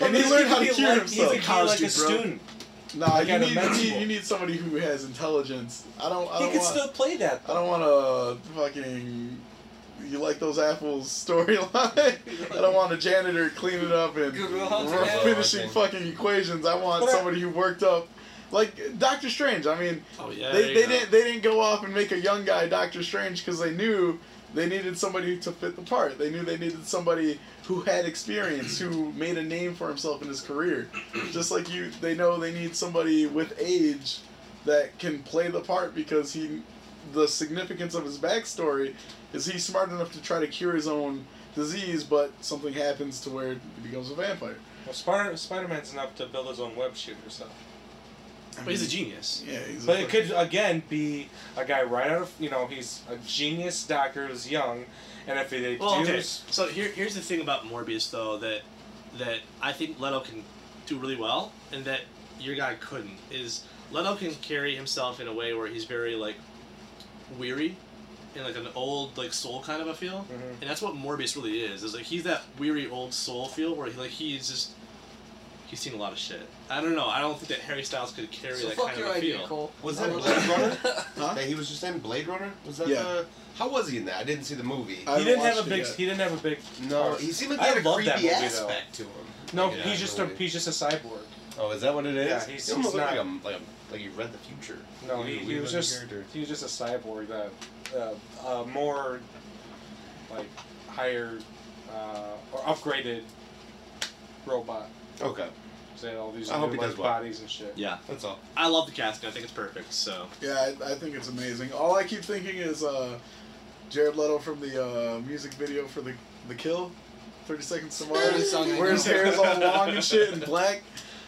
[SPEAKER 2] now. And he learned how to cure
[SPEAKER 1] like,
[SPEAKER 2] himself.
[SPEAKER 1] He's a kid,
[SPEAKER 6] College
[SPEAKER 1] like a
[SPEAKER 6] dude, bro.
[SPEAKER 1] student.
[SPEAKER 2] nah,
[SPEAKER 1] Like
[SPEAKER 2] you
[SPEAKER 1] an
[SPEAKER 2] need, you
[SPEAKER 1] invincible.
[SPEAKER 2] need you need somebody who has intelligence. I don't. I
[SPEAKER 1] He
[SPEAKER 2] don't
[SPEAKER 1] could
[SPEAKER 2] want.
[SPEAKER 1] still play that.
[SPEAKER 2] I don't want to fucking. You like those apples storyline? I don't want a janitor cleaning up and
[SPEAKER 5] Google Hunter
[SPEAKER 2] r-
[SPEAKER 5] app.
[SPEAKER 2] finishing fucking equations. I want
[SPEAKER 1] But I-
[SPEAKER 2] somebody who worked up, like Doctor Strange. I mean,
[SPEAKER 6] oh yeah. there
[SPEAKER 2] they,
[SPEAKER 6] you
[SPEAKER 2] they
[SPEAKER 6] go.
[SPEAKER 2] didn't they didn't go off and make a young guy Doctor Strange because they knew they needed somebody to fit the part. They knew they needed somebody who had experience, who made a name for himself in his career. Just like you, they know they need somebody with age that can play the part because he the significance of his backstory is he's smart enough to try to cure his own disease, but something happens to where he becomes a vampire.
[SPEAKER 1] Well, Spider Spider Man's enough to build his own web shooter stuff.
[SPEAKER 6] But he's a genius.
[SPEAKER 2] Yeah, he's a
[SPEAKER 1] But it
[SPEAKER 2] fucking-
[SPEAKER 1] could again be a guy right out of you know he's a genius doctor who's young, and if they
[SPEAKER 6] Well,
[SPEAKER 1] do
[SPEAKER 6] okay. So here, here's the thing about Morbius, though, that that I think Leto can do really well, and that your guy couldn't. Is Leto can carry himself in a way where he's very like weary, and like an old like soul kind of a feel,
[SPEAKER 1] Mhm.
[SPEAKER 6] and that's what Morbius really is. Is like he's that weary old soul feel where he, like he's just he's seen a lot of shit. I don't know. I don't think that Harry Styles could carry
[SPEAKER 5] So
[SPEAKER 6] that
[SPEAKER 5] fuck
[SPEAKER 6] kind
[SPEAKER 5] your
[SPEAKER 6] of a
[SPEAKER 5] idea,
[SPEAKER 6] feel.
[SPEAKER 5] Cole.
[SPEAKER 4] Was
[SPEAKER 5] I
[SPEAKER 4] that
[SPEAKER 5] love
[SPEAKER 4] Blade Runner?
[SPEAKER 2] Huh?
[SPEAKER 4] That he was just in Blade Runner? Was that
[SPEAKER 2] Yeah. Uh,
[SPEAKER 4] the. How was he in that? I didn't see the movie.
[SPEAKER 2] I
[SPEAKER 1] he didn't
[SPEAKER 2] haven't
[SPEAKER 1] have a
[SPEAKER 2] watched it
[SPEAKER 1] big
[SPEAKER 2] yet.
[SPEAKER 1] he didn't have a big
[SPEAKER 4] no, he seemed like he
[SPEAKER 1] I
[SPEAKER 4] had a
[SPEAKER 1] love
[SPEAKER 4] creepy
[SPEAKER 1] that movie, though.
[SPEAKER 4] aspect to him.
[SPEAKER 1] no
[SPEAKER 4] Like, in
[SPEAKER 1] he's
[SPEAKER 4] that
[SPEAKER 1] just a
[SPEAKER 4] movie.
[SPEAKER 1] he's just a cyborg.
[SPEAKER 4] Oh, is that what it is?
[SPEAKER 1] Yeah, he's-
[SPEAKER 4] he almost
[SPEAKER 1] he's
[SPEAKER 4] looked
[SPEAKER 1] not-
[SPEAKER 4] like, a, like, a, like he read the future.
[SPEAKER 1] No,
[SPEAKER 4] He's
[SPEAKER 1] he,
[SPEAKER 4] a
[SPEAKER 1] he
[SPEAKER 4] weird
[SPEAKER 1] was
[SPEAKER 4] looking
[SPEAKER 1] just
[SPEAKER 4] character.
[SPEAKER 1] he was just a cyborg that uh, uh, more like higher uh, or upgraded robot.
[SPEAKER 4] Okay,
[SPEAKER 1] So they had all these
[SPEAKER 4] I
[SPEAKER 1] new,
[SPEAKER 4] hope he
[SPEAKER 1] like,
[SPEAKER 4] does well.
[SPEAKER 1] bodies and shit.
[SPEAKER 6] Yeah,
[SPEAKER 4] that's all.
[SPEAKER 6] I love the casting. I think it's perfect. So
[SPEAKER 2] Yeah, I, I think it's amazing. All I keep thinking is uh, Jared Leto from the uh, music video for the the Kill, Thirty Seconds to Mars,
[SPEAKER 5] song I
[SPEAKER 2] where his
[SPEAKER 5] know.
[SPEAKER 2] hair is all long and shit and black.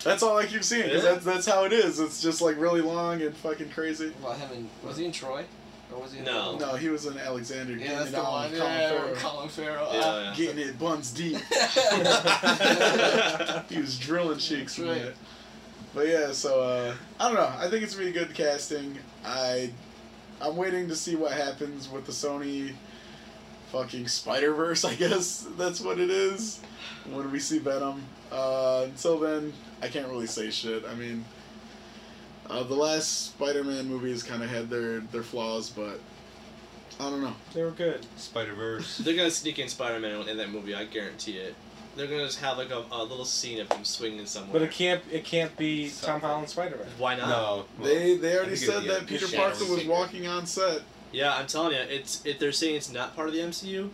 [SPEAKER 2] That's all I keep seeing because that's that's how it is. It's just like really long and fucking crazy.
[SPEAKER 5] Well, him and was he in Troy, or was he? In
[SPEAKER 6] No.
[SPEAKER 2] No, he was in Alexander.
[SPEAKER 5] Oh. Yeah,
[SPEAKER 2] getting
[SPEAKER 5] that's
[SPEAKER 2] it
[SPEAKER 5] the
[SPEAKER 2] on
[SPEAKER 5] one.
[SPEAKER 2] Colin
[SPEAKER 5] Yeah,
[SPEAKER 2] Farrell.
[SPEAKER 5] Colin Farrell. Uh,
[SPEAKER 6] Yeah.
[SPEAKER 2] Getting it buns deep. he was drilling cheeks.
[SPEAKER 5] That's
[SPEAKER 2] man.
[SPEAKER 5] right.
[SPEAKER 2] But yeah, so uh, I don't know. I think it's really good casting. I I'm waiting to see what happens with the Sony fucking Spider Verse. I guess that's what it is. When we see Venom. Uh, until then, I can't really say shit. I mean, uh, the last Spider-Man movies kind of had their their flaws, but I don't know.
[SPEAKER 1] They were good.
[SPEAKER 4] Spider Verse.
[SPEAKER 6] They're gonna sneak in Spider Man in that movie. I guarantee it. They're gonna just have like a, a little scene of him swinging somewhere.
[SPEAKER 1] But it can't it can't be Tom
[SPEAKER 4] Something.
[SPEAKER 1] Holland Spider Man.
[SPEAKER 6] Why not?
[SPEAKER 4] No,
[SPEAKER 2] They they
[SPEAKER 4] I
[SPEAKER 2] already
[SPEAKER 4] think it'd
[SPEAKER 2] said
[SPEAKER 4] be a
[SPEAKER 2] that Peter
[SPEAKER 4] shadow
[SPEAKER 2] Parker was
[SPEAKER 4] secret.
[SPEAKER 2] walking on set.
[SPEAKER 6] Yeah, I'm telling you, it's if they're saying it's not part of the MCU,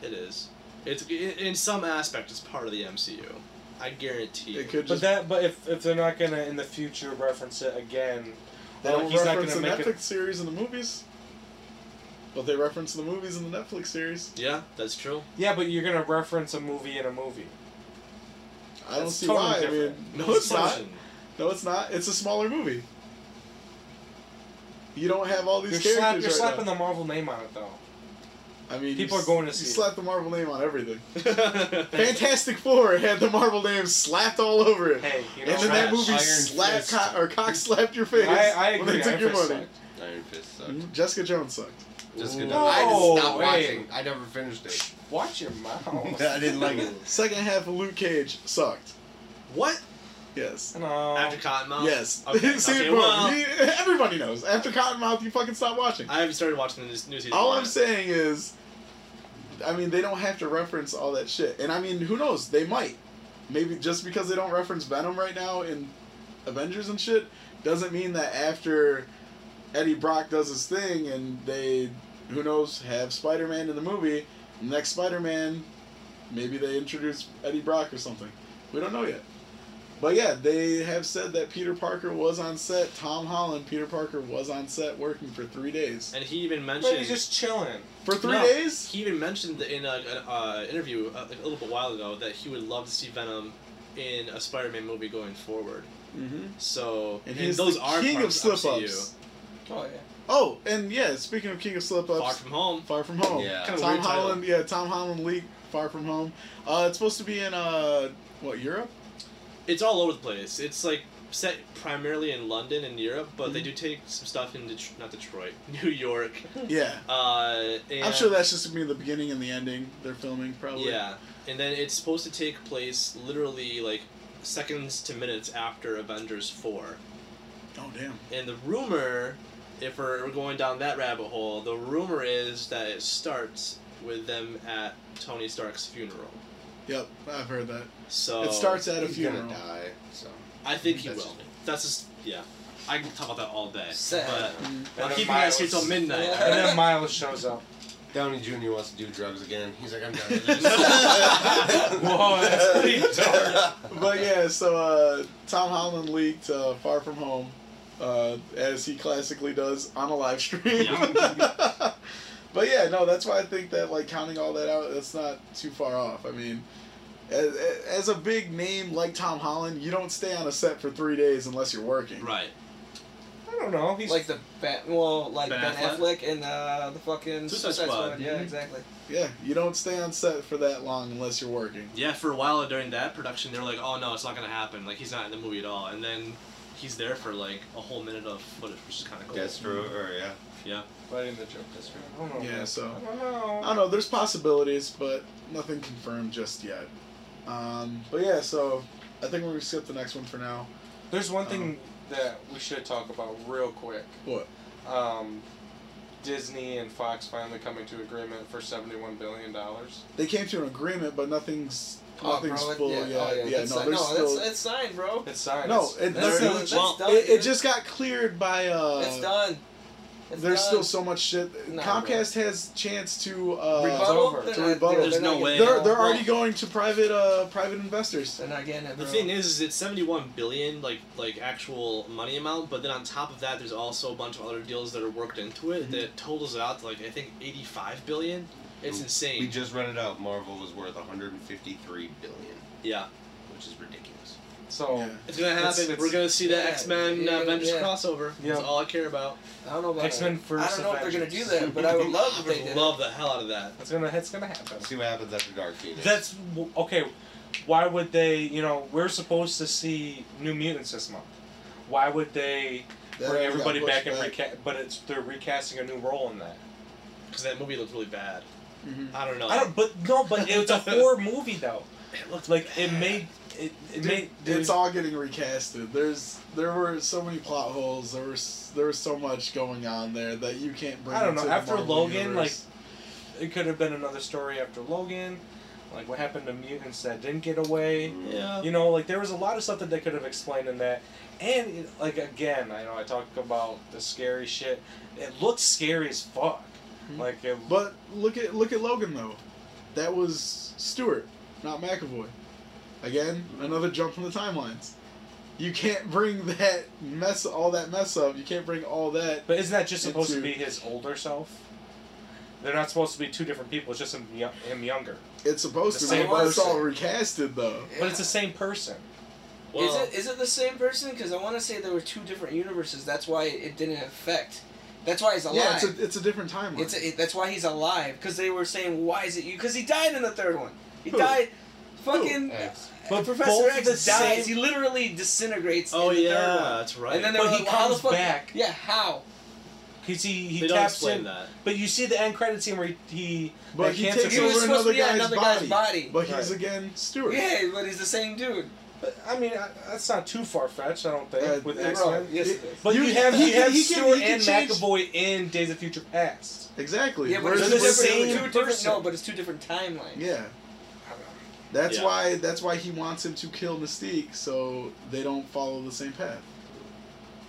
[SPEAKER 6] it is. It's i- in some aspect, it's part of the MCU. I guarantee.
[SPEAKER 2] It could
[SPEAKER 1] But
[SPEAKER 2] just
[SPEAKER 1] that but if, if they're not gonna in the future reference it again,
[SPEAKER 2] They
[SPEAKER 1] or
[SPEAKER 2] don't
[SPEAKER 1] he's not
[SPEAKER 2] reference
[SPEAKER 1] gonna
[SPEAKER 2] the
[SPEAKER 1] make
[SPEAKER 2] Netflix series in the movies. But they reference the movies in the Netflix series.
[SPEAKER 6] Yeah, that's true.
[SPEAKER 1] it. Yeah, but you're gonna reference a movie in a movie.
[SPEAKER 2] I don't
[SPEAKER 1] That's
[SPEAKER 2] see
[SPEAKER 1] totally
[SPEAKER 2] why. I
[SPEAKER 1] different.
[SPEAKER 2] mean, no, it's not.
[SPEAKER 6] assumption.
[SPEAKER 2] No, it's not. It's a smaller movie. You don't have all
[SPEAKER 1] You're,
[SPEAKER 2] these
[SPEAKER 1] slap,
[SPEAKER 2] characters
[SPEAKER 1] you're
[SPEAKER 2] right
[SPEAKER 1] slapping
[SPEAKER 2] now.
[SPEAKER 1] the Marvel name on it though.
[SPEAKER 2] I mean, you
[SPEAKER 1] people are
[SPEAKER 2] s-
[SPEAKER 1] going to
[SPEAKER 2] you
[SPEAKER 1] see it.
[SPEAKER 2] slap the Marvel name on everything. Fantastic Four had the Marvel name slapped all over it,
[SPEAKER 1] Hey, you
[SPEAKER 2] and
[SPEAKER 1] know
[SPEAKER 2] then that
[SPEAKER 1] what?
[SPEAKER 2] movie
[SPEAKER 4] Iron
[SPEAKER 2] slapped
[SPEAKER 4] Fist.
[SPEAKER 2] co- or cock slapped your face
[SPEAKER 1] I, I
[SPEAKER 2] when
[SPEAKER 1] agree.
[SPEAKER 2] they took
[SPEAKER 1] I
[SPEAKER 2] your
[SPEAKER 1] fist
[SPEAKER 2] money.
[SPEAKER 4] Iron Fist sucked.
[SPEAKER 2] Mhm. Jessica Jones sucked.
[SPEAKER 4] Just good.
[SPEAKER 1] No,
[SPEAKER 4] I just stopped
[SPEAKER 1] wait.
[SPEAKER 4] watching. I never finished it.
[SPEAKER 1] sucked. Watch your mouth.
[SPEAKER 4] I didn't like it.
[SPEAKER 2] Second half of Luke Cage sucked.
[SPEAKER 6] What?
[SPEAKER 2] Yes.
[SPEAKER 1] No.
[SPEAKER 6] After Cottonmouth?
[SPEAKER 2] Oh, Yes.
[SPEAKER 6] Okay.
[SPEAKER 2] See,
[SPEAKER 6] okay,
[SPEAKER 2] bro,
[SPEAKER 6] well,
[SPEAKER 2] you- everybody knows. After Cottonmouth, you fucking stop watching.
[SPEAKER 6] I haven't started watching the new new season.
[SPEAKER 2] All
[SPEAKER 6] yet.
[SPEAKER 2] I'm saying is, I mean, they don't have to reference all that shit. And I mean, who knows? They might. Maybe just because they don't reference Venom right now in Avengers and shit doesn't mean that after Eddie Brock does his thing and they, who knows, have Spider Man in the movie, next Spider Man, maybe they introduce Eddie Brock or something. We don't know yet. But yeah, they have said that Peter Parker was on set. Tom Holland, Peter Parker was on set working for three days.
[SPEAKER 6] And he even
[SPEAKER 1] But
[SPEAKER 6] mentioned.
[SPEAKER 1] he's just chilling.
[SPEAKER 2] For three
[SPEAKER 6] No,
[SPEAKER 2] days?
[SPEAKER 6] He even mentioned in an uh, interview a, a little bit while ago that he would love to see Venom in a Spider-Man movie going forward.
[SPEAKER 2] Mm-hmm.
[SPEAKER 6] So
[SPEAKER 2] And he's
[SPEAKER 6] those
[SPEAKER 2] the
[SPEAKER 6] are
[SPEAKER 2] king of
[SPEAKER 6] parts
[SPEAKER 2] slip
[SPEAKER 6] MCU.
[SPEAKER 2] ups.
[SPEAKER 5] Oh yeah.
[SPEAKER 2] Oh, and yeah, speaking of king of slip
[SPEAKER 6] Far
[SPEAKER 2] ups,
[SPEAKER 6] from home.
[SPEAKER 2] Far From Home.
[SPEAKER 4] Yeah.
[SPEAKER 6] Kinda
[SPEAKER 2] Tom
[SPEAKER 6] weird title.
[SPEAKER 2] Holland, yeah, Tom Holland leaked Far From Home. Uh, it's supposed to be in uh, what Europe?
[SPEAKER 6] It's all over the place. It's like set primarily in London and Europe, but they do
[SPEAKER 2] Mm-hmm.
[SPEAKER 6] take some stuff in Det- not Detroit, New York.
[SPEAKER 2] Yeah,
[SPEAKER 6] Uh, and
[SPEAKER 2] I'm sure that's just gonna be the beginning and the ending. They're filming probably.
[SPEAKER 6] Yeah, and then it's supposed to take place literally like seconds to minutes after Avengers Four.
[SPEAKER 2] Oh damn.
[SPEAKER 6] And the rumor, if we're, we're going down that rabbit hole, the rumor is that it starts with them at Tony Stark's funeral.
[SPEAKER 2] Yep, I've heard that.
[SPEAKER 6] So
[SPEAKER 2] it starts at a
[SPEAKER 4] He's gonna
[SPEAKER 2] funeral.
[SPEAKER 4] die. So
[SPEAKER 6] I think he
[SPEAKER 4] That's
[SPEAKER 6] will.
[SPEAKER 4] just
[SPEAKER 6] That's just yeah. I can talk about that all day.
[SPEAKER 5] Sad.
[SPEAKER 2] Mhm.
[SPEAKER 6] But
[SPEAKER 1] And
[SPEAKER 6] I'll
[SPEAKER 1] then
[SPEAKER 6] keep you guys here
[SPEAKER 1] Miles-
[SPEAKER 6] till midnight.
[SPEAKER 5] Yeah.
[SPEAKER 1] And then Miles shows up.
[SPEAKER 4] Downey Jr. wants to do drugs again. He's like, I'm done. with
[SPEAKER 2] Mm-hmm.
[SPEAKER 4] this."
[SPEAKER 1] Whoa, that's pretty dark.
[SPEAKER 2] But yeah, so uh, Tom Holland leaked uh, Far From Home. uh, as he classically does on a live stream.
[SPEAKER 6] Yeah.
[SPEAKER 2] but yeah, no, that's why I think that like counting all that out, that's not too far off. I mean, as, as a big name like Tom Holland, you don't stay on a set for three days unless you're working.
[SPEAKER 6] Right.
[SPEAKER 1] I don't know. He's
[SPEAKER 5] Like the Ben, well, like
[SPEAKER 6] Ben
[SPEAKER 5] Ben,
[SPEAKER 6] Affleck?
[SPEAKER 5] Affleck, and uh, the fucking
[SPEAKER 6] Suicide Squad. Mm-hmm.
[SPEAKER 5] Yeah,
[SPEAKER 1] Mhm.
[SPEAKER 5] exactly.
[SPEAKER 2] Yeah, you don't stay on set for that long unless you're working.
[SPEAKER 6] Yeah, for a while during that production, they were like, "Oh no, it's not gonna happen. Like he's not in the movie at all." And then he's there for like a whole minute of footage, which is kind of cool.
[SPEAKER 4] Destro, or yeah.
[SPEAKER 6] Yeah.
[SPEAKER 1] letting the joke this I don't know.
[SPEAKER 2] Yeah,
[SPEAKER 1] man.
[SPEAKER 2] so-
[SPEAKER 1] I don't
[SPEAKER 2] I don't
[SPEAKER 1] know.
[SPEAKER 2] know. There's possibilities, but nothing confirmed just yet. Um, but yeah, so I think we're gonna skip the next one for now.
[SPEAKER 1] There's one
[SPEAKER 2] Um,
[SPEAKER 1] thing that we should talk about real quick.
[SPEAKER 2] What?
[SPEAKER 1] Um, Disney and Fox finally coming to agreement for seventy-one billion dollars.
[SPEAKER 2] They came to an agreement, but nothing's
[SPEAKER 5] Oh,
[SPEAKER 2] nothing's
[SPEAKER 5] bro,
[SPEAKER 2] full
[SPEAKER 5] yeah,
[SPEAKER 2] yet.
[SPEAKER 5] oh, yeah,
[SPEAKER 2] yeah,
[SPEAKER 5] that's
[SPEAKER 2] no,
[SPEAKER 5] not-
[SPEAKER 2] there's still.
[SPEAKER 5] that's, that's signed, bro.
[SPEAKER 1] It's signed.
[SPEAKER 2] No,
[SPEAKER 1] It's-
[SPEAKER 2] it,
[SPEAKER 5] That's
[SPEAKER 2] there-
[SPEAKER 5] done.
[SPEAKER 6] it's-
[SPEAKER 5] That's done,
[SPEAKER 2] it, it
[SPEAKER 5] dude.
[SPEAKER 2] just got cleared by. Uh,
[SPEAKER 5] It's done. It's
[SPEAKER 2] there's
[SPEAKER 5] done.
[SPEAKER 2] still so much shit.
[SPEAKER 5] Nah,
[SPEAKER 2] Comcast has chance to. Uh,
[SPEAKER 1] Rebut-
[SPEAKER 5] rebuttal.
[SPEAKER 1] over.
[SPEAKER 5] They're
[SPEAKER 2] To
[SPEAKER 5] not-
[SPEAKER 2] rebuttal.
[SPEAKER 5] they're
[SPEAKER 6] There's
[SPEAKER 5] not
[SPEAKER 6] no
[SPEAKER 5] getting
[SPEAKER 6] way.
[SPEAKER 5] it,
[SPEAKER 2] they're
[SPEAKER 5] bro.
[SPEAKER 2] they're already going to private uh, private investors.
[SPEAKER 5] They're not getting it,
[SPEAKER 6] The
[SPEAKER 5] bro.
[SPEAKER 6] thing is, is it's seventy-one billion, like like actual money amount. But then on top of that, there's also a bunch of other deals that are worked into it
[SPEAKER 5] Mm-hmm.
[SPEAKER 6] that totals it out to like I think eighty-five billion. It's
[SPEAKER 4] Mm.
[SPEAKER 6] insane.
[SPEAKER 4] We just read it out. Marvel was worth 153 billion,
[SPEAKER 6] yeah,
[SPEAKER 4] which is ridiculous.
[SPEAKER 5] Oh,
[SPEAKER 1] So
[SPEAKER 2] Yeah.
[SPEAKER 6] it's gonna happen.
[SPEAKER 1] It's- it's-
[SPEAKER 6] We're gonna see that
[SPEAKER 5] Yeah,
[SPEAKER 6] X-Men
[SPEAKER 5] yeah,
[SPEAKER 6] uh, Avengers
[SPEAKER 5] yeah.
[SPEAKER 6] crossover.
[SPEAKER 1] Yeah.
[SPEAKER 6] That's all I care about.
[SPEAKER 5] I don't know about
[SPEAKER 1] X-Men
[SPEAKER 5] it. I
[SPEAKER 1] versus
[SPEAKER 5] don't know if they're gonna do
[SPEAKER 1] Avengers.
[SPEAKER 5] that, but I would love if
[SPEAKER 6] I would
[SPEAKER 5] they did.
[SPEAKER 6] love the hell out of that.
[SPEAKER 1] it's gonna it's gonna happen.
[SPEAKER 4] Let's see what happens after Dark Phoenix.
[SPEAKER 1] That's okay. Why would they? You know, we're supposed to see New Mutants this month. Why would they
[SPEAKER 2] That
[SPEAKER 1] bring
[SPEAKER 2] got
[SPEAKER 1] everybody
[SPEAKER 2] pushed
[SPEAKER 1] back and recast? But it's they're recasting a new role in that.
[SPEAKER 6] Because that movie looked really bad.
[SPEAKER 2] Mhm.
[SPEAKER 6] I don't know.
[SPEAKER 1] I don't. But no. But it's a horror movie though.
[SPEAKER 6] It looked
[SPEAKER 1] Like it made it. It
[SPEAKER 2] Dude,
[SPEAKER 1] made.
[SPEAKER 2] it's all getting recasted. There's there were so many plot holes. There was there was so much going on there that you can't bring.
[SPEAKER 1] I don't
[SPEAKER 2] into
[SPEAKER 1] know.
[SPEAKER 2] the
[SPEAKER 1] After
[SPEAKER 2] Marvel
[SPEAKER 1] Logan,
[SPEAKER 2] universe.
[SPEAKER 1] It could have been another story after Logan. Like what happened to mutants that didn't get away.
[SPEAKER 6] Yeah.
[SPEAKER 1] You know, like there was a lot of stuff that they could have explained in that. And you know, like again, I know I talk about the scary shit. It looked scary as fuck.
[SPEAKER 2] Mhm.
[SPEAKER 1] Like it,
[SPEAKER 2] but look at look at Logan though. That was Stewart, not McAvoy. Again, another jump from the timelines. You can't bring that mess, all that mess up. You can't bring all that.
[SPEAKER 1] but isn't that just supposed to
[SPEAKER 2] Into-
[SPEAKER 1] be his older self? They're not supposed to be two different people. It's just him, yo- him younger.
[SPEAKER 2] It's supposed
[SPEAKER 1] The
[SPEAKER 2] to be,
[SPEAKER 1] same
[SPEAKER 2] but it's all
[SPEAKER 5] person.
[SPEAKER 2] recasted though.
[SPEAKER 5] Yeah.
[SPEAKER 1] But it's the same person.
[SPEAKER 6] Well,
[SPEAKER 5] is it is it the same person? Because I want to say there were two different universes. That's why it didn't affect. That's why he's alive.
[SPEAKER 2] Yeah, it's a it's a different timeline.
[SPEAKER 5] It's a, it, that's why he's alive. Because they were saying, why is it you? Because he died in the third one. He
[SPEAKER 2] Who?
[SPEAKER 5] died. Fucking. uh,
[SPEAKER 4] X.
[SPEAKER 1] But
[SPEAKER 5] Professor
[SPEAKER 1] both
[SPEAKER 5] X
[SPEAKER 1] the same-
[SPEAKER 5] dies. He literally disintegrates.
[SPEAKER 6] oh
[SPEAKER 5] in the
[SPEAKER 6] yeah,
[SPEAKER 5] Third one.
[SPEAKER 6] that's right.
[SPEAKER 5] And then
[SPEAKER 1] But
[SPEAKER 5] they're
[SPEAKER 1] he
[SPEAKER 5] like, how the
[SPEAKER 1] comes
[SPEAKER 5] fuck?
[SPEAKER 1] back.
[SPEAKER 5] Yeah. How?
[SPEAKER 1] Cause he he
[SPEAKER 6] they don't
[SPEAKER 1] taps
[SPEAKER 6] explain
[SPEAKER 1] in.
[SPEAKER 6] that.
[SPEAKER 1] But you see the end credit scene where he he,
[SPEAKER 2] But
[SPEAKER 1] that
[SPEAKER 2] he
[SPEAKER 1] cancer
[SPEAKER 2] takes
[SPEAKER 5] He
[SPEAKER 1] kid-
[SPEAKER 5] was
[SPEAKER 2] over
[SPEAKER 5] supposed to
[SPEAKER 2] another,
[SPEAKER 5] be on
[SPEAKER 2] guy's,
[SPEAKER 5] another
[SPEAKER 2] body,
[SPEAKER 5] guy's body.
[SPEAKER 2] But he's
[SPEAKER 1] Right.
[SPEAKER 2] again Stewart.
[SPEAKER 5] Yeah, but he's the same dude.
[SPEAKER 1] But, I mean, I, that's not too far fetched. I don't think
[SPEAKER 2] Uh,
[SPEAKER 1] with
[SPEAKER 2] yeah,
[SPEAKER 1] X
[SPEAKER 5] Bro,
[SPEAKER 1] Men.
[SPEAKER 5] yes,
[SPEAKER 2] It-
[SPEAKER 5] it is.
[SPEAKER 1] But
[SPEAKER 2] You-
[SPEAKER 1] you, have
[SPEAKER 2] he
[SPEAKER 1] you
[SPEAKER 2] can-
[SPEAKER 1] have
[SPEAKER 2] he can-
[SPEAKER 1] Stewart
[SPEAKER 2] he can
[SPEAKER 1] and
[SPEAKER 2] change-
[SPEAKER 1] McAvoy in Days of Future Past.
[SPEAKER 2] Exactly.
[SPEAKER 5] Yeah, but
[SPEAKER 2] Where's
[SPEAKER 5] it's
[SPEAKER 1] They're
[SPEAKER 5] two
[SPEAKER 1] the
[SPEAKER 2] the
[SPEAKER 1] same
[SPEAKER 5] different, two different.
[SPEAKER 1] person.
[SPEAKER 5] No, but it's two different timelines.
[SPEAKER 2] Yeah. That's
[SPEAKER 6] Yeah.
[SPEAKER 2] why that's why he wants him to kill Mystique so they don't follow the same path.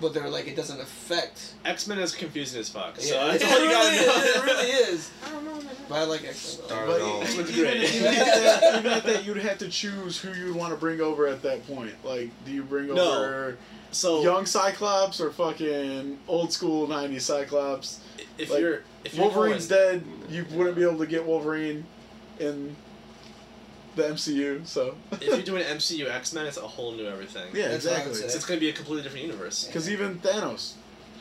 [SPEAKER 5] But they're like, it doesn't affect.
[SPEAKER 6] X Men is confusing as fuck. So
[SPEAKER 5] yeah,
[SPEAKER 6] that's
[SPEAKER 5] it
[SPEAKER 6] all you
[SPEAKER 5] really,
[SPEAKER 6] gotta know.
[SPEAKER 5] It really is.
[SPEAKER 1] I don't know.
[SPEAKER 5] But I like X Men.
[SPEAKER 4] Star
[SPEAKER 2] But e-
[SPEAKER 4] Lord.
[SPEAKER 2] even,
[SPEAKER 6] That's great.
[SPEAKER 2] even at that, even at that, you'd have to choose who you'd want to bring over at that point. Like, do you bring
[SPEAKER 6] No.
[SPEAKER 2] over
[SPEAKER 6] so
[SPEAKER 2] young Cyclops or fucking old school '90s Cyclops?
[SPEAKER 6] if
[SPEAKER 2] like,
[SPEAKER 6] you're if you're
[SPEAKER 2] Wolverine's
[SPEAKER 6] going,
[SPEAKER 2] dead. You wouldn't be able to get Wolverine in the MCU. So
[SPEAKER 6] if you're doing MCU X Men, it's a whole new everything.
[SPEAKER 2] yeah,
[SPEAKER 5] That's what I would
[SPEAKER 2] exactly.
[SPEAKER 5] say.
[SPEAKER 6] So it's gonna be a completely different universe.
[SPEAKER 2] Because even Thanos,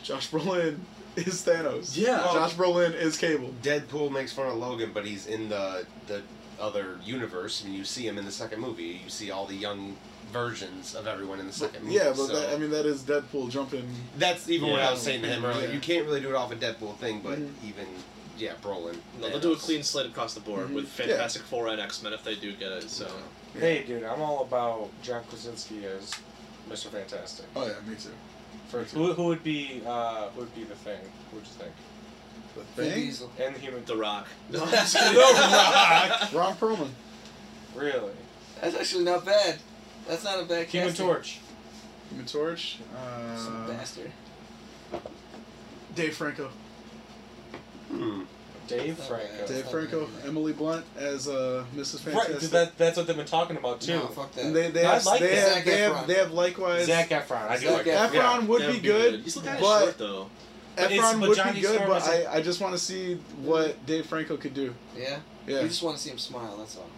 [SPEAKER 2] Josh Brolin is Thanos.
[SPEAKER 6] Yeah.
[SPEAKER 2] Josh Brolin is Cable.
[SPEAKER 4] Deadpool makes fun of Logan, but he's in the the other universe. I mean, you see him in the second movie. You see all the young versions of everyone in the second movie.
[SPEAKER 2] Yeah, but
[SPEAKER 4] so-
[SPEAKER 2] that, I mean that is Deadpool jumping.
[SPEAKER 4] that's even what I was
[SPEAKER 6] Yeah.
[SPEAKER 4] saying to him earlier.
[SPEAKER 2] Yeah.
[SPEAKER 4] You can't really do it off a Deadpool thing, but
[SPEAKER 2] Mhm.
[SPEAKER 4] even yeah, Brolin.
[SPEAKER 6] No, they'll do a
[SPEAKER 4] Thanos.
[SPEAKER 6] clean slate across the board
[SPEAKER 2] Mhm.
[SPEAKER 1] Mm-hmm.
[SPEAKER 6] with
[SPEAKER 2] Yeah.
[SPEAKER 6] Fantastic Four and X Men if they do get it. So
[SPEAKER 1] Hey, dude, I'm all about John Krasinski as Mr. Fantastic.
[SPEAKER 2] Oh yeah, me too.
[SPEAKER 1] First, who, who would be uh, who would be the thing? Who would you think?
[SPEAKER 2] The
[SPEAKER 5] Vin
[SPEAKER 2] thing.
[SPEAKER 5] Diesel.
[SPEAKER 1] And the human.
[SPEAKER 6] The Rock.
[SPEAKER 2] No.
[SPEAKER 6] I'm just kidding.
[SPEAKER 2] No, Rock. Ron Perlman.
[SPEAKER 1] Really?
[SPEAKER 5] That's actually not bad. That's not a bad
[SPEAKER 1] Human
[SPEAKER 5] casting.
[SPEAKER 1] Torch.
[SPEAKER 2] Human Torch.
[SPEAKER 5] Some
[SPEAKER 2] Uh,
[SPEAKER 5] bastard.
[SPEAKER 2] Dave Franco.
[SPEAKER 4] Hmm.
[SPEAKER 1] Dave
[SPEAKER 5] Oh,
[SPEAKER 1] Franco.
[SPEAKER 5] yeah.
[SPEAKER 2] Dave Franco, Emily Blunt as uh, Mrs. Fantastic.
[SPEAKER 1] Right, that, that's what they've been talking about too.
[SPEAKER 5] No, fuck that.
[SPEAKER 2] and they, they,
[SPEAKER 1] I
[SPEAKER 2] have,
[SPEAKER 1] like
[SPEAKER 2] they,
[SPEAKER 1] that.
[SPEAKER 2] have,
[SPEAKER 5] Zac
[SPEAKER 2] they have
[SPEAKER 5] Efron.
[SPEAKER 2] they have likewise.
[SPEAKER 1] Zac Efron. I do
[SPEAKER 5] Zac
[SPEAKER 1] like that.
[SPEAKER 5] Efron.
[SPEAKER 1] Yeah.
[SPEAKER 2] Efron would
[SPEAKER 6] That
[SPEAKER 2] be good.
[SPEAKER 6] He's still kind of
[SPEAKER 2] but-
[SPEAKER 6] short though.
[SPEAKER 1] But it's-
[SPEAKER 2] Efron
[SPEAKER 1] but
[SPEAKER 2] would
[SPEAKER 1] Johnny
[SPEAKER 2] be good,
[SPEAKER 1] Storm
[SPEAKER 2] but
[SPEAKER 1] is a-
[SPEAKER 2] I, I just want to see what Dave Franco could do.
[SPEAKER 5] yeah.
[SPEAKER 2] Yeah.
[SPEAKER 5] You just want to see him smile. That's all.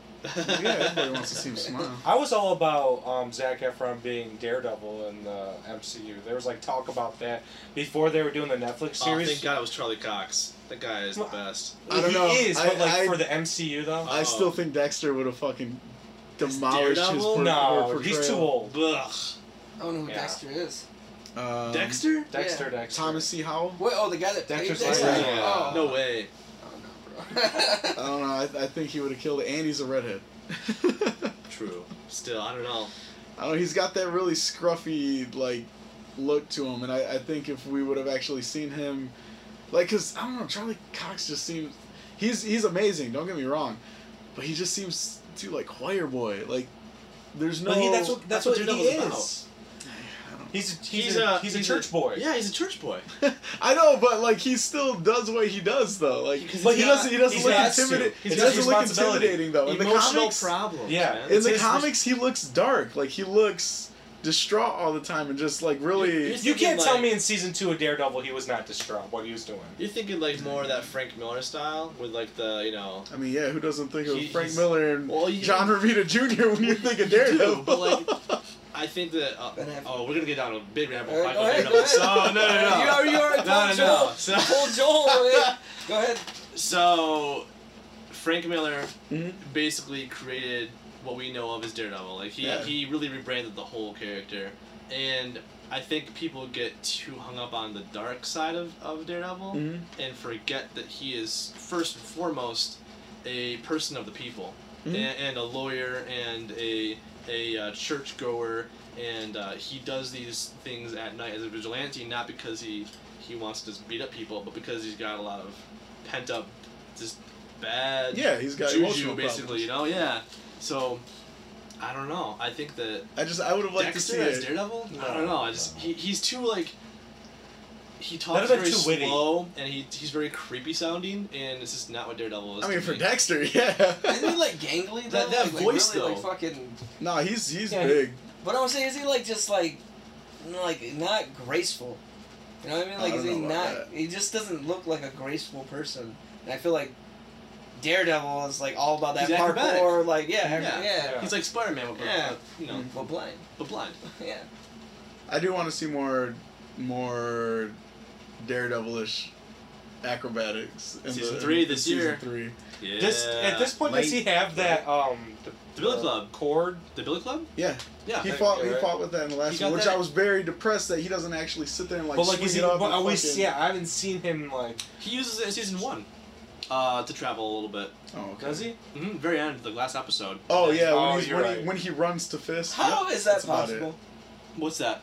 [SPEAKER 2] yeah, everybody wants to see him smile.
[SPEAKER 1] I was all about um, Zac Efron being Daredevil in the MCU. There was like talk about that before they were doing the Netflix
[SPEAKER 6] Oh,
[SPEAKER 1] series.
[SPEAKER 6] thank God it was Charlie Cox. That guy is the best.
[SPEAKER 2] I don't
[SPEAKER 1] he
[SPEAKER 2] know.
[SPEAKER 1] is, but
[SPEAKER 2] I-
[SPEAKER 1] like
[SPEAKER 2] I-
[SPEAKER 1] for the MCU though.
[SPEAKER 2] I still think Dexter would have fucking demolished his
[SPEAKER 6] Daredevil?
[SPEAKER 2] por-
[SPEAKER 1] no,
[SPEAKER 2] por-
[SPEAKER 1] he's too
[SPEAKER 2] portrayal.
[SPEAKER 1] old.
[SPEAKER 6] Ugh.
[SPEAKER 5] I don't know who
[SPEAKER 1] Yeah.
[SPEAKER 5] Dexter is.
[SPEAKER 2] Um,
[SPEAKER 6] Dexter?
[SPEAKER 1] Dexter, Dexter.
[SPEAKER 2] Thomas C. Howell.
[SPEAKER 5] What? Oh, the guy that played
[SPEAKER 1] Dexter's
[SPEAKER 5] Dexter.
[SPEAKER 2] like-
[SPEAKER 5] Oh.
[SPEAKER 6] No way.
[SPEAKER 5] Oh, no,
[SPEAKER 2] I
[SPEAKER 5] bro.
[SPEAKER 2] don't know. I, I think he would have killed it, and he's a redhead. I
[SPEAKER 6] True. Still, I don't know.
[SPEAKER 2] don't know. He's got that really scruffy like look to him, and I, I think if we would have actually seen him, like, cause I don't know, Charlie Cox just seems he's he's amazing. Don't get me wrong, but he just seems too like choir boy. Like, there's no.
[SPEAKER 1] But he, that's what that's,
[SPEAKER 6] that's
[SPEAKER 1] what,
[SPEAKER 6] what
[SPEAKER 1] he
[SPEAKER 6] Daredevil's
[SPEAKER 1] is. He's a, he's,
[SPEAKER 6] He's
[SPEAKER 1] a,
[SPEAKER 6] a-
[SPEAKER 1] he's a
[SPEAKER 6] he's
[SPEAKER 1] church
[SPEAKER 6] a-
[SPEAKER 1] boy.
[SPEAKER 6] Yeah, he's a church boy.
[SPEAKER 2] I know, but like he still does what he does though. Like,
[SPEAKER 6] Because
[SPEAKER 2] but he
[SPEAKER 6] he's
[SPEAKER 2] doesn't. He doesn't
[SPEAKER 1] he's
[SPEAKER 2] look
[SPEAKER 1] got to.
[SPEAKER 2] intimidating. He
[SPEAKER 1] It's his
[SPEAKER 2] doesn't look
[SPEAKER 1] responsibility.
[SPEAKER 2] intimidating though. In the
[SPEAKER 6] Emotional
[SPEAKER 2] comics,
[SPEAKER 6] problems.
[SPEAKER 1] Yeah.
[SPEAKER 6] man.
[SPEAKER 2] in
[SPEAKER 6] It's
[SPEAKER 2] the
[SPEAKER 6] his
[SPEAKER 2] comics, he looks dark. Like he looks distraught all the time and just like really.
[SPEAKER 6] He's
[SPEAKER 1] You can't
[SPEAKER 6] thinking,
[SPEAKER 1] tell
[SPEAKER 6] like-
[SPEAKER 1] me in season two of Daredevil he was not distraught what he was doing.
[SPEAKER 6] You're thinking like more of that Frank Miller style with like the you know.
[SPEAKER 2] I mean, yeah, who doesn't think of
[SPEAKER 6] He-
[SPEAKER 2] Frank
[SPEAKER 6] he's-
[SPEAKER 2] Miller and
[SPEAKER 6] Well, you-
[SPEAKER 2] John Romita Jr. when you think of Daredevil?
[SPEAKER 6] do, but, like- I think that uh,
[SPEAKER 5] Ben Affleck.
[SPEAKER 6] oh we're gonna get down to a big rabbit
[SPEAKER 5] All
[SPEAKER 6] hole.
[SPEAKER 5] right, go ahead, go
[SPEAKER 6] Daredevil. Oh, So no
[SPEAKER 5] ahead.
[SPEAKER 6] no no.
[SPEAKER 5] You already- you already
[SPEAKER 6] no,
[SPEAKER 5] told
[SPEAKER 6] no, no.
[SPEAKER 5] Joel.
[SPEAKER 6] So,
[SPEAKER 5] Old Joel, man. Go ahead.
[SPEAKER 6] so Frank Miller
[SPEAKER 2] Mhm.
[SPEAKER 6] basically created what we know of as Daredevil. Like he
[SPEAKER 2] Yeah.
[SPEAKER 6] he really rebranded the whole character, and I think people get too hung up on the dark side of of Daredevil
[SPEAKER 5] Mm-hmm.
[SPEAKER 2] Mhm.
[SPEAKER 6] and forget that he is first and foremost a person of the people
[SPEAKER 2] Mhm.
[SPEAKER 6] a- and, a lawyer and a a uh, churchgoer and uh, he does these things at night as a vigilante not because he he wants to just beat up people but because he's got a lot of pent up just bad
[SPEAKER 2] Yeah, he's got
[SPEAKER 6] juju
[SPEAKER 2] emotional
[SPEAKER 6] basically you know yeah so I don't know I think that
[SPEAKER 2] I just I would have liked
[SPEAKER 6] Dexter
[SPEAKER 2] to
[SPEAKER 6] as
[SPEAKER 2] see it.
[SPEAKER 6] Daredevil?
[SPEAKER 1] No.
[SPEAKER 6] I don't know. I just he, he's too like he
[SPEAKER 1] That'd
[SPEAKER 6] talks
[SPEAKER 1] have
[SPEAKER 6] very
[SPEAKER 1] been too witty.
[SPEAKER 6] slow and he he's very creepy sounding and it's just not what Daredevil is.
[SPEAKER 2] I
[SPEAKER 6] to
[SPEAKER 2] mean, for
[SPEAKER 6] me.
[SPEAKER 2] Dexter, yeah.
[SPEAKER 5] Isn't he like gangly? Though?
[SPEAKER 6] That- that
[SPEAKER 5] like,
[SPEAKER 6] voice,
[SPEAKER 5] like, really,
[SPEAKER 6] though.
[SPEAKER 5] Like fucking.
[SPEAKER 2] no, he's he's
[SPEAKER 1] Yeah.
[SPEAKER 2] big.
[SPEAKER 5] But I was saying, is he like just like, like not graceful? You know what I mean?
[SPEAKER 2] I
[SPEAKER 5] Like,
[SPEAKER 2] don't
[SPEAKER 5] is he
[SPEAKER 2] know about
[SPEAKER 5] not? He just doesn't look like a graceful person. And I feel like Daredevil is like all about that
[SPEAKER 6] He's acrobatic.
[SPEAKER 5] parkour. Like, yeah,
[SPEAKER 6] Yeah.
[SPEAKER 5] yeah, yeah.
[SPEAKER 6] He's like Spider Man but,
[SPEAKER 5] Yeah. Mm-hmm.
[SPEAKER 6] but, you know,
[SPEAKER 5] Well, blind.
[SPEAKER 6] but blind.
[SPEAKER 5] Yeah.
[SPEAKER 2] I do want to see more more Daredevilish acrobatics. In
[SPEAKER 6] Season
[SPEAKER 2] the,
[SPEAKER 6] three
[SPEAKER 2] in
[SPEAKER 6] this
[SPEAKER 2] season
[SPEAKER 6] year.
[SPEAKER 2] Three.
[SPEAKER 6] Yeah.
[SPEAKER 1] This at this point does he have that um the,
[SPEAKER 6] The Billy Club.
[SPEAKER 1] cord?
[SPEAKER 6] the Billy Club?
[SPEAKER 2] Yeah,
[SPEAKER 6] Yeah.
[SPEAKER 2] he
[SPEAKER 1] think
[SPEAKER 2] fought.
[SPEAKER 1] you're
[SPEAKER 2] He
[SPEAKER 1] right.
[SPEAKER 2] fought with that in the
[SPEAKER 6] He
[SPEAKER 2] last
[SPEAKER 6] got
[SPEAKER 2] one, which
[SPEAKER 6] that-
[SPEAKER 2] I was very depressed that he doesn't actually sit there and like.
[SPEAKER 1] but like
[SPEAKER 2] swing
[SPEAKER 1] is he?
[SPEAKER 2] it up
[SPEAKER 1] But
[SPEAKER 2] and
[SPEAKER 1] I always
[SPEAKER 2] fucking-
[SPEAKER 1] yeah, I haven't seen him like.
[SPEAKER 6] He uses it in season one. Uh, to travel a little bit.
[SPEAKER 2] Oh, okay.
[SPEAKER 1] Does he?
[SPEAKER 6] hmm very end, the last episode.
[SPEAKER 2] Oh yeah,
[SPEAKER 1] Oh,
[SPEAKER 2] when, he's,
[SPEAKER 1] you're
[SPEAKER 2] when,
[SPEAKER 1] right.
[SPEAKER 2] he, when he runs to fist.
[SPEAKER 5] How
[SPEAKER 2] Yep,
[SPEAKER 5] is that
[SPEAKER 2] that's about it.
[SPEAKER 5] possible?
[SPEAKER 6] What's that?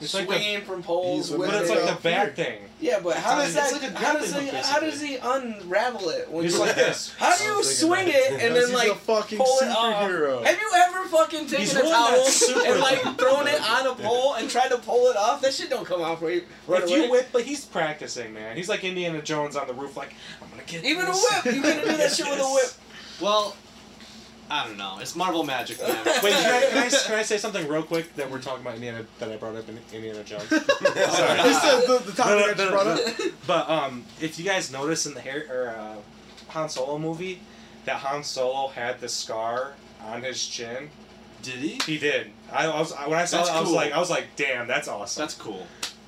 [SPEAKER 1] It's like
[SPEAKER 5] Swinging
[SPEAKER 1] the-
[SPEAKER 5] from poles.
[SPEAKER 2] He's a
[SPEAKER 5] with
[SPEAKER 1] But it's like
[SPEAKER 5] it.
[SPEAKER 1] the bat thing.
[SPEAKER 5] yeah, but how does
[SPEAKER 6] It's
[SPEAKER 5] that?
[SPEAKER 6] like a
[SPEAKER 5] how
[SPEAKER 6] grappling
[SPEAKER 5] does
[SPEAKER 6] hook,
[SPEAKER 5] he? How does
[SPEAKER 6] basically.
[SPEAKER 5] he unravel it? When
[SPEAKER 1] He's
[SPEAKER 5] you-
[SPEAKER 1] like this.
[SPEAKER 5] How do
[SPEAKER 4] I
[SPEAKER 5] you
[SPEAKER 4] was thinking
[SPEAKER 5] swing
[SPEAKER 4] that.
[SPEAKER 5] it and
[SPEAKER 2] Because
[SPEAKER 5] then
[SPEAKER 2] he's
[SPEAKER 5] like
[SPEAKER 2] a fucking
[SPEAKER 5] pull it off?
[SPEAKER 2] superhero.
[SPEAKER 5] Have you ever fucking taken
[SPEAKER 1] He's
[SPEAKER 5] a
[SPEAKER 1] one of that
[SPEAKER 5] towel
[SPEAKER 1] super-
[SPEAKER 5] and like thrown it on a pole and tried to pull it off? That shit don't come off right, right
[SPEAKER 1] if
[SPEAKER 5] away.
[SPEAKER 1] you whip, but he's practicing, man. He's like Indiana Jones on the roof, like I'm gonna get
[SPEAKER 5] Even a
[SPEAKER 1] this."
[SPEAKER 5] whip, you couldn't do that shit with a whip.
[SPEAKER 6] Well, I don't know. It's Marvel magic, man.
[SPEAKER 1] Wait, can I, can, I, can I say something real quick that we're talking about Indiana that I brought up in Indiana Jones? Sorry.
[SPEAKER 2] He said
[SPEAKER 1] No,
[SPEAKER 2] the, the
[SPEAKER 1] no,
[SPEAKER 2] topic I
[SPEAKER 1] no,
[SPEAKER 2] just brought
[SPEAKER 1] no.
[SPEAKER 2] up.
[SPEAKER 1] But um, if you guys notice in the Harry or uh, Han Solo movie, that Han Solo had the scar on his chin.
[SPEAKER 6] Did he?
[SPEAKER 1] He did. I, I was I, when I saw
[SPEAKER 6] That's
[SPEAKER 1] that, I was
[SPEAKER 6] cool.
[SPEAKER 1] like, I was like, damn, that's awesome.
[SPEAKER 6] That's cool.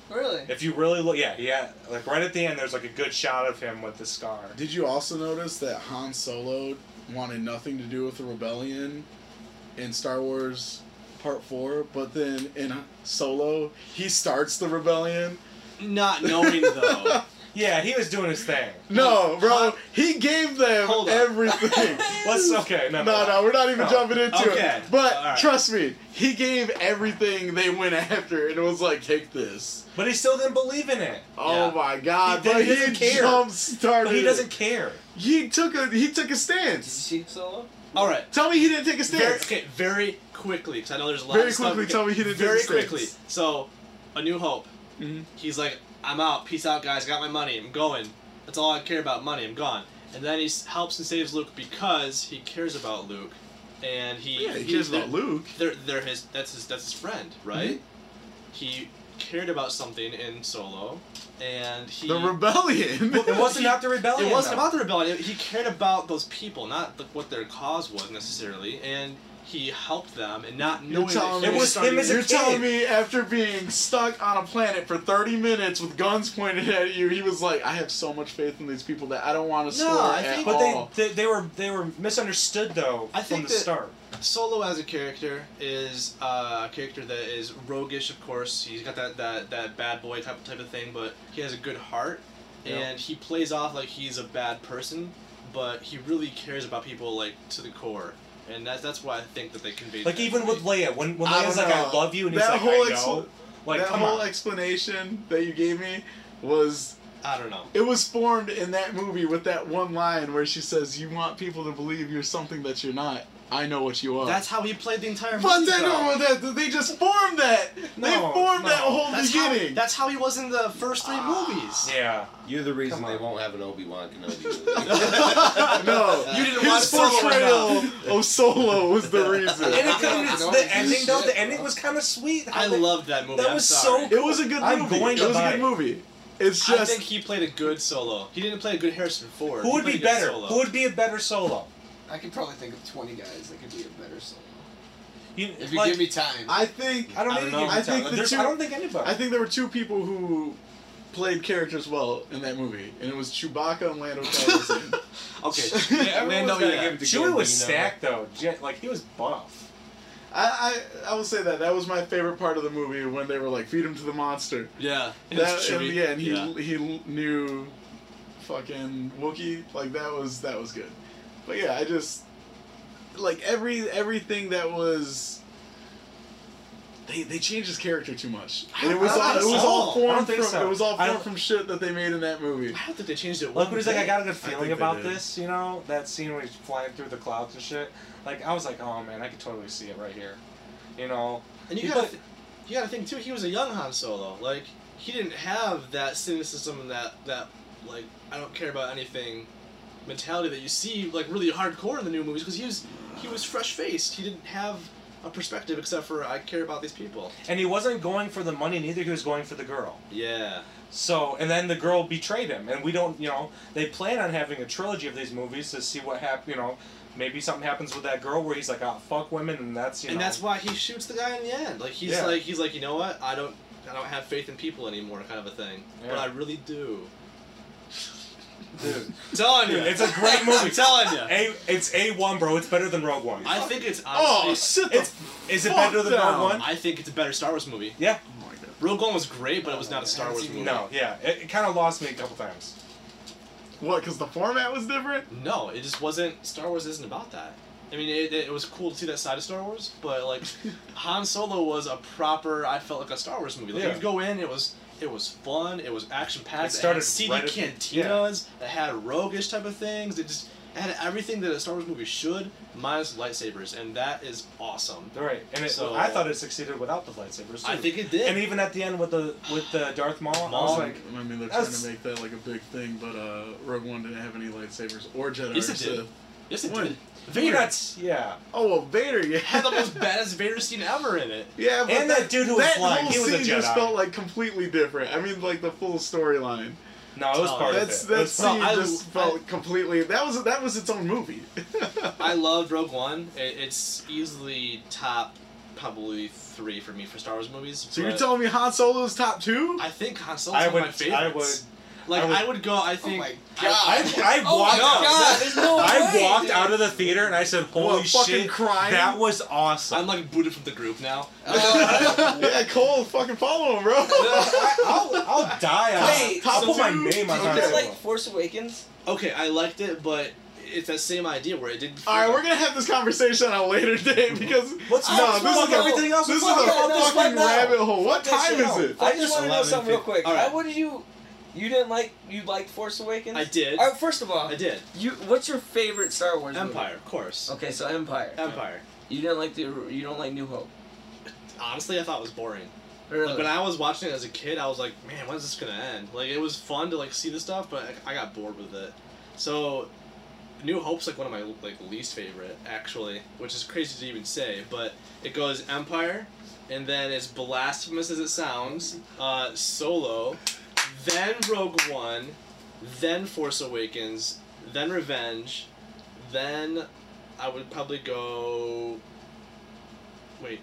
[SPEAKER 5] Really?
[SPEAKER 1] if you really look, yeah, yeah, like right at the end, there's like a good shot of him with the scar.
[SPEAKER 2] Did you also notice that Han Solo wanted nothing to do with the rebellion in Star Wars Part Four, but then in Solo he starts the rebellion?
[SPEAKER 6] Not knowing though.
[SPEAKER 1] Yeah, he was doing his thing.
[SPEAKER 2] No, bro, he gave them
[SPEAKER 6] Hold on.
[SPEAKER 2] everything.
[SPEAKER 1] Let's okay, no,
[SPEAKER 2] No, no, we're not even
[SPEAKER 1] No.
[SPEAKER 2] jumping into
[SPEAKER 6] Okay.
[SPEAKER 2] it. But
[SPEAKER 6] All right.
[SPEAKER 2] trust me, he gave everything they went after, and it was like, take this.
[SPEAKER 1] But he still didn't believe in it.
[SPEAKER 2] Oh
[SPEAKER 6] Yeah.
[SPEAKER 2] my God!
[SPEAKER 1] He did-
[SPEAKER 2] but
[SPEAKER 1] he
[SPEAKER 2] he,
[SPEAKER 1] doesn't care.
[SPEAKER 2] jump started.
[SPEAKER 1] But he
[SPEAKER 2] it.
[SPEAKER 1] doesn't care.
[SPEAKER 2] He took a he took a
[SPEAKER 5] Did you
[SPEAKER 2] stance.
[SPEAKER 5] see solo?
[SPEAKER 6] All right.
[SPEAKER 2] Tell me he didn't take a
[SPEAKER 6] Very,
[SPEAKER 2] stance.
[SPEAKER 6] okay, very quickly, because I know there's a lot
[SPEAKER 2] Very
[SPEAKER 6] of stuff.
[SPEAKER 2] quickly,
[SPEAKER 6] okay,
[SPEAKER 2] tell me he didn't do
[SPEAKER 6] Very
[SPEAKER 2] the stakes. Mm-hmm.
[SPEAKER 6] quickly. So, A New Hope. He's like, I'm out. Peace out, guys. Got my money. I'm going. That's all I care about. Money. I'm gone. And then he s- helps and saves Luke because he cares about Luke, and he
[SPEAKER 4] Yeah, he cares
[SPEAKER 6] they're-
[SPEAKER 4] about Luke.
[SPEAKER 6] They're, they're his. That's his. That's his friend, right?
[SPEAKER 2] Mm-hmm.
[SPEAKER 6] He cared about something in Solo, and he.
[SPEAKER 2] The rebellion.
[SPEAKER 1] It wasn't about the rebellion.
[SPEAKER 6] It wasn't
[SPEAKER 1] though.
[SPEAKER 6] about the rebellion. He cared about those people, not the, what their cause was necessarily, and he helped them, and not
[SPEAKER 2] You're
[SPEAKER 6] knowing
[SPEAKER 2] telling
[SPEAKER 6] that
[SPEAKER 2] me,
[SPEAKER 6] he
[SPEAKER 1] It was him as a
[SPEAKER 2] you're
[SPEAKER 1] kid.
[SPEAKER 2] telling me after being stuck on a planet for 30 minutes with guns pointed at you, he was like, I have so much faith in these people that I don't want to score
[SPEAKER 6] I
[SPEAKER 2] at
[SPEAKER 6] think-
[SPEAKER 1] But
[SPEAKER 2] all.
[SPEAKER 1] they, they they were they were misunderstood though
[SPEAKER 6] I
[SPEAKER 1] from
[SPEAKER 6] think
[SPEAKER 1] the
[SPEAKER 6] that-
[SPEAKER 1] start.
[SPEAKER 6] Solo as a character is uh, a character that is roguish, of course. He's got that, that, that bad boy type type of thing, but he has a good heart,
[SPEAKER 1] Yeah.
[SPEAKER 6] and he plays off like he's a bad person, but he really cares about people like to the core, and that's that's why I think that they conveyed.
[SPEAKER 1] Like
[SPEAKER 6] that
[SPEAKER 1] even with
[SPEAKER 6] movie.
[SPEAKER 1] Leia, when when
[SPEAKER 2] I
[SPEAKER 1] Leia's
[SPEAKER 2] don't
[SPEAKER 1] like, "I
[SPEAKER 2] know.
[SPEAKER 1] love you," and
[SPEAKER 2] That
[SPEAKER 1] he's like,
[SPEAKER 2] whole
[SPEAKER 1] "I
[SPEAKER 2] ex-
[SPEAKER 1] know," like
[SPEAKER 2] that
[SPEAKER 1] come
[SPEAKER 2] whole
[SPEAKER 1] on.
[SPEAKER 2] explanation that you gave me was
[SPEAKER 6] I don't know.
[SPEAKER 2] it was formed in that movie with that one line where she says, "You want people to believe you're something that you're not. I know what you are."
[SPEAKER 6] That's how he played the entire movie.
[SPEAKER 2] but they
[SPEAKER 6] though.
[SPEAKER 2] don't. That, they just formed that. they
[SPEAKER 1] No,
[SPEAKER 2] formed that
[SPEAKER 1] no.
[SPEAKER 2] whole
[SPEAKER 6] That's how,
[SPEAKER 2] beginning.
[SPEAKER 6] that's how he was in the first three
[SPEAKER 1] Ah.
[SPEAKER 6] movies.
[SPEAKER 1] yeah,
[SPEAKER 4] You're the reason
[SPEAKER 1] Come
[SPEAKER 4] they
[SPEAKER 1] on.
[SPEAKER 4] won't have an Obi Wan Kenobi. movie.
[SPEAKER 2] no,
[SPEAKER 6] You didn't watch
[SPEAKER 2] his
[SPEAKER 6] Solo
[SPEAKER 2] portrayal of Solo was the reason.
[SPEAKER 1] and it
[SPEAKER 5] Yeah,
[SPEAKER 1] kind of
[SPEAKER 5] no,
[SPEAKER 1] the
[SPEAKER 5] it's
[SPEAKER 1] ending
[SPEAKER 5] shit,
[SPEAKER 1] though. The
[SPEAKER 5] bro.
[SPEAKER 1] ending was kind of sweet. how
[SPEAKER 6] I
[SPEAKER 1] they-
[SPEAKER 6] loved that movie.
[SPEAKER 1] That
[SPEAKER 6] I'm
[SPEAKER 1] was
[SPEAKER 6] sorry.
[SPEAKER 1] so
[SPEAKER 2] It was a good
[SPEAKER 1] I'm
[SPEAKER 2] movie.
[SPEAKER 1] going
[SPEAKER 2] it
[SPEAKER 1] to
[SPEAKER 2] was a
[SPEAKER 1] buy
[SPEAKER 2] good
[SPEAKER 1] it.
[SPEAKER 2] movie. It's
[SPEAKER 6] I
[SPEAKER 2] just
[SPEAKER 6] think he played a good solo. He didn't play a good Harrison Ford.
[SPEAKER 1] Who
[SPEAKER 6] He
[SPEAKER 1] would
[SPEAKER 6] played
[SPEAKER 1] be
[SPEAKER 6] a good
[SPEAKER 1] better?
[SPEAKER 6] Solo.
[SPEAKER 1] Who would be a better solo?
[SPEAKER 5] I could probably think of 20 guys that could be a better solo.
[SPEAKER 1] You,
[SPEAKER 5] If you
[SPEAKER 1] like,
[SPEAKER 5] give me time.
[SPEAKER 2] I think
[SPEAKER 1] I don't,
[SPEAKER 6] I
[SPEAKER 1] need to
[SPEAKER 6] don't know.
[SPEAKER 1] give you
[SPEAKER 6] I
[SPEAKER 1] time.
[SPEAKER 2] think the
[SPEAKER 1] There's-
[SPEAKER 2] two-
[SPEAKER 1] I don't think anybody.
[SPEAKER 2] I think there were two people who played characters well in that movie, and it was Chewbacca and Lando Calrissian.
[SPEAKER 6] Okay.
[SPEAKER 1] Yeah, everyone's
[SPEAKER 6] Lando,
[SPEAKER 1] gotta
[SPEAKER 6] yeah.
[SPEAKER 1] give it to Chewie was stacked though. Je- like he was buff.
[SPEAKER 2] I, I I will say that that was my favorite part of the movie when they were like feed him to the monster.
[SPEAKER 6] Yeah. and
[SPEAKER 2] That
[SPEAKER 6] it's
[SPEAKER 2] and,
[SPEAKER 6] Chewie.
[SPEAKER 2] yeah, and he he knew fucking Wookiee. Like that was that was good. But yeah, I just like every everything that was they, they changed his character too much.
[SPEAKER 6] I
[SPEAKER 2] And it
[SPEAKER 6] don't-
[SPEAKER 2] was
[SPEAKER 6] I don't
[SPEAKER 2] all, it
[SPEAKER 6] think
[SPEAKER 2] was
[SPEAKER 6] so.
[SPEAKER 2] all
[SPEAKER 1] I
[SPEAKER 2] formed
[SPEAKER 1] don't think
[SPEAKER 2] from
[SPEAKER 1] so.
[SPEAKER 2] it was all
[SPEAKER 1] I don't-
[SPEAKER 2] formed from shit that they made in that movie.
[SPEAKER 6] I don't think they changed it.
[SPEAKER 1] Like
[SPEAKER 6] one
[SPEAKER 1] when he's like, I
[SPEAKER 6] bit.
[SPEAKER 1] got a good
[SPEAKER 2] I think
[SPEAKER 1] feeling
[SPEAKER 2] they
[SPEAKER 1] about
[SPEAKER 2] did.
[SPEAKER 1] this, you know, that scene where he's flying through the clouds and shit. Like I was like, oh man, I could totally see it right here, you know.
[SPEAKER 6] And you
[SPEAKER 1] He
[SPEAKER 6] gotta,
[SPEAKER 1] put-
[SPEAKER 6] you gotta think too. He was a young Han Solo. Like he didn't have that cynicism and that that like I don't care about anything mentality that you see like really hardcore in the new movies because he was he was fresh faced. He didn't have a perspective except for I care about these people.
[SPEAKER 1] And he wasn't going for the money, neither he was going for the girl.
[SPEAKER 6] Yeah.
[SPEAKER 1] So, and then the girl betrayed him, and we don't, you know, they plan on having a trilogy of these movies to see what hap, you know, maybe something happens with that girl where he's like, oh, fuck women, and that's, you
[SPEAKER 6] and
[SPEAKER 1] know.
[SPEAKER 6] that's why he shoots the guy in the end. Like he's
[SPEAKER 1] Yeah.
[SPEAKER 6] like he's like you know what I don't I don't have faith in people anymore kind of a thing. But
[SPEAKER 1] Yeah.
[SPEAKER 6] I really do.
[SPEAKER 1] Dude,
[SPEAKER 6] telling you,
[SPEAKER 1] dude, it's a great movie.
[SPEAKER 6] I'm telling you.
[SPEAKER 1] A, it's A one, bro. It's better than Rogue One.
[SPEAKER 6] I think it's
[SPEAKER 2] Oh,
[SPEAKER 6] honestly.
[SPEAKER 2] sit the
[SPEAKER 1] It's is it
[SPEAKER 2] Fuck
[SPEAKER 1] better than
[SPEAKER 2] down.
[SPEAKER 1] Rogue One?
[SPEAKER 6] I think it's a better Star Wars movie.
[SPEAKER 1] Yeah.
[SPEAKER 2] Oh my god.
[SPEAKER 6] Rogue One was great, but it was not a Star Wars movie.
[SPEAKER 1] No. Yeah. It, it kind of lost me a couple times.
[SPEAKER 2] What? Cause the format was different.
[SPEAKER 6] No, it just wasn't. Star Wars isn't about that. I mean, it, it was cool to see that side of Star Wars, but like, Han Solo was a proper. I felt like a Star Wars movie. Like
[SPEAKER 1] Yeah.
[SPEAKER 6] you'd go in, it was it was fun, it was action packed.
[SPEAKER 1] It
[SPEAKER 6] It,
[SPEAKER 1] started
[SPEAKER 6] had seedy
[SPEAKER 1] right at the-
[SPEAKER 6] cantinas. It had roguish type of things. It just it had everything that a Star Wars movie should, minus lightsabers, and that is awesome.
[SPEAKER 1] All right. And it,
[SPEAKER 6] So-
[SPEAKER 1] I thought it succeeded without the lightsabers. Too.
[SPEAKER 6] I think it did.
[SPEAKER 1] And even at the end with the with the Darth Maul, I was
[SPEAKER 6] Maul.
[SPEAKER 1] like,
[SPEAKER 2] I mean, they're
[SPEAKER 1] That's-
[SPEAKER 2] trying to make that like a big thing, but uh, Rogue One didn't have any lightsabers or Jedi.
[SPEAKER 6] Yes,
[SPEAKER 2] or
[SPEAKER 6] it did.
[SPEAKER 2] Sith.
[SPEAKER 6] yes, it
[SPEAKER 2] What?
[SPEAKER 6] did.
[SPEAKER 1] you're
[SPEAKER 6] Vader
[SPEAKER 1] not. Yeah.
[SPEAKER 2] Oh well, Vader. Yeah.
[SPEAKER 6] had the most badass Vader scene ever in it.
[SPEAKER 2] Yeah, but
[SPEAKER 1] And that dude who was
[SPEAKER 2] that
[SPEAKER 1] flying,
[SPEAKER 2] whole
[SPEAKER 1] he was a
[SPEAKER 2] scene just
[SPEAKER 1] Jedi.
[SPEAKER 2] felt like completely different. I mean, like the full storyline.
[SPEAKER 1] No, it was
[SPEAKER 6] Oh,
[SPEAKER 1] part
[SPEAKER 2] That's
[SPEAKER 1] of it. It
[SPEAKER 2] that
[SPEAKER 1] was part-
[SPEAKER 2] scene
[SPEAKER 6] No, I-
[SPEAKER 2] just felt completely. That was that was its own movie.
[SPEAKER 6] I love Rogue One. It, it's easily top, probably three for me for Star Wars movies.
[SPEAKER 2] so you're
[SPEAKER 6] but
[SPEAKER 2] telling me Han Solo's top two?
[SPEAKER 6] I think Han Solo's
[SPEAKER 1] I
[SPEAKER 6] one
[SPEAKER 1] would.
[SPEAKER 6] of my
[SPEAKER 1] I
[SPEAKER 6] favorites.
[SPEAKER 1] would.
[SPEAKER 6] Like
[SPEAKER 1] I
[SPEAKER 6] I
[SPEAKER 1] would-
[SPEAKER 6] would, go. I
[SPEAKER 5] oh
[SPEAKER 6] think.
[SPEAKER 5] my
[SPEAKER 6] I-
[SPEAKER 5] god.
[SPEAKER 1] I, I
[SPEAKER 5] oh
[SPEAKER 1] walked.
[SPEAKER 5] my
[SPEAKER 6] out.
[SPEAKER 5] god, there's no
[SPEAKER 1] I
[SPEAKER 5] way.
[SPEAKER 1] walked out of the theater and I said, "Holy
[SPEAKER 2] What, fucking
[SPEAKER 1] shit!
[SPEAKER 2] crying?
[SPEAKER 1] That was awesome."
[SPEAKER 6] I'm like booted from the group now.
[SPEAKER 2] yeah, Cole, fucking follow him, bro.
[SPEAKER 1] I'll, I'll die. on-
[SPEAKER 5] Wait,
[SPEAKER 1] I'll
[SPEAKER 5] so
[SPEAKER 1] put my
[SPEAKER 2] dude-
[SPEAKER 1] name on
[SPEAKER 5] Did
[SPEAKER 1] Han
[SPEAKER 2] Okay.
[SPEAKER 5] you
[SPEAKER 1] Solo.
[SPEAKER 5] like Force Awakens?
[SPEAKER 6] Okay, I liked it, but it's that same idea where it didn't.
[SPEAKER 2] All right, we're gonna have this conversation on a later day because
[SPEAKER 1] Let's
[SPEAKER 2] no,
[SPEAKER 1] fuck
[SPEAKER 2] this is
[SPEAKER 1] up
[SPEAKER 2] a,
[SPEAKER 1] everything else.
[SPEAKER 2] This is a
[SPEAKER 1] Fuck it up, this
[SPEAKER 2] fucking
[SPEAKER 5] one now.
[SPEAKER 2] rabbit hole. What
[SPEAKER 5] Fuck
[SPEAKER 2] time
[SPEAKER 5] this
[SPEAKER 2] is
[SPEAKER 5] shit
[SPEAKER 2] it?
[SPEAKER 5] out. I just want to know
[SPEAKER 1] 11,
[SPEAKER 5] something real quick.
[SPEAKER 6] All right.
[SPEAKER 5] How, what did you? You didn't like? You liked Force Awakens?
[SPEAKER 6] I did.
[SPEAKER 5] All right, first of all,
[SPEAKER 6] I did.
[SPEAKER 5] You. What's your favorite Star Wars? movie?
[SPEAKER 6] Empire, of course.
[SPEAKER 5] Okay, so Empire.
[SPEAKER 6] Empire.
[SPEAKER 5] You didn't like the. You don't like New Hope.
[SPEAKER 6] Honestly, I thought it was boring.
[SPEAKER 5] Really?
[SPEAKER 6] Like, when I was watching it as a kid, I was like, man, when's this gonna end? Like it was fun to like see the stuff, but I, I got bored with it. So, New Hope's like one of my like least favorite actually, which is crazy to even say, but it goes Empire, and then as blasphemous as it sounds, uh, Solo, then Rogue One, then Force Awakens, then Revenge, then I would probably go. Wait,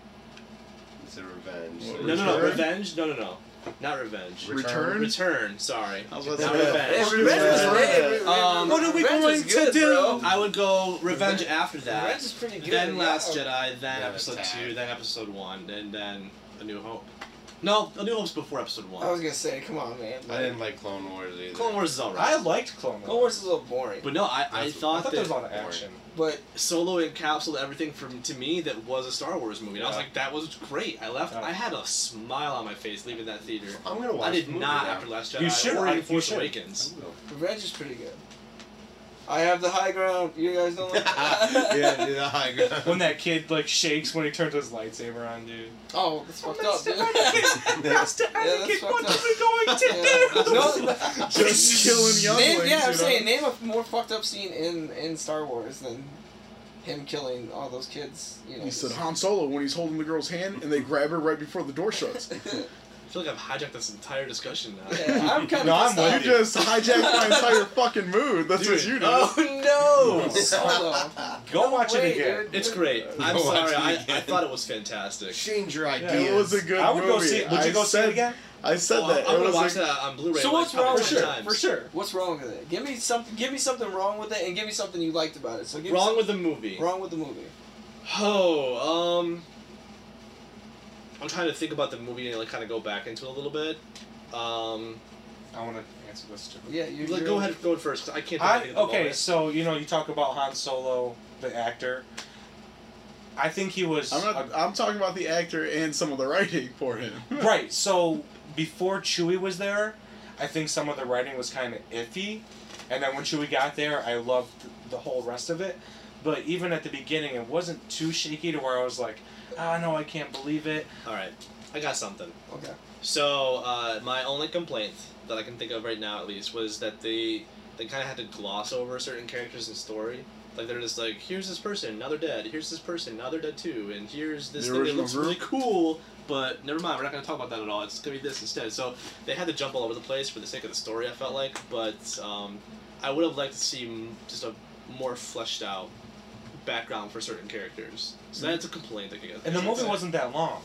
[SPEAKER 4] It's a revenge.
[SPEAKER 2] No,
[SPEAKER 6] no, no, no,
[SPEAKER 2] Return?
[SPEAKER 6] revenge? No, no, no, not revenge.
[SPEAKER 2] Return?
[SPEAKER 6] Return. Sorry.
[SPEAKER 2] I was about to
[SPEAKER 6] Not
[SPEAKER 2] say-
[SPEAKER 6] revenge.
[SPEAKER 2] Revenge was great.
[SPEAKER 6] Um,
[SPEAKER 5] What are we Revenge going was good, to do? bro.
[SPEAKER 6] I would go revenge after that.
[SPEAKER 5] Revenge is pretty good.
[SPEAKER 6] Then
[SPEAKER 5] yeah.
[SPEAKER 6] Last Jedi, then
[SPEAKER 4] Yeah,
[SPEAKER 6] Episode
[SPEAKER 4] that's
[SPEAKER 6] Two,
[SPEAKER 4] bad.
[SPEAKER 6] then Episode One, and then A New Hope. No, A New Hope's before Episode One.
[SPEAKER 5] I was gonna say, come on, man.
[SPEAKER 4] I didn't like Clone Wars either.
[SPEAKER 6] Clone Wars is alright.
[SPEAKER 1] I liked Clone Wars.
[SPEAKER 5] Clone Wars is a little boring,
[SPEAKER 6] But no, I, I
[SPEAKER 4] That's-
[SPEAKER 1] I
[SPEAKER 6] thought,
[SPEAKER 1] thought there was
[SPEAKER 6] that
[SPEAKER 1] a lot of
[SPEAKER 4] Boring.
[SPEAKER 1] action.
[SPEAKER 5] but
[SPEAKER 6] Solo encapsulated everything from to me that was a Star Wars movie. And I was
[SPEAKER 1] Yeah.
[SPEAKER 6] like, that was great. I left.
[SPEAKER 1] Yeah.
[SPEAKER 6] I had a smile on my face leaving that theater.
[SPEAKER 4] I'm gonna watch.
[SPEAKER 6] I did
[SPEAKER 4] the movie
[SPEAKER 6] not
[SPEAKER 4] now.
[SPEAKER 6] after Last Jedi.
[SPEAKER 1] You should,
[SPEAKER 6] Or
[SPEAKER 1] I-
[SPEAKER 6] even
[SPEAKER 1] you
[SPEAKER 6] Force
[SPEAKER 1] should.
[SPEAKER 6] Awakens.
[SPEAKER 5] Revenge is pretty good. I have the high ground. You guys don't like
[SPEAKER 4] yeah, dude, I agree.
[SPEAKER 1] When that kid like shakes when he turns his lightsaber on, dude.
[SPEAKER 5] Oh, that's fucked up, dude.
[SPEAKER 1] Master
[SPEAKER 5] that's fucked up.
[SPEAKER 1] going
[SPEAKER 5] Yeah. No,
[SPEAKER 2] Just killing young
[SPEAKER 5] name, yeah, I'm saying name a more fucked up scene in in Star Wars than him killing all those kids. You know.
[SPEAKER 2] He said Han Solo when he's holding the girl's hand and they grab her right before the door shuts.
[SPEAKER 6] I feel like I've hijacked this entire discussion now.
[SPEAKER 5] Yeah, I'm kind of.
[SPEAKER 1] No, I'm with
[SPEAKER 2] You just hijacked my entire fucking mood. That's what
[SPEAKER 6] Dude,
[SPEAKER 2] you do.
[SPEAKER 5] Oh no!
[SPEAKER 1] No.
[SPEAKER 5] Solo.
[SPEAKER 1] Go watch
[SPEAKER 5] Wait,
[SPEAKER 1] it again.
[SPEAKER 5] dude.
[SPEAKER 6] It's great. I'm
[SPEAKER 4] Watch
[SPEAKER 6] sorry.
[SPEAKER 4] it
[SPEAKER 6] I, I
[SPEAKER 4] again.
[SPEAKER 6] thought it was fantastic.
[SPEAKER 4] Change your ideas.
[SPEAKER 2] It was a good
[SPEAKER 1] I would
[SPEAKER 2] movie.
[SPEAKER 1] go see. Would you
[SPEAKER 2] I
[SPEAKER 1] go
[SPEAKER 2] said,
[SPEAKER 1] see it again?
[SPEAKER 2] I said
[SPEAKER 6] Oh,
[SPEAKER 2] that.
[SPEAKER 6] I'm
[SPEAKER 2] it
[SPEAKER 6] gonna
[SPEAKER 2] was
[SPEAKER 6] watch
[SPEAKER 2] a,
[SPEAKER 6] that on Blu-ray.
[SPEAKER 5] So
[SPEAKER 6] like,
[SPEAKER 5] what's wrong
[SPEAKER 6] probably
[SPEAKER 1] For
[SPEAKER 5] with
[SPEAKER 6] ten
[SPEAKER 1] sure.
[SPEAKER 6] times.
[SPEAKER 1] For sure.
[SPEAKER 5] What's wrong with it? Give me something. Give me something wrong with it, and give me something you liked about it. So give
[SPEAKER 6] Wrong
[SPEAKER 5] me
[SPEAKER 6] with the movie.
[SPEAKER 5] something wrong with the movie.
[SPEAKER 6] Oh, um, I'm trying to think about the movie and like kind of go back into it a little bit. Um,
[SPEAKER 1] I want to answer this too.
[SPEAKER 5] Yeah, you
[SPEAKER 6] like,
[SPEAKER 5] you're-
[SPEAKER 6] go ahead, go first. 'cause I can't. Think of
[SPEAKER 1] I,
[SPEAKER 6] anything at the
[SPEAKER 1] okay,
[SPEAKER 6] moment.
[SPEAKER 1] so you know you talk about Han Solo, the actor. I think he was
[SPEAKER 2] I'm not. I'm talking about the actor and some of the writing for him.
[SPEAKER 1] a- right. So before Chewie was there, I think some of the writing was kind of iffy, and then when Chewie got there, I loved the whole rest of it. But even at the beginning, it wasn't too shaky to where I was like, "Ah, no, I can't believe it."
[SPEAKER 6] All right, I got something.
[SPEAKER 5] Okay.
[SPEAKER 6] So uh, my only complaint that I can think of right now, at least, was that they they kind of had to gloss over certain characters and story. Like they're just like, here's this person, now they're dead. Here's this person, now they're dead too. And here's this
[SPEAKER 2] The
[SPEAKER 6] thing that
[SPEAKER 2] original
[SPEAKER 6] looks
[SPEAKER 2] group?
[SPEAKER 6] really cool, but never mind. We're not gonna talk about that at all. It's gonna be this instead. So they had to jump all over the place for the sake of the story. I felt like, but um, I would have liked to see m- just a more fleshed out background for certain characters. So that's a complaint. I guess.
[SPEAKER 1] And the
[SPEAKER 6] I should
[SPEAKER 1] movie
[SPEAKER 6] say.
[SPEAKER 1] wasn't that long.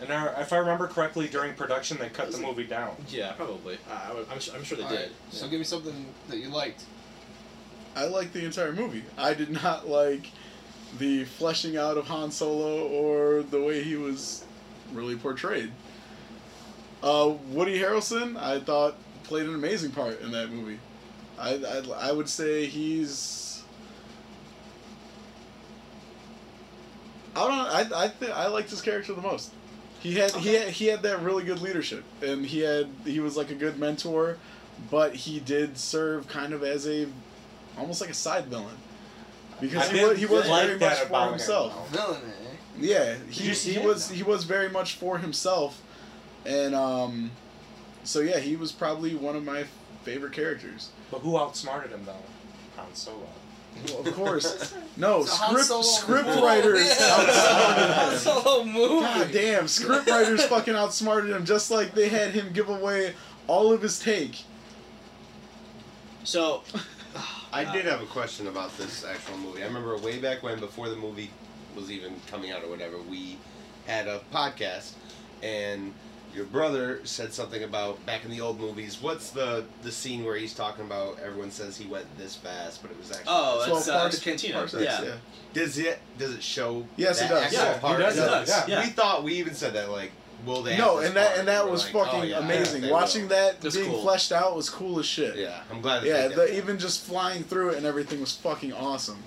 [SPEAKER 1] And I, if I remember correctly, during production they cut the movie down.
[SPEAKER 6] Yeah, probably. I, I, am I'm sure they
[SPEAKER 5] All
[SPEAKER 6] did.
[SPEAKER 5] right, So give me something that you liked.
[SPEAKER 2] I liked the entire movie. I did not like the fleshing out of Han Solo or the way he was really portrayed. Uh, Woody Harrelson, I thought, played an amazing part in that movie. I, I, I would say he's. I don't. I I think I liked his character the most. He had he had he had that really good leadership, and he had he was like a good mentor, but he did serve kind of as a almost like a side villain because
[SPEAKER 1] I
[SPEAKER 2] he
[SPEAKER 1] did
[SPEAKER 2] was, he was
[SPEAKER 1] like
[SPEAKER 2] very
[SPEAKER 1] that
[SPEAKER 2] much
[SPEAKER 1] about
[SPEAKER 2] for
[SPEAKER 1] him,
[SPEAKER 2] himself.
[SPEAKER 5] Villain, eh?
[SPEAKER 2] Yeah,
[SPEAKER 1] Did
[SPEAKER 2] he,
[SPEAKER 1] you see
[SPEAKER 2] he
[SPEAKER 1] it?
[SPEAKER 2] was he was very much for himself, and um, so yeah, he was probably one of my favorite characters.
[SPEAKER 1] But who outsmarted him though? Han Solo.
[SPEAKER 2] Well, of course, no
[SPEAKER 5] It's a Han
[SPEAKER 2] Oh, script
[SPEAKER 5] Solo
[SPEAKER 2] script
[SPEAKER 5] movie.
[SPEAKER 2] writers
[SPEAKER 5] Yeah. Han
[SPEAKER 2] outsmarted him.
[SPEAKER 5] Solo movie.
[SPEAKER 2] God damn, script writers fucking outsmarted him just like they had him give away all of his take.
[SPEAKER 6] So,
[SPEAKER 4] I did have a question about this actual movie. I remember way back when, before the movie was even coming out or whatever, we had a podcast, and your brother said something about back in the old movies. What's the the scene where he's talking about? Everyone says he went this fast, but it was actually.
[SPEAKER 6] oh,
[SPEAKER 2] Well,
[SPEAKER 6] it's, uh,
[SPEAKER 2] Parks-
[SPEAKER 6] it's Cantina.
[SPEAKER 2] Parks,
[SPEAKER 6] yeah.
[SPEAKER 4] Does it does it show?
[SPEAKER 2] Yes,
[SPEAKER 4] that
[SPEAKER 2] it does.
[SPEAKER 4] actual
[SPEAKER 6] Yeah, it
[SPEAKER 4] part?
[SPEAKER 1] does, it
[SPEAKER 4] Yeah.
[SPEAKER 1] does, yeah.
[SPEAKER 4] We thought we even said that like, will they?
[SPEAKER 2] No,
[SPEAKER 4] have this
[SPEAKER 2] and that
[SPEAKER 4] part?
[SPEAKER 2] and that
[SPEAKER 4] We're
[SPEAKER 2] was
[SPEAKER 4] like,
[SPEAKER 2] fucking
[SPEAKER 4] oh, yeah,
[SPEAKER 2] amazing.
[SPEAKER 4] they will.
[SPEAKER 2] Watching that
[SPEAKER 6] That's
[SPEAKER 2] being
[SPEAKER 6] cool.
[SPEAKER 2] fleshed out was cool as shit.
[SPEAKER 4] Yeah, I'm glad. that
[SPEAKER 2] yeah
[SPEAKER 4] they did
[SPEAKER 2] the,
[SPEAKER 4] that.
[SPEAKER 2] even just flying through it and everything was fucking awesome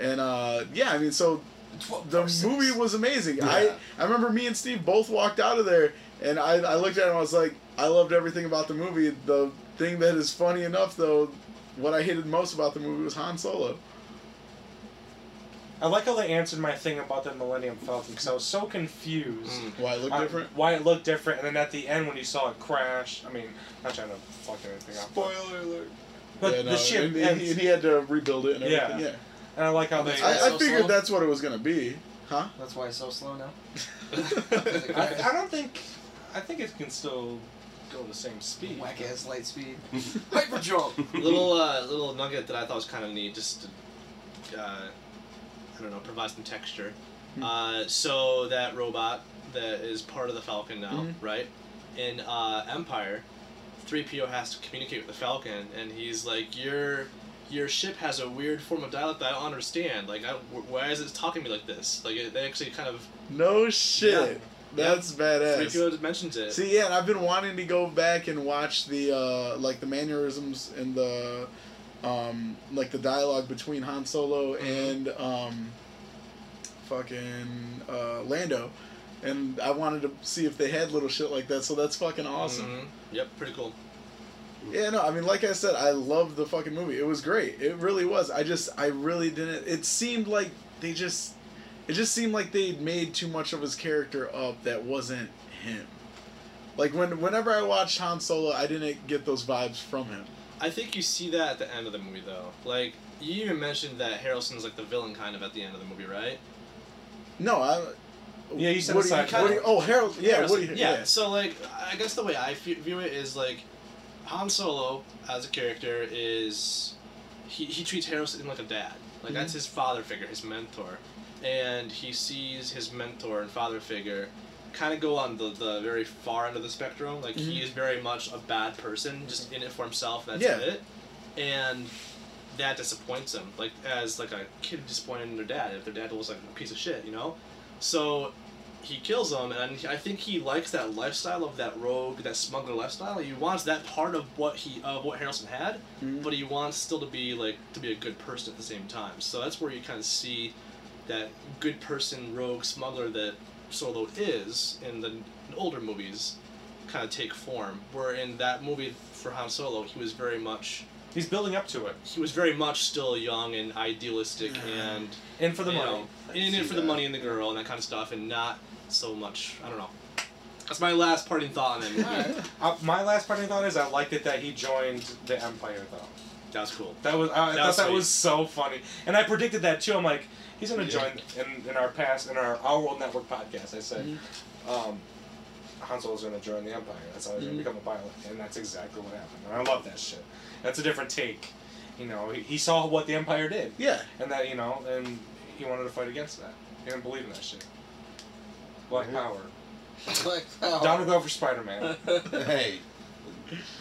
[SPEAKER 2] and uh, yeah i mean so
[SPEAKER 5] Twelve
[SPEAKER 2] the
[SPEAKER 5] parsecs.
[SPEAKER 2] movie was amazing
[SPEAKER 4] Yeah.
[SPEAKER 2] i i remember me and steve both walked out of there and I, I looked at him i was like i loved everything about the movie the thing that is funny enough though what i hated most about the movie was han solo
[SPEAKER 1] I like how they answered my thing about the Millennium Falcon because I was so confused.
[SPEAKER 6] Mm.
[SPEAKER 2] Why it look
[SPEAKER 1] on
[SPEAKER 2] different?
[SPEAKER 1] Why it looked different, and then at the end when you saw it crash, I mean, not trying to fuck anything up. but-
[SPEAKER 2] Spoiler alert.
[SPEAKER 1] But
[SPEAKER 2] yeah,
[SPEAKER 1] the
[SPEAKER 2] no,
[SPEAKER 1] ship
[SPEAKER 2] and, and
[SPEAKER 1] ends,
[SPEAKER 2] he, and he had to rebuild it and
[SPEAKER 1] Yeah.
[SPEAKER 2] everything. Yeah.
[SPEAKER 1] and I like how they.
[SPEAKER 5] That's
[SPEAKER 2] I,
[SPEAKER 5] so
[SPEAKER 2] I figured
[SPEAKER 5] slow.
[SPEAKER 2] that's what it was gonna be, huh?
[SPEAKER 5] That's why it's so slow now.
[SPEAKER 1] I, I don't think. I think it can still go the same speed.
[SPEAKER 5] Whack ass light speed. Hyperdrome.
[SPEAKER 6] little uh, little nugget that I thought was kind of neat, just to, uh, I don't know, provide some texture. Uh, so that robot that is part of the Falcon now,
[SPEAKER 2] Mhm.
[SPEAKER 6] right? In uh, Empire, three PO has to communicate with the Falcon, and he's like, "Your your ship has a weird form of dialect that I don't understand. Like, I, wh- why is it talking to me like this? Like, it, they actually kind of
[SPEAKER 2] No shit. That's
[SPEAKER 6] three
[SPEAKER 2] badass.
[SPEAKER 6] PO mentions it.
[SPEAKER 2] See, yeah, and I've been wanting to go back and watch the uh, like the mannerisms and the um, like the dialogue between Han Solo and um, fucking uh, Lando, and I wanted to see if they had little shit like that. So that's fucking awesome.
[SPEAKER 6] Mhm. Yep, pretty cool.
[SPEAKER 2] Yeah, no, I mean, like I said, I loved the fucking movie. It was great. It really was. I just, I really didn't. It seemed like they just, it just seemed like they made too much of his character up that wasn't him. Like when, whenever I watched Han Solo, I didn't get those vibes from him.
[SPEAKER 6] I think you see that at the end of the movie, though. Like you even mentioned that Harrelson's like the villain kind of at the end of the movie, right?
[SPEAKER 2] No, I.
[SPEAKER 1] Yeah, you said
[SPEAKER 2] Woody,
[SPEAKER 1] aside
[SPEAKER 6] from
[SPEAKER 2] Woody,
[SPEAKER 6] that.
[SPEAKER 2] Oh, Harold. Yeah,
[SPEAKER 6] Harrelson.
[SPEAKER 2] Woody.
[SPEAKER 6] yeah.
[SPEAKER 2] Yeah.
[SPEAKER 6] So like, I guess the way I fe- view it is like, Han Solo as a character is he, he treats Harrelson like a dad. Like that's his father figure, his mentor, and he sees his mentor and father figure kind of go on the, the very far end of the spectrum. Like he is very much a bad person, just in it for himself. That's
[SPEAKER 2] Yeah.
[SPEAKER 6] it. And that disappoints him, like as like a kid disappointed in their dad if their dad was like a piece of shit, you know. So he kills him, and I think he likes that lifestyle of that rogue, that smuggler lifestyle. He wants that part of what he of what Harrelson had, but he wants still to be like to be a good person at the same time. So that's where you kind of see that good person rogue smuggler that Solo is in the in older movies kind of take form. Where in that movie for Han Solo, he was very much
[SPEAKER 1] He's building up to it,
[SPEAKER 6] he was very much still young and idealistic and
[SPEAKER 1] and Mm-hmm. for the
[SPEAKER 6] you
[SPEAKER 1] money.
[SPEAKER 6] know, in
[SPEAKER 2] see
[SPEAKER 6] it for the
[SPEAKER 2] that.
[SPEAKER 6] money and the girl and that kind of stuff, and not so much. I don't know. That's my last parting thought on that movie.
[SPEAKER 1] Uh, my last parting thought is I liked it that he joined the Empire though.
[SPEAKER 6] that was cool.
[SPEAKER 1] That was I
[SPEAKER 6] That
[SPEAKER 1] thought
[SPEAKER 6] was
[SPEAKER 1] that
[SPEAKER 6] sweet.
[SPEAKER 1] was so funny, and I predicted that too. I'm like, he's gonna
[SPEAKER 6] Yeah.
[SPEAKER 1] join in, in our past in our Our World Network podcast. I said,
[SPEAKER 4] Mm-hmm.
[SPEAKER 1] um, Han Solo's gonna join the Empire. That's how he's gonna become a pilot, and that's exactly what happened. And I love that shit. That's a different take. You know, he, he saw what the Empire did,
[SPEAKER 2] Yeah.
[SPEAKER 1] and that you know, and he wanted to fight against that. He didn't believe in that shit. Black
[SPEAKER 4] Mhm.
[SPEAKER 1] Power.
[SPEAKER 5] Like, oh.
[SPEAKER 4] Oh.
[SPEAKER 5] wow.
[SPEAKER 1] Donald Glover Spider Man.
[SPEAKER 4] hey,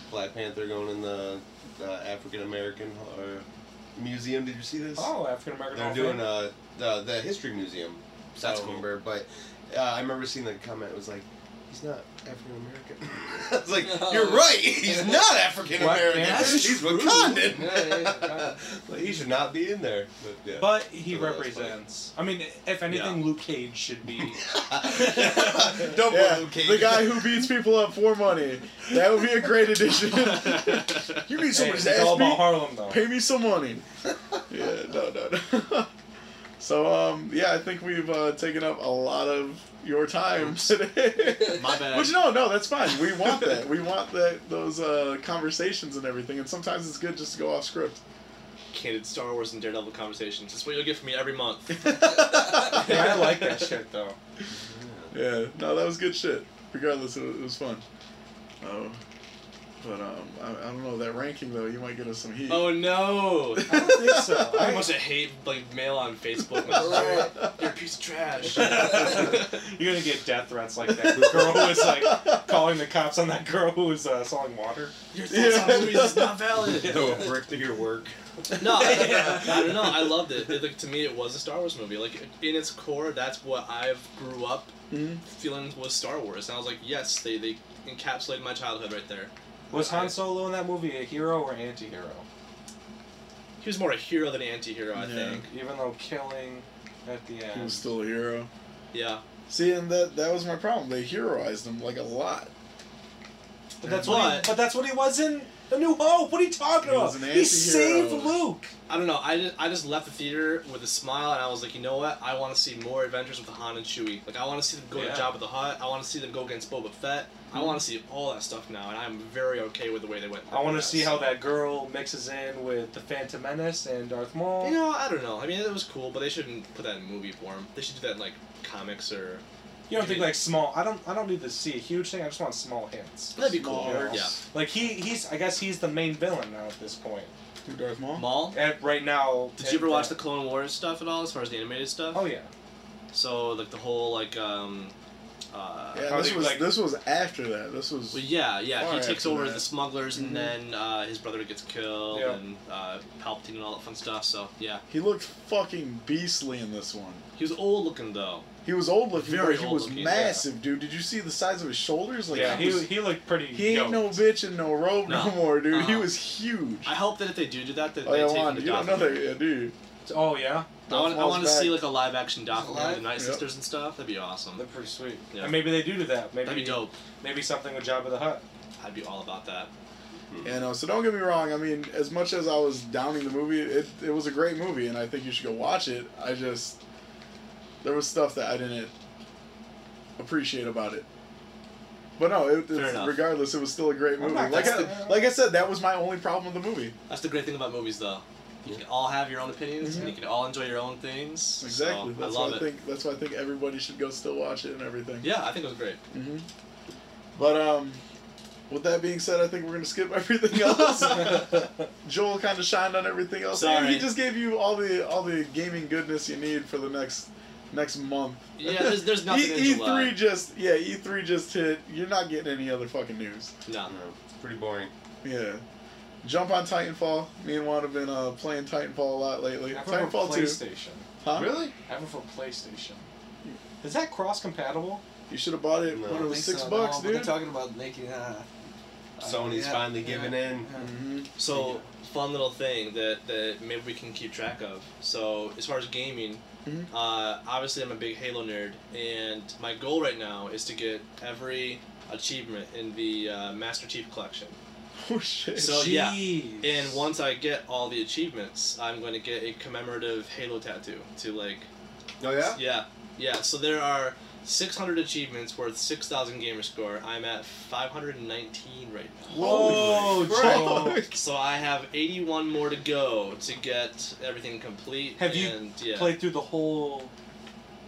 [SPEAKER 4] Black Panther going in the, the African American uh, museum. Did you see this?
[SPEAKER 1] oh, African American.
[SPEAKER 4] They're doing uh, the the history museum. So I
[SPEAKER 6] That's
[SPEAKER 4] don't
[SPEAKER 6] cool.
[SPEAKER 4] remember, but uh, I remember seeing the comment. It was like, he's not African American. I was like, you're right. He's not African American.
[SPEAKER 1] That's
[SPEAKER 4] He's
[SPEAKER 1] true.
[SPEAKER 4] Wakandan.
[SPEAKER 5] Yeah, yeah,
[SPEAKER 4] like, he should not be in there. But, yeah.
[SPEAKER 1] But he
[SPEAKER 4] Oh, that's
[SPEAKER 1] represents. I mean, if anything, Luke Cage should be.
[SPEAKER 4] don't
[SPEAKER 2] Yeah,
[SPEAKER 4] put Luke Cage
[SPEAKER 2] the guy
[SPEAKER 4] in.
[SPEAKER 2] who beats people up for money. That would be a great addition. you mean
[SPEAKER 1] Hey,
[SPEAKER 2] someone's
[SPEAKER 1] it's
[SPEAKER 2] ass
[SPEAKER 1] all
[SPEAKER 2] beat?
[SPEAKER 1] about Harlem, though.
[SPEAKER 2] pay me some money. yeah, no, no, no. so, um, yeah, I think we've uh, taken up a lot of your time today.
[SPEAKER 6] My bad.
[SPEAKER 2] Which no, no, that's fine. We want that. We want that those uh, conversations and everything. And sometimes it's good just to go off script.
[SPEAKER 6] Candid Star Wars and Daredevil conversations. That's what you'll get from me every month.
[SPEAKER 1] Yeah, I like that shit, though.
[SPEAKER 2] Yeah, no, that was good shit. Regardless, it was, it was fun. Oh, but um, I, I don't know that ranking though. You might get us some heat.
[SPEAKER 6] oh no!
[SPEAKER 1] I don't think so.
[SPEAKER 6] I
[SPEAKER 1] I
[SPEAKER 6] must hate like mail on Facebook.
[SPEAKER 5] Right.
[SPEAKER 6] You're a piece of trash.
[SPEAKER 1] You're gonna get death threats like that girl who was like calling the cops on that girl who was uh, selling water.
[SPEAKER 6] Your thoughts on movies is not valid.
[SPEAKER 4] Throw a brick through your work.
[SPEAKER 6] No, I, I don't know. I loved it. it. Like to me, it was a Star Wars movie. Like in its core, that's what I've grew up
[SPEAKER 2] Mhm.
[SPEAKER 6] feeling was Star Wars, and I was like, yes, they they encapsulated my childhood right there.
[SPEAKER 1] Was Han Solo in that movie a hero or anti-hero?
[SPEAKER 6] He was more a hero than an anti-hero, I
[SPEAKER 2] Yeah.
[SPEAKER 6] think.
[SPEAKER 1] Even though killing at the
[SPEAKER 2] He was
[SPEAKER 1] end.
[SPEAKER 2] still a hero.
[SPEAKER 6] Yeah.
[SPEAKER 2] See, and that that was my problem. They heroized him like a lot.
[SPEAKER 1] But that's what. He,
[SPEAKER 6] But-
[SPEAKER 1] but that's what he was in
[SPEAKER 5] A New Hope. What are you talking
[SPEAKER 3] He
[SPEAKER 5] about?
[SPEAKER 3] was an
[SPEAKER 5] He saved
[SPEAKER 3] antihero.
[SPEAKER 5] Luke.
[SPEAKER 6] I don't know. I just, I just left the theater with a smile, and I was like, you know what? I want to see more adventures with Han and Chewie. Like, I want to see them go
[SPEAKER 3] Yeah.
[SPEAKER 6] to Jabba the Hutt. I want to see them go against Boba Fett. I want to see all that stuff now, and I'm very okay with the way they went.
[SPEAKER 1] Hmm. I want to
[SPEAKER 6] Yes.
[SPEAKER 1] see how that girl mixes in with the Phantom Menace and Darth Maul.
[SPEAKER 6] You know, I don't know. I mean, it was cool, but they shouldn't put that in movie form. They should do that in like comics or.
[SPEAKER 1] You don't think like small? I don't. I don't need to see a huge thing. I just want small hints.
[SPEAKER 6] That'd be cool.
[SPEAKER 1] You know?
[SPEAKER 6] Yeah.
[SPEAKER 1] Like he, he's. I guess he's the main villain now at this point.
[SPEAKER 2] Through Darth Maul.
[SPEAKER 6] Maul.
[SPEAKER 1] At, right now.
[SPEAKER 6] Did you ever watch the Clone Wars stuff at all, as far as the animated stuff?
[SPEAKER 1] Oh yeah.
[SPEAKER 6] So like the whole like um, uh,
[SPEAKER 2] Yeah,
[SPEAKER 1] How
[SPEAKER 2] this
[SPEAKER 1] they,
[SPEAKER 2] was
[SPEAKER 1] like-
[SPEAKER 2] this was after that. This was
[SPEAKER 6] Well, yeah, yeah.
[SPEAKER 2] Far
[SPEAKER 6] he takes
[SPEAKER 2] after
[SPEAKER 6] over
[SPEAKER 2] that.
[SPEAKER 6] as the smugglers,
[SPEAKER 2] Mhm.
[SPEAKER 6] and then uh, his brother gets killed,
[SPEAKER 1] Yeah.
[SPEAKER 6] and uh, Palpatine and all that fun stuff. So yeah,
[SPEAKER 2] he looked fucking beastly in this one.
[SPEAKER 6] he was old looking though.
[SPEAKER 2] He was old looking,
[SPEAKER 6] Very
[SPEAKER 2] but he
[SPEAKER 6] old
[SPEAKER 2] was
[SPEAKER 6] looking, yeah.
[SPEAKER 2] massive, dude. Did you see the size of his shoulders? Like
[SPEAKER 1] yeah.
[SPEAKER 2] he,
[SPEAKER 1] He,
[SPEAKER 2] was,
[SPEAKER 1] he looked pretty.
[SPEAKER 2] he ain't
[SPEAKER 1] yoked.
[SPEAKER 2] no bitch in no robe no,
[SPEAKER 6] No.
[SPEAKER 2] more, dude. He
[SPEAKER 6] Uh-uh.
[SPEAKER 2] was huge.
[SPEAKER 6] I hope that if they do do that, that
[SPEAKER 2] oh
[SPEAKER 6] they
[SPEAKER 2] yeah,
[SPEAKER 6] take him
[SPEAKER 2] Juan,
[SPEAKER 6] to
[SPEAKER 2] you don't know
[SPEAKER 6] Gotham.
[SPEAKER 2] that, yeah, dude.
[SPEAKER 1] Oh yeah.
[SPEAKER 6] I want,
[SPEAKER 2] Darth
[SPEAKER 6] I want to
[SPEAKER 2] Maul's
[SPEAKER 6] see
[SPEAKER 2] back.
[SPEAKER 6] like a live action Gotham
[SPEAKER 5] alive?
[SPEAKER 6] with the Night
[SPEAKER 2] Yep.
[SPEAKER 6] Sisters and stuff. That'd be awesome.
[SPEAKER 1] They're pretty sweet.
[SPEAKER 6] Yeah.
[SPEAKER 1] And maybe they do do that. Maybe
[SPEAKER 6] That'd be dope.
[SPEAKER 1] Maybe something with Jabba the Hutt.
[SPEAKER 6] I'd be all about that.
[SPEAKER 2] Yeah, no. uh, So don't get me wrong. I mean, as much as I was downing the movie, it it was a great movie, and I think you should go watch it. I just there was stuff that I didn't appreciate about it. But no, it,
[SPEAKER 6] Fair
[SPEAKER 2] it's,
[SPEAKER 6] enough.
[SPEAKER 2] regardless, it was still a great movie.
[SPEAKER 1] not-
[SPEAKER 2] like, I,
[SPEAKER 1] that's the-
[SPEAKER 2] like I said, that was my only problem with the movie.
[SPEAKER 6] That's the great thing about movies, though. You can all have your own opinions, and you can all enjoy your own things.
[SPEAKER 2] Exactly.
[SPEAKER 6] So,
[SPEAKER 2] that's
[SPEAKER 6] I love
[SPEAKER 2] why I
[SPEAKER 6] it.
[SPEAKER 2] think that's why I think everybody should go still watch it and everything.
[SPEAKER 6] Yeah, I think it was great.
[SPEAKER 2] hmm But um, with that being said, I think we're gonna skip everything else. Joel kind of shined on everything else.
[SPEAKER 6] Sorry.
[SPEAKER 2] And He just gave you all the all the gaming goodness you need for the next next month.
[SPEAKER 6] Yeah, there's- there's nothing in
[SPEAKER 2] E
[SPEAKER 6] July.
[SPEAKER 2] three just yeah E three just hit. You're not getting any other fucking news.
[SPEAKER 6] No.
[SPEAKER 4] No, it's pretty boring.
[SPEAKER 2] Yeah. Jump on Titanfall. Me and Juan have been uh, playing Titanfall a lot lately.
[SPEAKER 1] I have it for
[SPEAKER 2] Titanfall two.
[SPEAKER 1] PlayStation.
[SPEAKER 2] Huh?
[SPEAKER 4] Really?
[SPEAKER 1] I have it for PlayStation. Is that cross compatible?
[SPEAKER 2] You should have bought it
[SPEAKER 4] No.
[SPEAKER 2] when
[SPEAKER 4] I
[SPEAKER 2] it
[SPEAKER 5] don't
[SPEAKER 2] was
[SPEAKER 5] think
[SPEAKER 2] six
[SPEAKER 5] so,
[SPEAKER 2] bucks,
[SPEAKER 5] no, but
[SPEAKER 2] dude.
[SPEAKER 5] They're talking about making. Uh, uh,
[SPEAKER 4] Sony's
[SPEAKER 5] yeah,
[SPEAKER 4] finally
[SPEAKER 5] yeah,
[SPEAKER 4] giving in.
[SPEAKER 5] yeah.
[SPEAKER 2] Mhm.
[SPEAKER 6] So fun little thing that, that maybe we can keep track of. So as far as gaming,
[SPEAKER 2] Mhm.
[SPEAKER 6] uh, obviously I'm a big Halo nerd, and my goal right now is to get every achievement in the uh, Master Chief Collection.
[SPEAKER 2] Oh shit.
[SPEAKER 6] So, yeah.
[SPEAKER 1] Jeez.
[SPEAKER 6] And once I get all the achievements, I'm going to get a commemorative Halo tattoo to like
[SPEAKER 4] Oh yeah.
[SPEAKER 6] yeah, yeah. So there are 600 achievements worth 6,000 gamer score. I'm at 519 right now.
[SPEAKER 1] Whoa,
[SPEAKER 2] Holy
[SPEAKER 1] Joel.
[SPEAKER 2] crap.
[SPEAKER 6] So I have 81 more to go to get everything complete.
[SPEAKER 1] Have you
[SPEAKER 6] and, yeah.
[SPEAKER 1] Played through the whole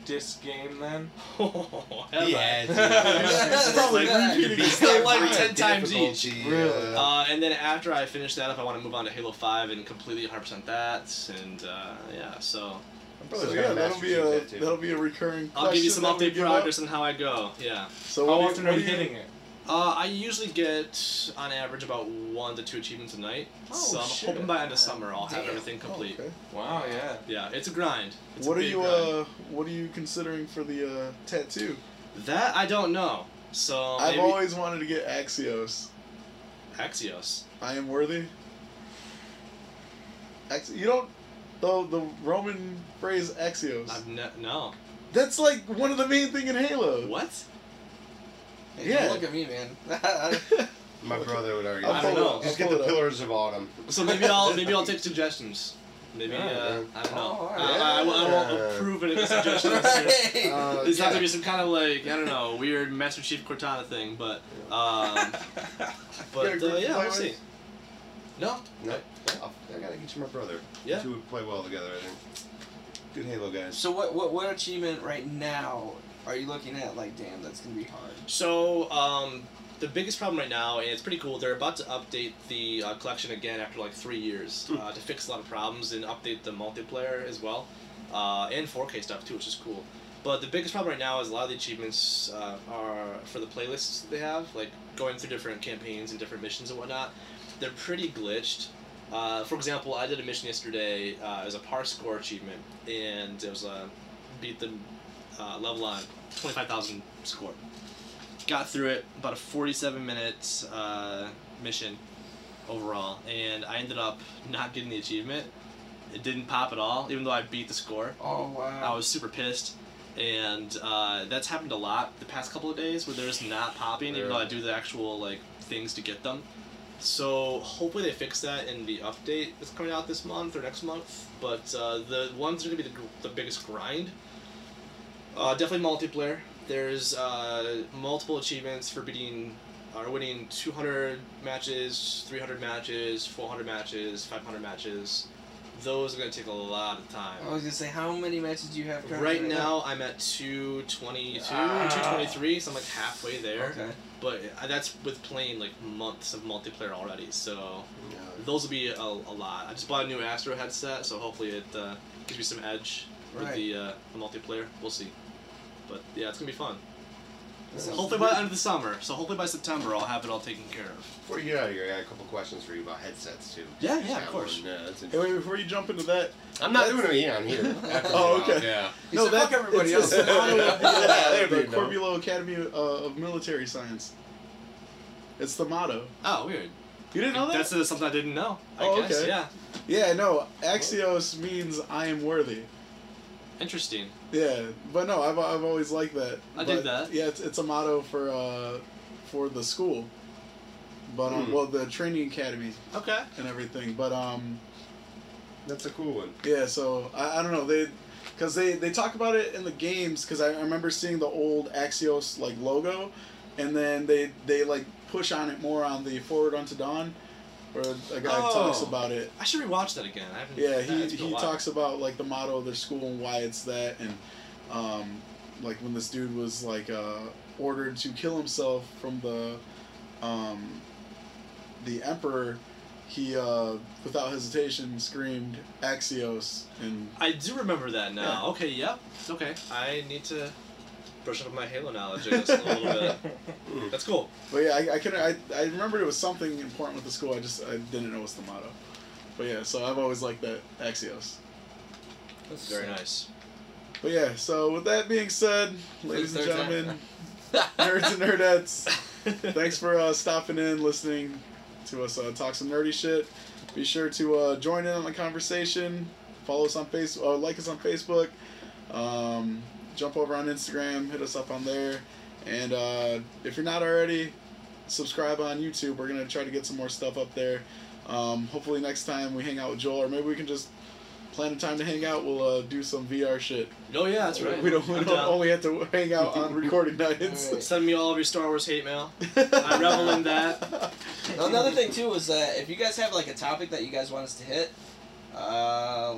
[SPEAKER 1] disc game then?
[SPEAKER 6] Oh, Have I?
[SPEAKER 4] Yeah, dude.
[SPEAKER 2] It's probably
[SPEAKER 5] Yeah.
[SPEAKER 2] repeating the
[SPEAKER 6] It's
[SPEAKER 2] same
[SPEAKER 6] like
[SPEAKER 2] thing.
[SPEAKER 6] 10 times each.
[SPEAKER 4] Difficulty,
[SPEAKER 1] Really?
[SPEAKER 4] uh,
[SPEAKER 6] Uh, and then after I finish that, if I want to move on to Halo 5 and completely 100% that, and uh, yeah, so
[SPEAKER 4] my brother's
[SPEAKER 2] So
[SPEAKER 4] got a
[SPEAKER 2] yeah, that'll
[SPEAKER 4] Master
[SPEAKER 2] be
[SPEAKER 4] Chief
[SPEAKER 2] a
[SPEAKER 4] tattoo.
[SPEAKER 2] that'll be a recurring.
[SPEAKER 6] I'll give you some
[SPEAKER 2] question that we
[SPEAKER 6] update
[SPEAKER 2] give out.
[SPEAKER 6] progress on how I go. Yeah.
[SPEAKER 2] So
[SPEAKER 1] How
[SPEAKER 2] what do
[SPEAKER 1] often
[SPEAKER 2] you,
[SPEAKER 1] are
[SPEAKER 2] what
[SPEAKER 1] you
[SPEAKER 2] do you-
[SPEAKER 1] hitting it?
[SPEAKER 6] Uh, I usually get on average about one to two achievements a night.
[SPEAKER 2] Oh,
[SPEAKER 6] so I'm
[SPEAKER 2] shit.
[SPEAKER 6] hoping by end of summer I'll have
[SPEAKER 5] Damn.
[SPEAKER 6] everything
[SPEAKER 2] Oh,
[SPEAKER 6] complete.
[SPEAKER 2] okay.
[SPEAKER 1] Wow, yeah.
[SPEAKER 6] Yeah, it's a grind. It's a
[SPEAKER 2] What are
[SPEAKER 6] big
[SPEAKER 2] you
[SPEAKER 6] grind.
[SPEAKER 2] uh What are you considering for the uh, tattoo?
[SPEAKER 6] That I don't know. So
[SPEAKER 2] I've
[SPEAKER 6] Oh, maybe
[SPEAKER 2] always wanted to get Axios.
[SPEAKER 6] Axios.
[SPEAKER 2] I am worthy. Ax- you don't. The, the Roman phrase Axios.
[SPEAKER 6] I've ne- no.
[SPEAKER 2] That's like one of the main thing in Halo.
[SPEAKER 6] What?
[SPEAKER 5] Hey,
[SPEAKER 2] Yeah.
[SPEAKER 5] Don't look at me, man. I
[SPEAKER 4] My brother would argue.
[SPEAKER 2] I'll
[SPEAKER 6] I
[SPEAKER 2] pull
[SPEAKER 6] don't
[SPEAKER 2] it
[SPEAKER 6] know.
[SPEAKER 2] up.
[SPEAKER 4] Just
[SPEAKER 2] I'll
[SPEAKER 4] get
[SPEAKER 2] pull
[SPEAKER 4] the
[SPEAKER 2] it up.
[SPEAKER 4] Pillars of Autumn.
[SPEAKER 6] So maybe I'll maybe I'll take suggestions. Maybe
[SPEAKER 1] Yeah,
[SPEAKER 6] uh,
[SPEAKER 4] man.
[SPEAKER 6] I don't
[SPEAKER 5] Oh,
[SPEAKER 6] know.
[SPEAKER 5] alright.
[SPEAKER 6] Uh, I, I won't- I
[SPEAKER 4] Yeah.
[SPEAKER 6] won't approve any suggestions.
[SPEAKER 5] Hey.
[SPEAKER 4] Uh,
[SPEAKER 6] It's not
[SPEAKER 4] yeah.
[SPEAKER 6] gonna be some kind of like I don't know weird Master Chief Cortana thing, but um,
[SPEAKER 2] a
[SPEAKER 6] but
[SPEAKER 2] group
[SPEAKER 6] uh,
[SPEAKER 2] to
[SPEAKER 6] yeah,
[SPEAKER 2] play
[SPEAKER 6] we'll
[SPEAKER 2] with?
[SPEAKER 6] see. No,
[SPEAKER 4] No, I'll- I gotta get you my brother.
[SPEAKER 6] Yeah.
[SPEAKER 4] You two would play well together. I think. Good Halo guys.
[SPEAKER 5] so what, what what achievement right now are you looking at? Like, damn, that's gonna be hard.
[SPEAKER 6] So, um, the biggest problem right now, and it's pretty cool, they're about to update the uh, collection again after like three years uh, to fix a lot of problems and update the multiplayer as well, uh, and 4K stuff too, which is cool. But the biggest problem right now is a lot of the achievements uh, are for the playlists that they have, like going through different campaigns and different missions and whatnot. They're pretty glitched. Uh, for example, I did a mission yesterday uh, as a par score achievement, and it was uh, beat the uh, level on 25,000 score got through it about a 47 minute uh, mission overall and i ended up not getting the achievement it didn't pop at all even though i beat the score
[SPEAKER 5] Oh wow.
[SPEAKER 6] i was super pissed and uh, that's happened a lot the past couple of days where they're just not popping even though i do the actual like things to get them So hopefully they fix that in the update that's coming out this month or next month. But uh, the ones that are gonna be the, the biggest grind. Uh, definitely multiplayer. There's uh, multiple achievements for beating uh, or winning 200 matches, 300 matches, 400 matches, 500 matches. Those are gonna take a lot of time.
[SPEAKER 5] I was gonna say, how many matches do you have currently?
[SPEAKER 6] Right now, I'm at 222,
[SPEAKER 5] Ah.
[SPEAKER 6] 223, so I'm like halfway there.
[SPEAKER 5] Okay.
[SPEAKER 6] But uh, that's with playing like months of multiplayer already, so
[SPEAKER 4] Yeah.
[SPEAKER 6] those will be a, a lot. I just bought a new Astro headset, so hopefully it uh, gives me some edge with
[SPEAKER 5] Right.
[SPEAKER 6] the, uh, the multiplayer. We'll see. But yeah, it's gonna be fun.
[SPEAKER 5] Sounds
[SPEAKER 6] hopefully by the end of the summer. So hopefully by September, I'll have it all taken care of.
[SPEAKER 4] Before you get out of here, I got a couple questions for you about headsets too.
[SPEAKER 6] Yeah,
[SPEAKER 4] Just
[SPEAKER 6] yeah, of
[SPEAKER 4] got
[SPEAKER 6] course.
[SPEAKER 4] one, uh, that's
[SPEAKER 2] Hey, wait,
[SPEAKER 4] interesting.
[SPEAKER 2] before you jump into that,
[SPEAKER 4] I'm not doing it here. I'm here.
[SPEAKER 2] Oh, okay.
[SPEAKER 4] Yeah.
[SPEAKER 5] He said, "Fuck everybody
[SPEAKER 2] it's the
[SPEAKER 5] else."
[SPEAKER 2] Solano- yeah,
[SPEAKER 4] Yeah, there
[SPEAKER 2] the
[SPEAKER 4] you go.
[SPEAKER 2] Corbulo Academy uh, of Military Science. It's the motto.
[SPEAKER 6] Oh, weird.
[SPEAKER 2] You didn't know that?
[SPEAKER 6] That's uh, something I didn't know. I
[SPEAKER 2] Oh,
[SPEAKER 6] guess.
[SPEAKER 2] okay.
[SPEAKER 6] Yeah.
[SPEAKER 2] yeah, no. Axios means I am worthy.
[SPEAKER 6] Interesting.
[SPEAKER 2] Yeah, but no, I've, I've always liked that.
[SPEAKER 6] I
[SPEAKER 2] But,
[SPEAKER 6] dig that.
[SPEAKER 2] Yeah, it's, it's a motto for uh, for the school, but um,
[SPEAKER 4] Hmm.
[SPEAKER 2] well, the training academy
[SPEAKER 6] Okay.
[SPEAKER 2] and everything. But um,
[SPEAKER 4] That's a cool one.
[SPEAKER 2] yeah, so I, I don't know they, cause they they talk about it in the games. Cause I remember seeing the old Axios like logo, and then they they like push on it more on the Forward Unto Dawn, where a guy
[SPEAKER 6] Oh.
[SPEAKER 2] talks about it.
[SPEAKER 6] I should rewatch that again. I haven't.
[SPEAKER 2] Yeah,
[SPEAKER 6] that-
[SPEAKER 2] he,
[SPEAKER 6] it's been a
[SPEAKER 2] he
[SPEAKER 6] while.
[SPEAKER 2] talks about like the motto of their school and why it's that, and um, like when this dude was like uh, ordered to kill himself from the um, the emperor, he uh, without hesitation screamed Axios, and
[SPEAKER 6] I do remember that now.
[SPEAKER 2] Yeah.
[SPEAKER 6] Okay, yep. It's okay. I need to brush up my Halo knowledge I guess, a little bit. That's cool.
[SPEAKER 2] but yeah, I, I can I, I remembered it was something important with the school. I just I didn't know what's the motto, but yeah, so I've always liked that Axios.
[SPEAKER 5] That's
[SPEAKER 6] Very nice.
[SPEAKER 2] But yeah, so with that being said, ladies and
[SPEAKER 5] the third
[SPEAKER 2] gentlemen,
[SPEAKER 5] time.
[SPEAKER 2] nerds and nerdettes. thanks for uh, stopping in, listening to us uh, talk some nerdy shit. Be sure to uh, join in on the conversation. Follow us on Facebook, uh, like us on Facebook. Um, jump over on Instagram, hit us up on there, and uh, if you're not already, subscribe on YouTube. We're gonna try to get some more stuff up there. Um, hopefully next time we hang out with Joel, or maybe we can just plan a time to hang out. We'll uh, do some VR shit.
[SPEAKER 6] Oh yeah, that's right.
[SPEAKER 2] We don't, we
[SPEAKER 6] I'm
[SPEAKER 2] don't
[SPEAKER 6] down.
[SPEAKER 2] only have to hang out on recording nights.
[SPEAKER 6] Send me all of your Star Wars hate mail. I revel in that.
[SPEAKER 5] Another thing too is that if you guys have like a topic that you guys want us to hit, uh,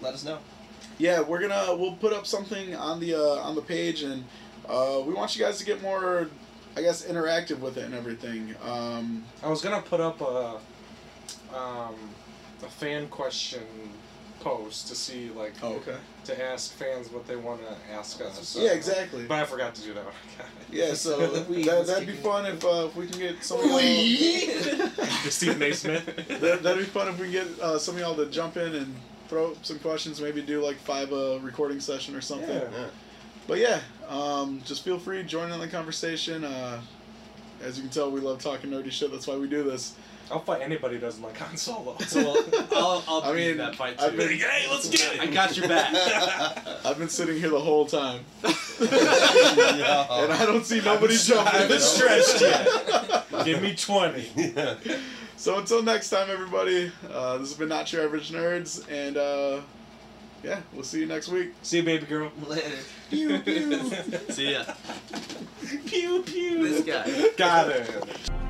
[SPEAKER 5] let us know.
[SPEAKER 2] yeah we're gonna uh, we'll put up something on the uh, on the page and uh, we want you guys to get more i guess interactive with it and everything um,
[SPEAKER 1] I was gonna put up a um, a fan question post to see like to ask fans what they want to ask us. Or something.
[SPEAKER 2] Oh, yeah exactly
[SPEAKER 1] But I forgot to do that.
[SPEAKER 2] yeah so
[SPEAKER 5] We-
[SPEAKER 2] that, that'd be fun if, uh, if we can get some of y'all
[SPEAKER 5] Wee!
[SPEAKER 1] Steve Naismith.
[SPEAKER 2] that, that'd be fun if we can get uh, some of y'all to jump in and throw up some questions maybe do like five a recording session or something
[SPEAKER 1] Yeah.
[SPEAKER 4] Yeah.
[SPEAKER 2] but yeah um, just feel free to join in the conversation uh, as you can tell we love talking nerdy shit that's why we do this
[SPEAKER 1] I'll fight anybody who doesn't like Han Solo.
[SPEAKER 6] So I'll I'll, I'll
[SPEAKER 2] I
[SPEAKER 6] be
[SPEAKER 2] mean,
[SPEAKER 6] in that fight too.
[SPEAKER 2] I've been-
[SPEAKER 1] hey, let's get
[SPEAKER 6] I got your back.
[SPEAKER 2] i've been sitting here the whole time
[SPEAKER 4] No.
[SPEAKER 2] and I don't see nobody jumping.
[SPEAKER 1] haven't stretched yet. Give me twenty.
[SPEAKER 2] So until next time, everybody, uh, this has been Not Your Average Nerds, and uh, yeah, we'll see you next week.
[SPEAKER 1] See you, baby girl.
[SPEAKER 5] Later.
[SPEAKER 1] Pew pew.
[SPEAKER 6] See ya.
[SPEAKER 1] pew pew.
[SPEAKER 5] This guy.
[SPEAKER 1] Got it.